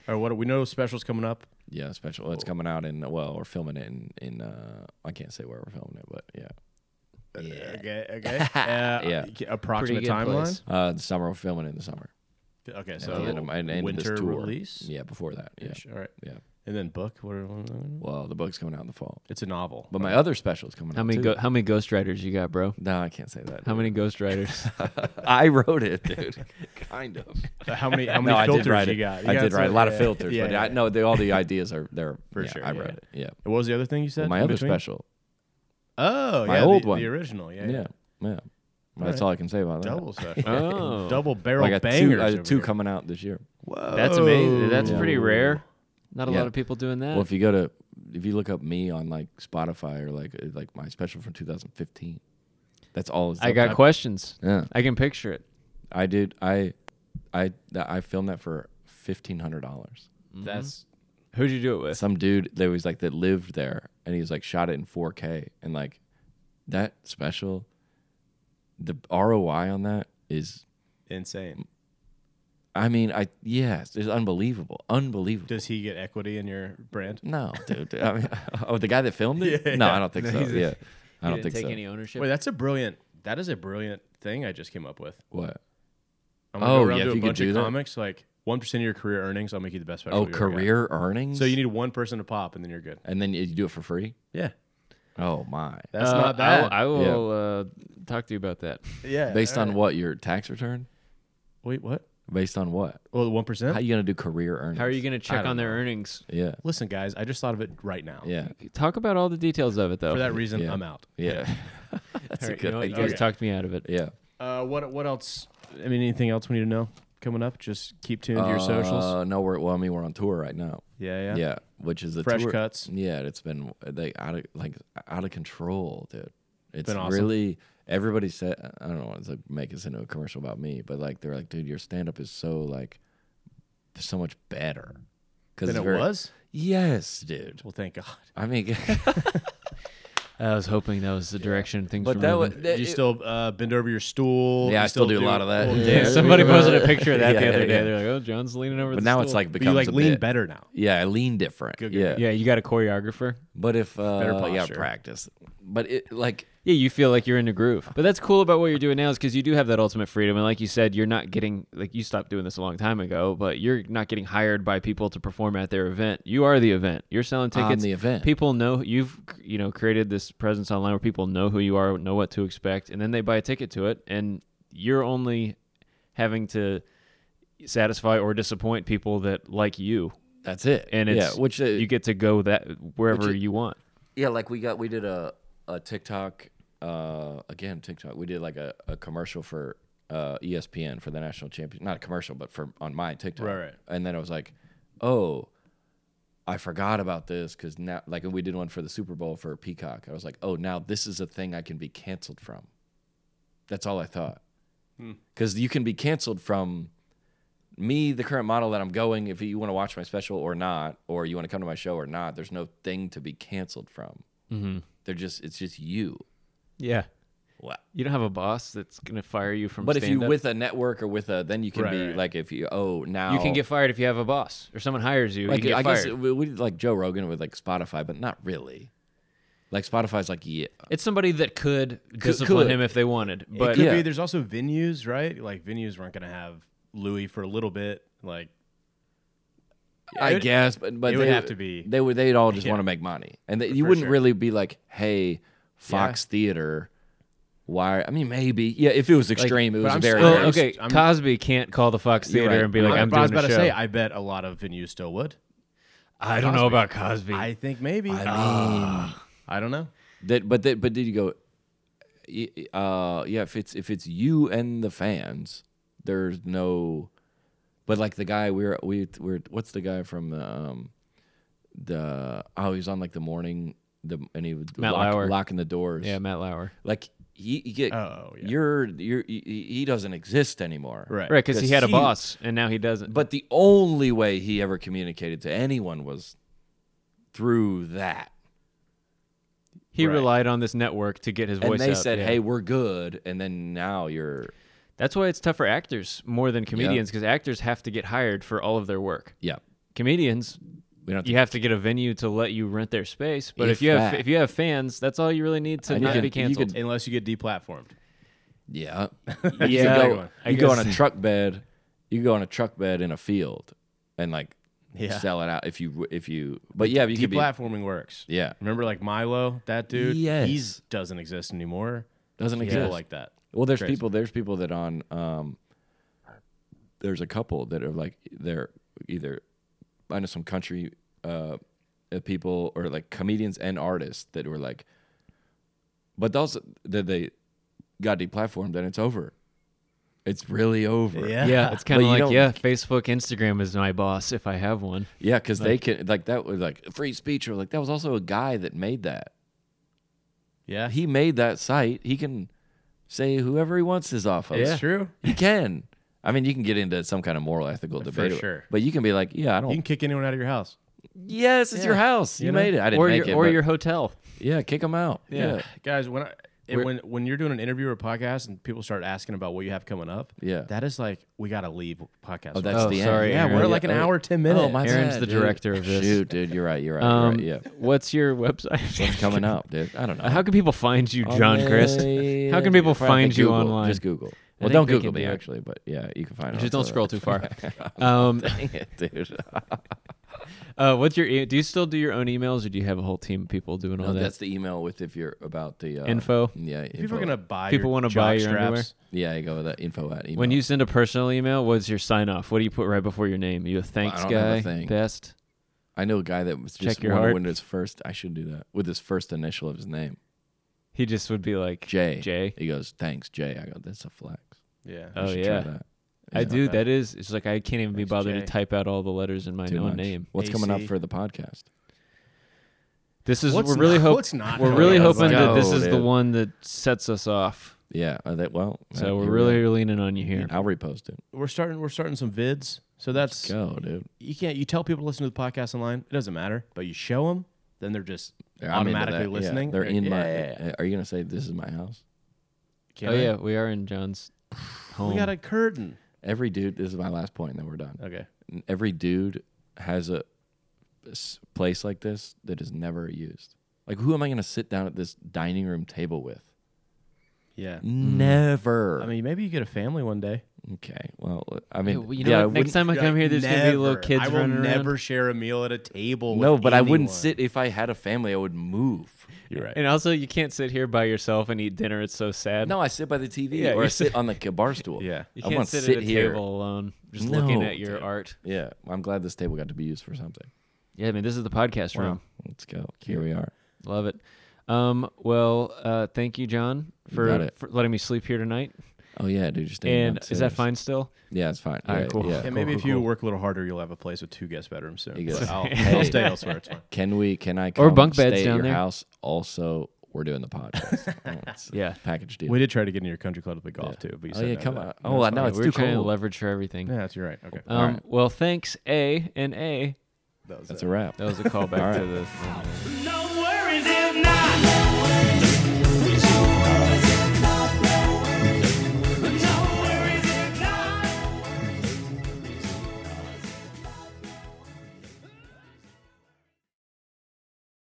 [SPEAKER 3] All right. What do we know? Specials coming up.
[SPEAKER 2] Yeah, special. It's coming out in well, we're filming it in in uh, I can't say where we're filming it, but yeah.
[SPEAKER 3] Uh,
[SPEAKER 2] (laughs)
[SPEAKER 3] Okay. Okay. Uh, yeah. Approximate
[SPEAKER 4] Pretty good
[SPEAKER 3] timeline.
[SPEAKER 4] place.
[SPEAKER 2] Uh, the summer we're filming it in the summer.
[SPEAKER 3] Okay.
[SPEAKER 2] And then
[SPEAKER 3] So
[SPEAKER 2] I'm- and end of this
[SPEAKER 3] winter
[SPEAKER 2] tour.
[SPEAKER 3] release.
[SPEAKER 2] Yeah, before that. Yeah,
[SPEAKER 3] All right.
[SPEAKER 2] yeah.
[SPEAKER 3] And then book. What are, what are-
[SPEAKER 2] Well, the book's coming out in the fall.
[SPEAKER 3] it's a novel.
[SPEAKER 2] But my other special is coming
[SPEAKER 4] How
[SPEAKER 2] out.
[SPEAKER 4] many
[SPEAKER 2] too.
[SPEAKER 4] go- how many ghostwriters you got, bro?
[SPEAKER 2] No, I can't say that.
[SPEAKER 4] How many (laughs) ghostwriters?
[SPEAKER 2] (laughs) I wrote it, dude. kind of.
[SPEAKER 3] But
[SPEAKER 2] (laughs)
[SPEAKER 3] how many how
[SPEAKER 2] no,
[SPEAKER 3] many
[SPEAKER 2] I
[SPEAKER 3] filters
[SPEAKER 2] did write
[SPEAKER 3] you
[SPEAKER 2] it.
[SPEAKER 3] got? You
[SPEAKER 2] I
[SPEAKER 3] got
[SPEAKER 2] did write a
[SPEAKER 3] some-
[SPEAKER 2] lot of
[SPEAKER 3] yeah,
[SPEAKER 2] filters,
[SPEAKER 3] yeah,
[SPEAKER 2] but
[SPEAKER 3] yeah,
[SPEAKER 2] I
[SPEAKER 3] yeah.
[SPEAKER 2] know the, all the ideas are there.
[SPEAKER 3] For
[SPEAKER 2] yeah,
[SPEAKER 3] sure,
[SPEAKER 2] I
[SPEAKER 3] yeah.
[SPEAKER 2] wrote it. Yeah.
[SPEAKER 3] What was the other thing you said?
[SPEAKER 2] my
[SPEAKER 3] in
[SPEAKER 2] other
[SPEAKER 3] between?
[SPEAKER 2] special.
[SPEAKER 3] Oh,
[SPEAKER 2] My
[SPEAKER 3] yeah,
[SPEAKER 2] old
[SPEAKER 3] the,
[SPEAKER 2] one.
[SPEAKER 3] The original, yeah.
[SPEAKER 2] Yeah. Yeah. Well, that's
[SPEAKER 3] All
[SPEAKER 2] all I can say about
[SPEAKER 3] Double special.
[SPEAKER 4] (laughs) Oh.
[SPEAKER 3] Double barrel
[SPEAKER 2] that. I got
[SPEAKER 3] bangers.
[SPEAKER 2] two, I
[SPEAKER 3] over
[SPEAKER 2] got two
[SPEAKER 3] here.
[SPEAKER 2] coming out this year.
[SPEAKER 3] Whoa.
[SPEAKER 4] That's amazing. That's
[SPEAKER 2] Yeah.
[SPEAKER 4] pretty rare. Not a
[SPEAKER 2] Yeah.
[SPEAKER 4] lot of people doing that.
[SPEAKER 2] Well, if you go to, if you look up me on like Spotify or like uh, like my special from 2015, that's all. it's
[SPEAKER 4] I
[SPEAKER 2] up.
[SPEAKER 4] got questions.
[SPEAKER 2] Yeah,
[SPEAKER 4] I can picture it.
[SPEAKER 2] I did. I, I, I filmed that for fifteen hundred dollars.
[SPEAKER 3] That's
[SPEAKER 4] Who'd you do it with?
[SPEAKER 2] Some dude that was like that lived there, and he was like shot it in 4K, and like that special, the ROI on that is,
[SPEAKER 3] insane.
[SPEAKER 2] I mean, I yes, it's unbelievable, unbelievable.
[SPEAKER 3] Does he get equity in your brand?
[SPEAKER 2] no, dude. I mean, (laughs) oh, the guy that filmed it? no, I don't think so.
[SPEAKER 3] he's-
[SPEAKER 2] Yeah, I
[SPEAKER 4] You
[SPEAKER 2] don't
[SPEAKER 4] didn't
[SPEAKER 2] think
[SPEAKER 4] take
[SPEAKER 2] so.
[SPEAKER 4] any ownership.
[SPEAKER 3] Wait, that's a brilliant. That is a brilliant thing I just came up with.
[SPEAKER 4] (laughs)
[SPEAKER 2] what?
[SPEAKER 3] I'm gonna go
[SPEAKER 2] Oh,
[SPEAKER 3] around
[SPEAKER 2] yeah,
[SPEAKER 3] to
[SPEAKER 2] if
[SPEAKER 3] a
[SPEAKER 2] you could
[SPEAKER 3] bunch of
[SPEAKER 2] do that.
[SPEAKER 3] comics. Like one percent of your career earnings, I'll make you the best. special
[SPEAKER 2] Oh,
[SPEAKER 3] you ever got.
[SPEAKER 2] career earnings.
[SPEAKER 3] So you need one person to pop, and then you're good.
[SPEAKER 2] and then you do it for free.
[SPEAKER 3] Yeah,
[SPEAKER 2] Oh my!
[SPEAKER 3] that's
[SPEAKER 4] Uh,
[SPEAKER 3] not bad.
[SPEAKER 4] I, will- I will uh, talk to you about (laughs) that.
[SPEAKER 3] yeah.
[SPEAKER 2] Based on
[SPEAKER 3] alright.
[SPEAKER 2] what your tax return?
[SPEAKER 3] Wait, what?
[SPEAKER 2] Based on what?
[SPEAKER 3] Well, one
[SPEAKER 2] How
[SPEAKER 3] percent.
[SPEAKER 2] you gonna do career earnings?
[SPEAKER 4] How are you going to check
[SPEAKER 3] don't
[SPEAKER 4] on their earnings?
[SPEAKER 2] Yeah,
[SPEAKER 3] Listen, guys, I just thought of it right now.
[SPEAKER 2] yeah,
[SPEAKER 4] Talk about all the details of it, though.
[SPEAKER 3] For
[SPEAKER 4] (laughs)
[SPEAKER 3] that reason,
[SPEAKER 2] Yeah.
[SPEAKER 3] I'm out.
[SPEAKER 2] yeah. (laughs) That's a
[SPEAKER 4] Alright, you,
[SPEAKER 2] good
[SPEAKER 4] know what? you
[SPEAKER 2] idea.
[SPEAKER 4] guys
[SPEAKER 3] Okay.
[SPEAKER 4] talked me out of it.
[SPEAKER 2] Yeah.
[SPEAKER 3] Uh, what what else? I mean, anything else we need to know coming up? Just keep tuned to your socials.
[SPEAKER 2] Uh, no, we're well. I mean, we're on tour right now.
[SPEAKER 3] Yeah, yeah.
[SPEAKER 2] Yeah, which is the
[SPEAKER 3] Fresh
[SPEAKER 2] tour-
[SPEAKER 3] cuts.
[SPEAKER 2] Yeah, it's been they out of like out of control, dude. It's
[SPEAKER 3] Been awesome.
[SPEAKER 2] really everybody said I don't want to make this into a commercial about me, but like they're like, dude, your stand up is so like so much better. Cause
[SPEAKER 3] Then
[SPEAKER 2] it's
[SPEAKER 3] it
[SPEAKER 2] very-
[SPEAKER 3] was.
[SPEAKER 2] Yes, dude.
[SPEAKER 3] Well, thank God.
[SPEAKER 2] I mean, (laughs)
[SPEAKER 4] I was hoping that was the direction things
[SPEAKER 2] but
[SPEAKER 4] were
[SPEAKER 2] that
[SPEAKER 4] moving.
[SPEAKER 2] was that,
[SPEAKER 3] you
[SPEAKER 2] it-
[SPEAKER 3] still uh, bend over your stool.
[SPEAKER 2] Yeah,
[SPEAKER 3] You
[SPEAKER 2] I still do a lot of that.
[SPEAKER 3] little
[SPEAKER 2] Yeah.
[SPEAKER 3] (laughs)
[SPEAKER 4] Yeah,
[SPEAKER 3] dance.
[SPEAKER 2] (laughs)
[SPEAKER 4] somebody
[SPEAKER 2] Yeah.
[SPEAKER 4] posted a picture of that the
[SPEAKER 2] Yeah,
[SPEAKER 4] other
[SPEAKER 2] yeah,
[SPEAKER 4] day.
[SPEAKER 2] yeah.
[SPEAKER 4] They're like, "Oh, John's leaning over."
[SPEAKER 2] But
[SPEAKER 4] the
[SPEAKER 2] now it's
[SPEAKER 4] stool."
[SPEAKER 2] like
[SPEAKER 3] But you
[SPEAKER 2] becomes
[SPEAKER 3] like
[SPEAKER 2] a
[SPEAKER 3] lean
[SPEAKER 2] bit-
[SPEAKER 3] better now.
[SPEAKER 2] Yeah, I lean different.
[SPEAKER 3] Good, good,
[SPEAKER 2] yeah.
[SPEAKER 3] good.
[SPEAKER 4] yeah, you got a choreographer.
[SPEAKER 2] But if uh, yeah,
[SPEAKER 3] posture.
[SPEAKER 2] practice. But it like
[SPEAKER 4] Yeah, you feel like you're in the groove. But that's cool about what you're doing now is because you do have that ultimate freedom. And like you said, you're not getting like you stopped doing this a long time ago, but you're not getting hired by people to perform at their event. You are the event. You're selling
[SPEAKER 2] I'm
[SPEAKER 4] tickets.
[SPEAKER 2] the event.
[SPEAKER 4] People know you've you know created this presence online where people know who you are, know what to expect, and then they buy a ticket to it. And you're only having to satisfy or disappoint people that like you.
[SPEAKER 2] that's it.
[SPEAKER 4] And it's
[SPEAKER 2] yeah, which uh,
[SPEAKER 4] you get to go that wherever
[SPEAKER 2] which it-
[SPEAKER 4] you want.
[SPEAKER 2] yeah, like we got we did a a TikTok uh again TikTok. We did like a, a commercial for uh ESPN for the national champion. Not a commercial, but for on my TikTok.
[SPEAKER 3] Right, right.
[SPEAKER 2] And then I was like, oh. I forgot about this because now, like, we did one for the Super Bowl for Peacock. I was like, oh, now this is a thing I can be canceled from. That's all I thought.
[SPEAKER 3] Hmm.
[SPEAKER 2] Because you can be canceled from me, the current model that I'm going, if you want to watch my special or not, or you want to come to my show or not, there's no thing to be canceled from.
[SPEAKER 4] Mm-hmm.
[SPEAKER 2] They're just, it's just you.
[SPEAKER 4] Yeah.
[SPEAKER 2] Wow.
[SPEAKER 4] You don't have a boss that's gonna fire you from.
[SPEAKER 2] But if you
[SPEAKER 4] stand-up.
[SPEAKER 2] with a network or with a, then you can
[SPEAKER 3] Right,
[SPEAKER 2] be
[SPEAKER 3] right.
[SPEAKER 2] like, if you, oh, now
[SPEAKER 4] you can get fired if you have a boss or someone hires you.
[SPEAKER 2] like,
[SPEAKER 4] you get
[SPEAKER 2] I guess
[SPEAKER 4] fired.
[SPEAKER 2] we, we did like Joe Rogan with like Spotify, but not really. Like Spotify's like, yeah,
[SPEAKER 4] it's somebody that could discipline
[SPEAKER 2] could.
[SPEAKER 4] him if they wanted,
[SPEAKER 3] it
[SPEAKER 4] but
[SPEAKER 3] could
[SPEAKER 2] yeah.
[SPEAKER 3] be. There's also venues, right? Like venues weren't going to have Louis for a little bit. Like
[SPEAKER 2] I
[SPEAKER 3] would-
[SPEAKER 2] guess, but but
[SPEAKER 3] it would
[SPEAKER 2] they,
[SPEAKER 3] have to be-
[SPEAKER 2] They would. They'd all just
[SPEAKER 3] Yeah.
[SPEAKER 2] want to make money, and they, you wouldn't
[SPEAKER 3] sure.
[SPEAKER 2] really be like, "Hey, Fox Theater, why?" I mean, maybe. Yeah, if it was extreme, it
[SPEAKER 3] but
[SPEAKER 2] was
[SPEAKER 3] I'm
[SPEAKER 2] very.
[SPEAKER 3] still-
[SPEAKER 2] rare.
[SPEAKER 4] well,
[SPEAKER 3] I'm
[SPEAKER 4] okay,
[SPEAKER 3] s- I'm-
[SPEAKER 4] Cosby can't call the Fox
[SPEAKER 2] You're
[SPEAKER 4] Theater
[SPEAKER 2] right.
[SPEAKER 4] and be
[SPEAKER 2] I'm
[SPEAKER 4] like, "I'm
[SPEAKER 3] but I was
[SPEAKER 4] doing
[SPEAKER 3] about
[SPEAKER 4] a
[SPEAKER 3] to
[SPEAKER 4] show."
[SPEAKER 3] say, I bet a lot of venues still would.
[SPEAKER 4] I don't know about Cosby.
[SPEAKER 3] I think maybe. I, don't know.
[SPEAKER 2] That, but that, but did you go? y- Uh, yeah. If it's if it's you and the fans, there's no. But like the guy we're we we're what's the guy from um, the oh he's on like the morning the and he was
[SPEAKER 4] Matt Lauer.
[SPEAKER 2] locking the doors
[SPEAKER 4] yeah, Matt Lauer.
[SPEAKER 2] like he, you get
[SPEAKER 3] Oh, yeah.
[SPEAKER 2] you're you're he- he doesn't exist anymore
[SPEAKER 3] Right.
[SPEAKER 4] Right, because he had a
[SPEAKER 2] Huge.
[SPEAKER 4] boss and now he doesn't.
[SPEAKER 2] but the only way he ever communicated to anyone was through that
[SPEAKER 4] he
[SPEAKER 3] Right.
[SPEAKER 4] relied on this network to get his
[SPEAKER 2] and
[SPEAKER 4] voice
[SPEAKER 2] they
[SPEAKER 4] out.
[SPEAKER 2] said
[SPEAKER 4] yeah.
[SPEAKER 2] hey we're good and then now you're
[SPEAKER 4] that's why it's tough for actors more than comedians because actors have to get hired for all of their work.
[SPEAKER 2] yeah
[SPEAKER 4] Comedians,
[SPEAKER 2] we don't
[SPEAKER 4] you have to get a venue to let you rent their space. But if,
[SPEAKER 2] If
[SPEAKER 4] you have
[SPEAKER 2] that.
[SPEAKER 4] if you have fans, that's all you really need to
[SPEAKER 2] And you
[SPEAKER 4] not
[SPEAKER 2] can-
[SPEAKER 4] be
[SPEAKER 2] you can-
[SPEAKER 4] canceled.
[SPEAKER 3] Unless you get deplatformed.
[SPEAKER 2] yeah
[SPEAKER 4] Yeah,
[SPEAKER 2] you go,
[SPEAKER 4] I
[SPEAKER 2] you go on a
[SPEAKER 4] guess.
[SPEAKER 2] truck bed you go on a truck bed in a field and like
[SPEAKER 3] Yeah.
[SPEAKER 2] sell it out if you if you. But yeah, you could be.
[SPEAKER 3] Deplatforming works.
[SPEAKER 2] Yeah,
[SPEAKER 3] Remember like Milo, that dude?
[SPEAKER 2] Yes.
[SPEAKER 3] He's doesn't exist anymore.
[SPEAKER 2] doesn't
[SPEAKER 3] People
[SPEAKER 2] exist.
[SPEAKER 3] like that.
[SPEAKER 2] Well, there's
[SPEAKER 3] Crazy.
[SPEAKER 2] people. There's people that on. Um, there's a couple that are like they're either I know some country uh, uh, people or like comedians and artists that were like, but those that they got deplatformed and it's over. It's really over.
[SPEAKER 3] Yeah.
[SPEAKER 4] Yeah, it's kind
[SPEAKER 2] But
[SPEAKER 4] of
[SPEAKER 2] you
[SPEAKER 4] like
[SPEAKER 2] don't-
[SPEAKER 4] yeah, Facebook, Instagram is my boss if I have one.
[SPEAKER 2] Yeah, because they can like that was like free speech or like that was also a guy that made that.
[SPEAKER 3] Yeah.
[SPEAKER 2] He made that site. He can say whoever he wants is off of.
[SPEAKER 3] That's true.
[SPEAKER 2] You can. I mean, you can get into some kind of moral ethical debate, about it,
[SPEAKER 3] sure.
[SPEAKER 2] but you can be like, yeah, I
[SPEAKER 3] You
[SPEAKER 2] don't.
[SPEAKER 3] can kick anyone out of your house.
[SPEAKER 2] yes, it's your house. You,
[SPEAKER 3] You know?
[SPEAKER 2] made it. I didn't
[SPEAKER 4] or
[SPEAKER 2] make
[SPEAKER 4] your
[SPEAKER 2] it.
[SPEAKER 4] or
[SPEAKER 2] but-
[SPEAKER 4] your hotel.
[SPEAKER 2] yeah, kick them out. Yeah.
[SPEAKER 3] Guys, when I it,
[SPEAKER 4] We're-
[SPEAKER 3] when when you're doing an interview or a podcast and people start asking about what you have coming up,
[SPEAKER 2] Yeah.
[SPEAKER 3] that is like we gotta leave podcast.
[SPEAKER 2] Oh, that's
[SPEAKER 4] Oh,
[SPEAKER 2] the
[SPEAKER 4] sorry,
[SPEAKER 2] end.
[SPEAKER 3] yeah,
[SPEAKER 4] Aaron.
[SPEAKER 3] we're like an
[SPEAKER 2] oh,
[SPEAKER 3] hour, ten minutes.
[SPEAKER 2] Oh, my
[SPEAKER 4] Aaron's
[SPEAKER 2] bad,
[SPEAKER 4] the
[SPEAKER 2] dude.
[SPEAKER 4] director of this.
[SPEAKER 2] Shoot, dude, you're right. You're right.
[SPEAKER 4] Um,
[SPEAKER 2] you're right. Yeah.
[SPEAKER 4] What's your website?
[SPEAKER 2] What's coming up, dude? I don't know.
[SPEAKER 4] (laughs) How can people find you, John Christ?
[SPEAKER 2] Online-
[SPEAKER 4] How can people
[SPEAKER 2] Probably
[SPEAKER 4] find you
[SPEAKER 2] Google.
[SPEAKER 4] online?
[SPEAKER 2] Just Google. Well,
[SPEAKER 4] think
[SPEAKER 2] don't
[SPEAKER 4] they
[SPEAKER 2] Google
[SPEAKER 4] can
[SPEAKER 2] me
[SPEAKER 4] do it.
[SPEAKER 2] actually, but yeah, you can find. it
[SPEAKER 4] Just
[SPEAKER 2] on
[SPEAKER 4] don't
[SPEAKER 2] Twitter.
[SPEAKER 4] scroll too
[SPEAKER 2] (laughs)
[SPEAKER 4] far. um,
[SPEAKER 2] Dang it, dude.
[SPEAKER 4] uh, what's your? e- Do you still do your own emails, or do you have a whole team of people doing all
[SPEAKER 2] No,
[SPEAKER 4] that?
[SPEAKER 2] that's the email with if you're about the uh,
[SPEAKER 4] Info?
[SPEAKER 2] Yeah, info.
[SPEAKER 3] If people are gonna buy
[SPEAKER 4] People
[SPEAKER 3] your
[SPEAKER 4] wanna buy
[SPEAKER 3] jock
[SPEAKER 4] your underwear?
[SPEAKER 3] straps,
[SPEAKER 2] Yeah, I go with that info at email.
[SPEAKER 4] When you send a personal email, what's your sign off? What do you put right before your name? you a thanks
[SPEAKER 2] don't have
[SPEAKER 4] guy,
[SPEAKER 2] a thing.
[SPEAKER 4] best.
[SPEAKER 2] I know a guy that was just
[SPEAKER 4] Check your
[SPEAKER 2] wanted
[SPEAKER 4] heart.
[SPEAKER 2] when his first. I should do that with his first initial of his name,
[SPEAKER 4] He just would be like
[SPEAKER 2] Jay.
[SPEAKER 4] Jay.
[SPEAKER 2] He goes, "Thanks, Jay." I go, "That's a flex."
[SPEAKER 3] Yeah.
[SPEAKER 2] You
[SPEAKER 4] Oh
[SPEAKER 2] should
[SPEAKER 4] yeah,
[SPEAKER 2] try that.
[SPEAKER 4] I
[SPEAKER 2] Yeah.
[SPEAKER 4] do. That is. It's like I can't even be
[SPEAKER 3] Thanks,
[SPEAKER 4] bothered
[SPEAKER 3] Jay.
[SPEAKER 4] to type out all the letters in my
[SPEAKER 2] Too
[SPEAKER 4] own
[SPEAKER 2] much.
[SPEAKER 4] name.
[SPEAKER 2] What's coming up
[SPEAKER 3] AC.
[SPEAKER 2] for the podcast?
[SPEAKER 4] This is
[SPEAKER 3] What's
[SPEAKER 4] we're really
[SPEAKER 3] not-
[SPEAKER 4] hope,
[SPEAKER 3] what's not
[SPEAKER 4] we're
[SPEAKER 3] coming
[SPEAKER 4] really
[SPEAKER 2] up?
[SPEAKER 4] hoping that this
[SPEAKER 2] Go,
[SPEAKER 4] is the
[SPEAKER 2] dude.
[SPEAKER 4] one that sets us off.
[SPEAKER 2] Yeah, uh, that well. uh,
[SPEAKER 4] So we're
[SPEAKER 2] here we
[SPEAKER 4] really
[SPEAKER 2] go.
[SPEAKER 4] leaning on you here.
[SPEAKER 2] I'll repost it.
[SPEAKER 3] We're starting we're starting some vids. So that's
[SPEAKER 2] Go, dude.
[SPEAKER 3] you can't you tell people to listen to the podcast online, it doesn't matter, but you show them, then they're just
[SPEAKER 2] They're- I'm into
[SPEAKER 3] automatically
[SPEAKER 2] that. Yeah,
[SPEAKER 3] listening.
[SPEAKER 2] they're in my.
[SPEAKER 3] Yeah, yeah, yeah.
[SPEAKER 2] Are you gonna say this is my house?
[SPEAKER 3] Can
[SPEAKER 4] oh
[SPEAKER 3] I?
[SPEAKER 4] yeah, we are in
[SPEAKER 2] (sighs)
[SPEAKER 4] John's home.
[SPEAKER 3] We got a curtain.
[SPEAKER 2] Every dude. This is my last point, and then we're done.
[SPEAKER 3] Okay.
[SPEAKER 2] Every dude has a s- place like this that is never used. Like, who am I gonna sit down at this dining room table with?
[SPEAKER 3] Yeah.
[SPEAKER 2] Never.
[SPEAKER 3] Mm. I mean, maybe you get a family one day.
[SPEAKER 2] Okay. Well, I
[SPEAKER 4] Hey,
[SPEAKER 2] mean,
[SPEAKER 4] well, you know
[SPEAKER 2] yeah, I
[SPEAKER 4] what? next
[SPEAKER 2] wouldn't-
[SPEAKER 4] time I come here, there's gonna be little
[SPEAKER 3] Never.
[SPEAKER 4] kids
[SPEAKER 3] I will
[SPEAKER 4] running
[SPEAKER 3] never
[SPEAKER 4] around.
[SPEAKER 3] share a meal at a table.
[SPEAKER 2] No,
[SPEAKER 3] with
[SPEAKER 2] but I wouldn't
[SPEAKER 3] anyone.
[SPEAKER 2] sit if I had a family. I would move.
[SPEAKER 3] You're right.
[SPEAKER 4] And also, you can't sit here by yourself and eat dinner. It's so sad.
[SPEAKER 2] No, I sit by the TV
[SPEAKER 4] Yeah,
[SPEAKER 2] or I
[SPEAKER 4] you're-
[SPEAKER 2] sit on the k-
[SPEAKER 3] (laughs)
[SPEAKER 2] bar stool.
[SPEAKER 3] Yeah.
[SPEAKER 4] you
[SPEAKER 2] I
[SPEAKER 4] can't
[SPEAKER 2] want
[SPEAKER 4] sit,
[SPEAKER 2] to
[SPEAKER 4] at a
[SPEAKER 2] here.
[SPEAKER 4] table alone, just looking
[SPEAKER 2] No,
[SPEAKER 4] at your
[SPEAKER 2] dude.
[SPEAKER 4] art.
[SPEAKER 2] Yeah, I'm glad this table got to be used for something.
[SPEAKER 4] Yeah, I mean, this is the podcast room.
[SPEAKER 2] Let's go. Here we are.
[SPEAKER 4] Love it. Um, well, uh, thank you, John,
[SPEAKER 2] got
[SPEAKER 4] for,
[SPEAKER 2] it.
[SPEAKER 4] for letting me sleep here tonight.
[SPEAKER 2] Oh yeah, dude, you're staying
[SPEAKER 4] And is that
[SPEAKER 2] downstairs.
[SPEAKER 4] fine still?
[SPEAKER 2] Yeah, it's fine.
[SPEAKER 4] All right,
[SPEAKER 2] Yeah,
[SPEAKER 4] cool.
[SPEAKER 2] yeah.
[SPEAKER 3] And maybe if you work a little harder, you'll have a place with two guest bedrooms soon.
[SPEAKER 2] You
[SPEAKER 3] But
[SPEAKER 2] guys-
[SPEAKER 3] I'll,
[SPEAKER 2] (laughs) Hey.
[SPEAKER 3] I'll stay elsewhere. It's fine.
[SPEAKER 2] (laughs) Can we? Can I?
[SPEAKER 4] Or
[SPEAKER 2] come
[SPEAKER 4] bunk beds
[SPEAKER 2] stay at
[SPEAKER 4] down
[SPEAKER 2] your
[SPEAKER 4] there.
[SPEAKER 2] house. Also, we're doing the
[SPEAKER 4] (laughs)
[SPEAKER 2] podcast. It's a
[SPEAKER 4] Yeah.
[SPEAKER 2] package deal.
[SPEAKER 3] We did try to get into your country club to play golf too, but you
[SPEAKER 2] oh
[SPEAKER 3] said
[SPEAKER 2] yeah,
[SPEAKER 3] no
[SPEAKER 2] come
[SPEAKER 3] to
[SPEAKER 2] on.
[SPEAKER 3] that.
[SPEAKER 2] Oh, I know
[SPEAKER 4] Yeah,
[SPEAKER 2] it's
[SPEAKER 4] we
[SPEAKER 2] too
[SPEAKER 4] were trying
[SPEAKER 2] cold.
[SPEAKER 4] to leverage for everything.
[SPEAKER 3] Yeah, that's you're right. Okay.
[SPEAKER 4] Um, Well, thanks, A and A.
[SPEAKER 2] That's a wrap.
[SPEAKER 4] That was a callback (laughs)
[SPEAKER 2] All right.
[SPEAKER 4] to the.
[SPEAKER 1] No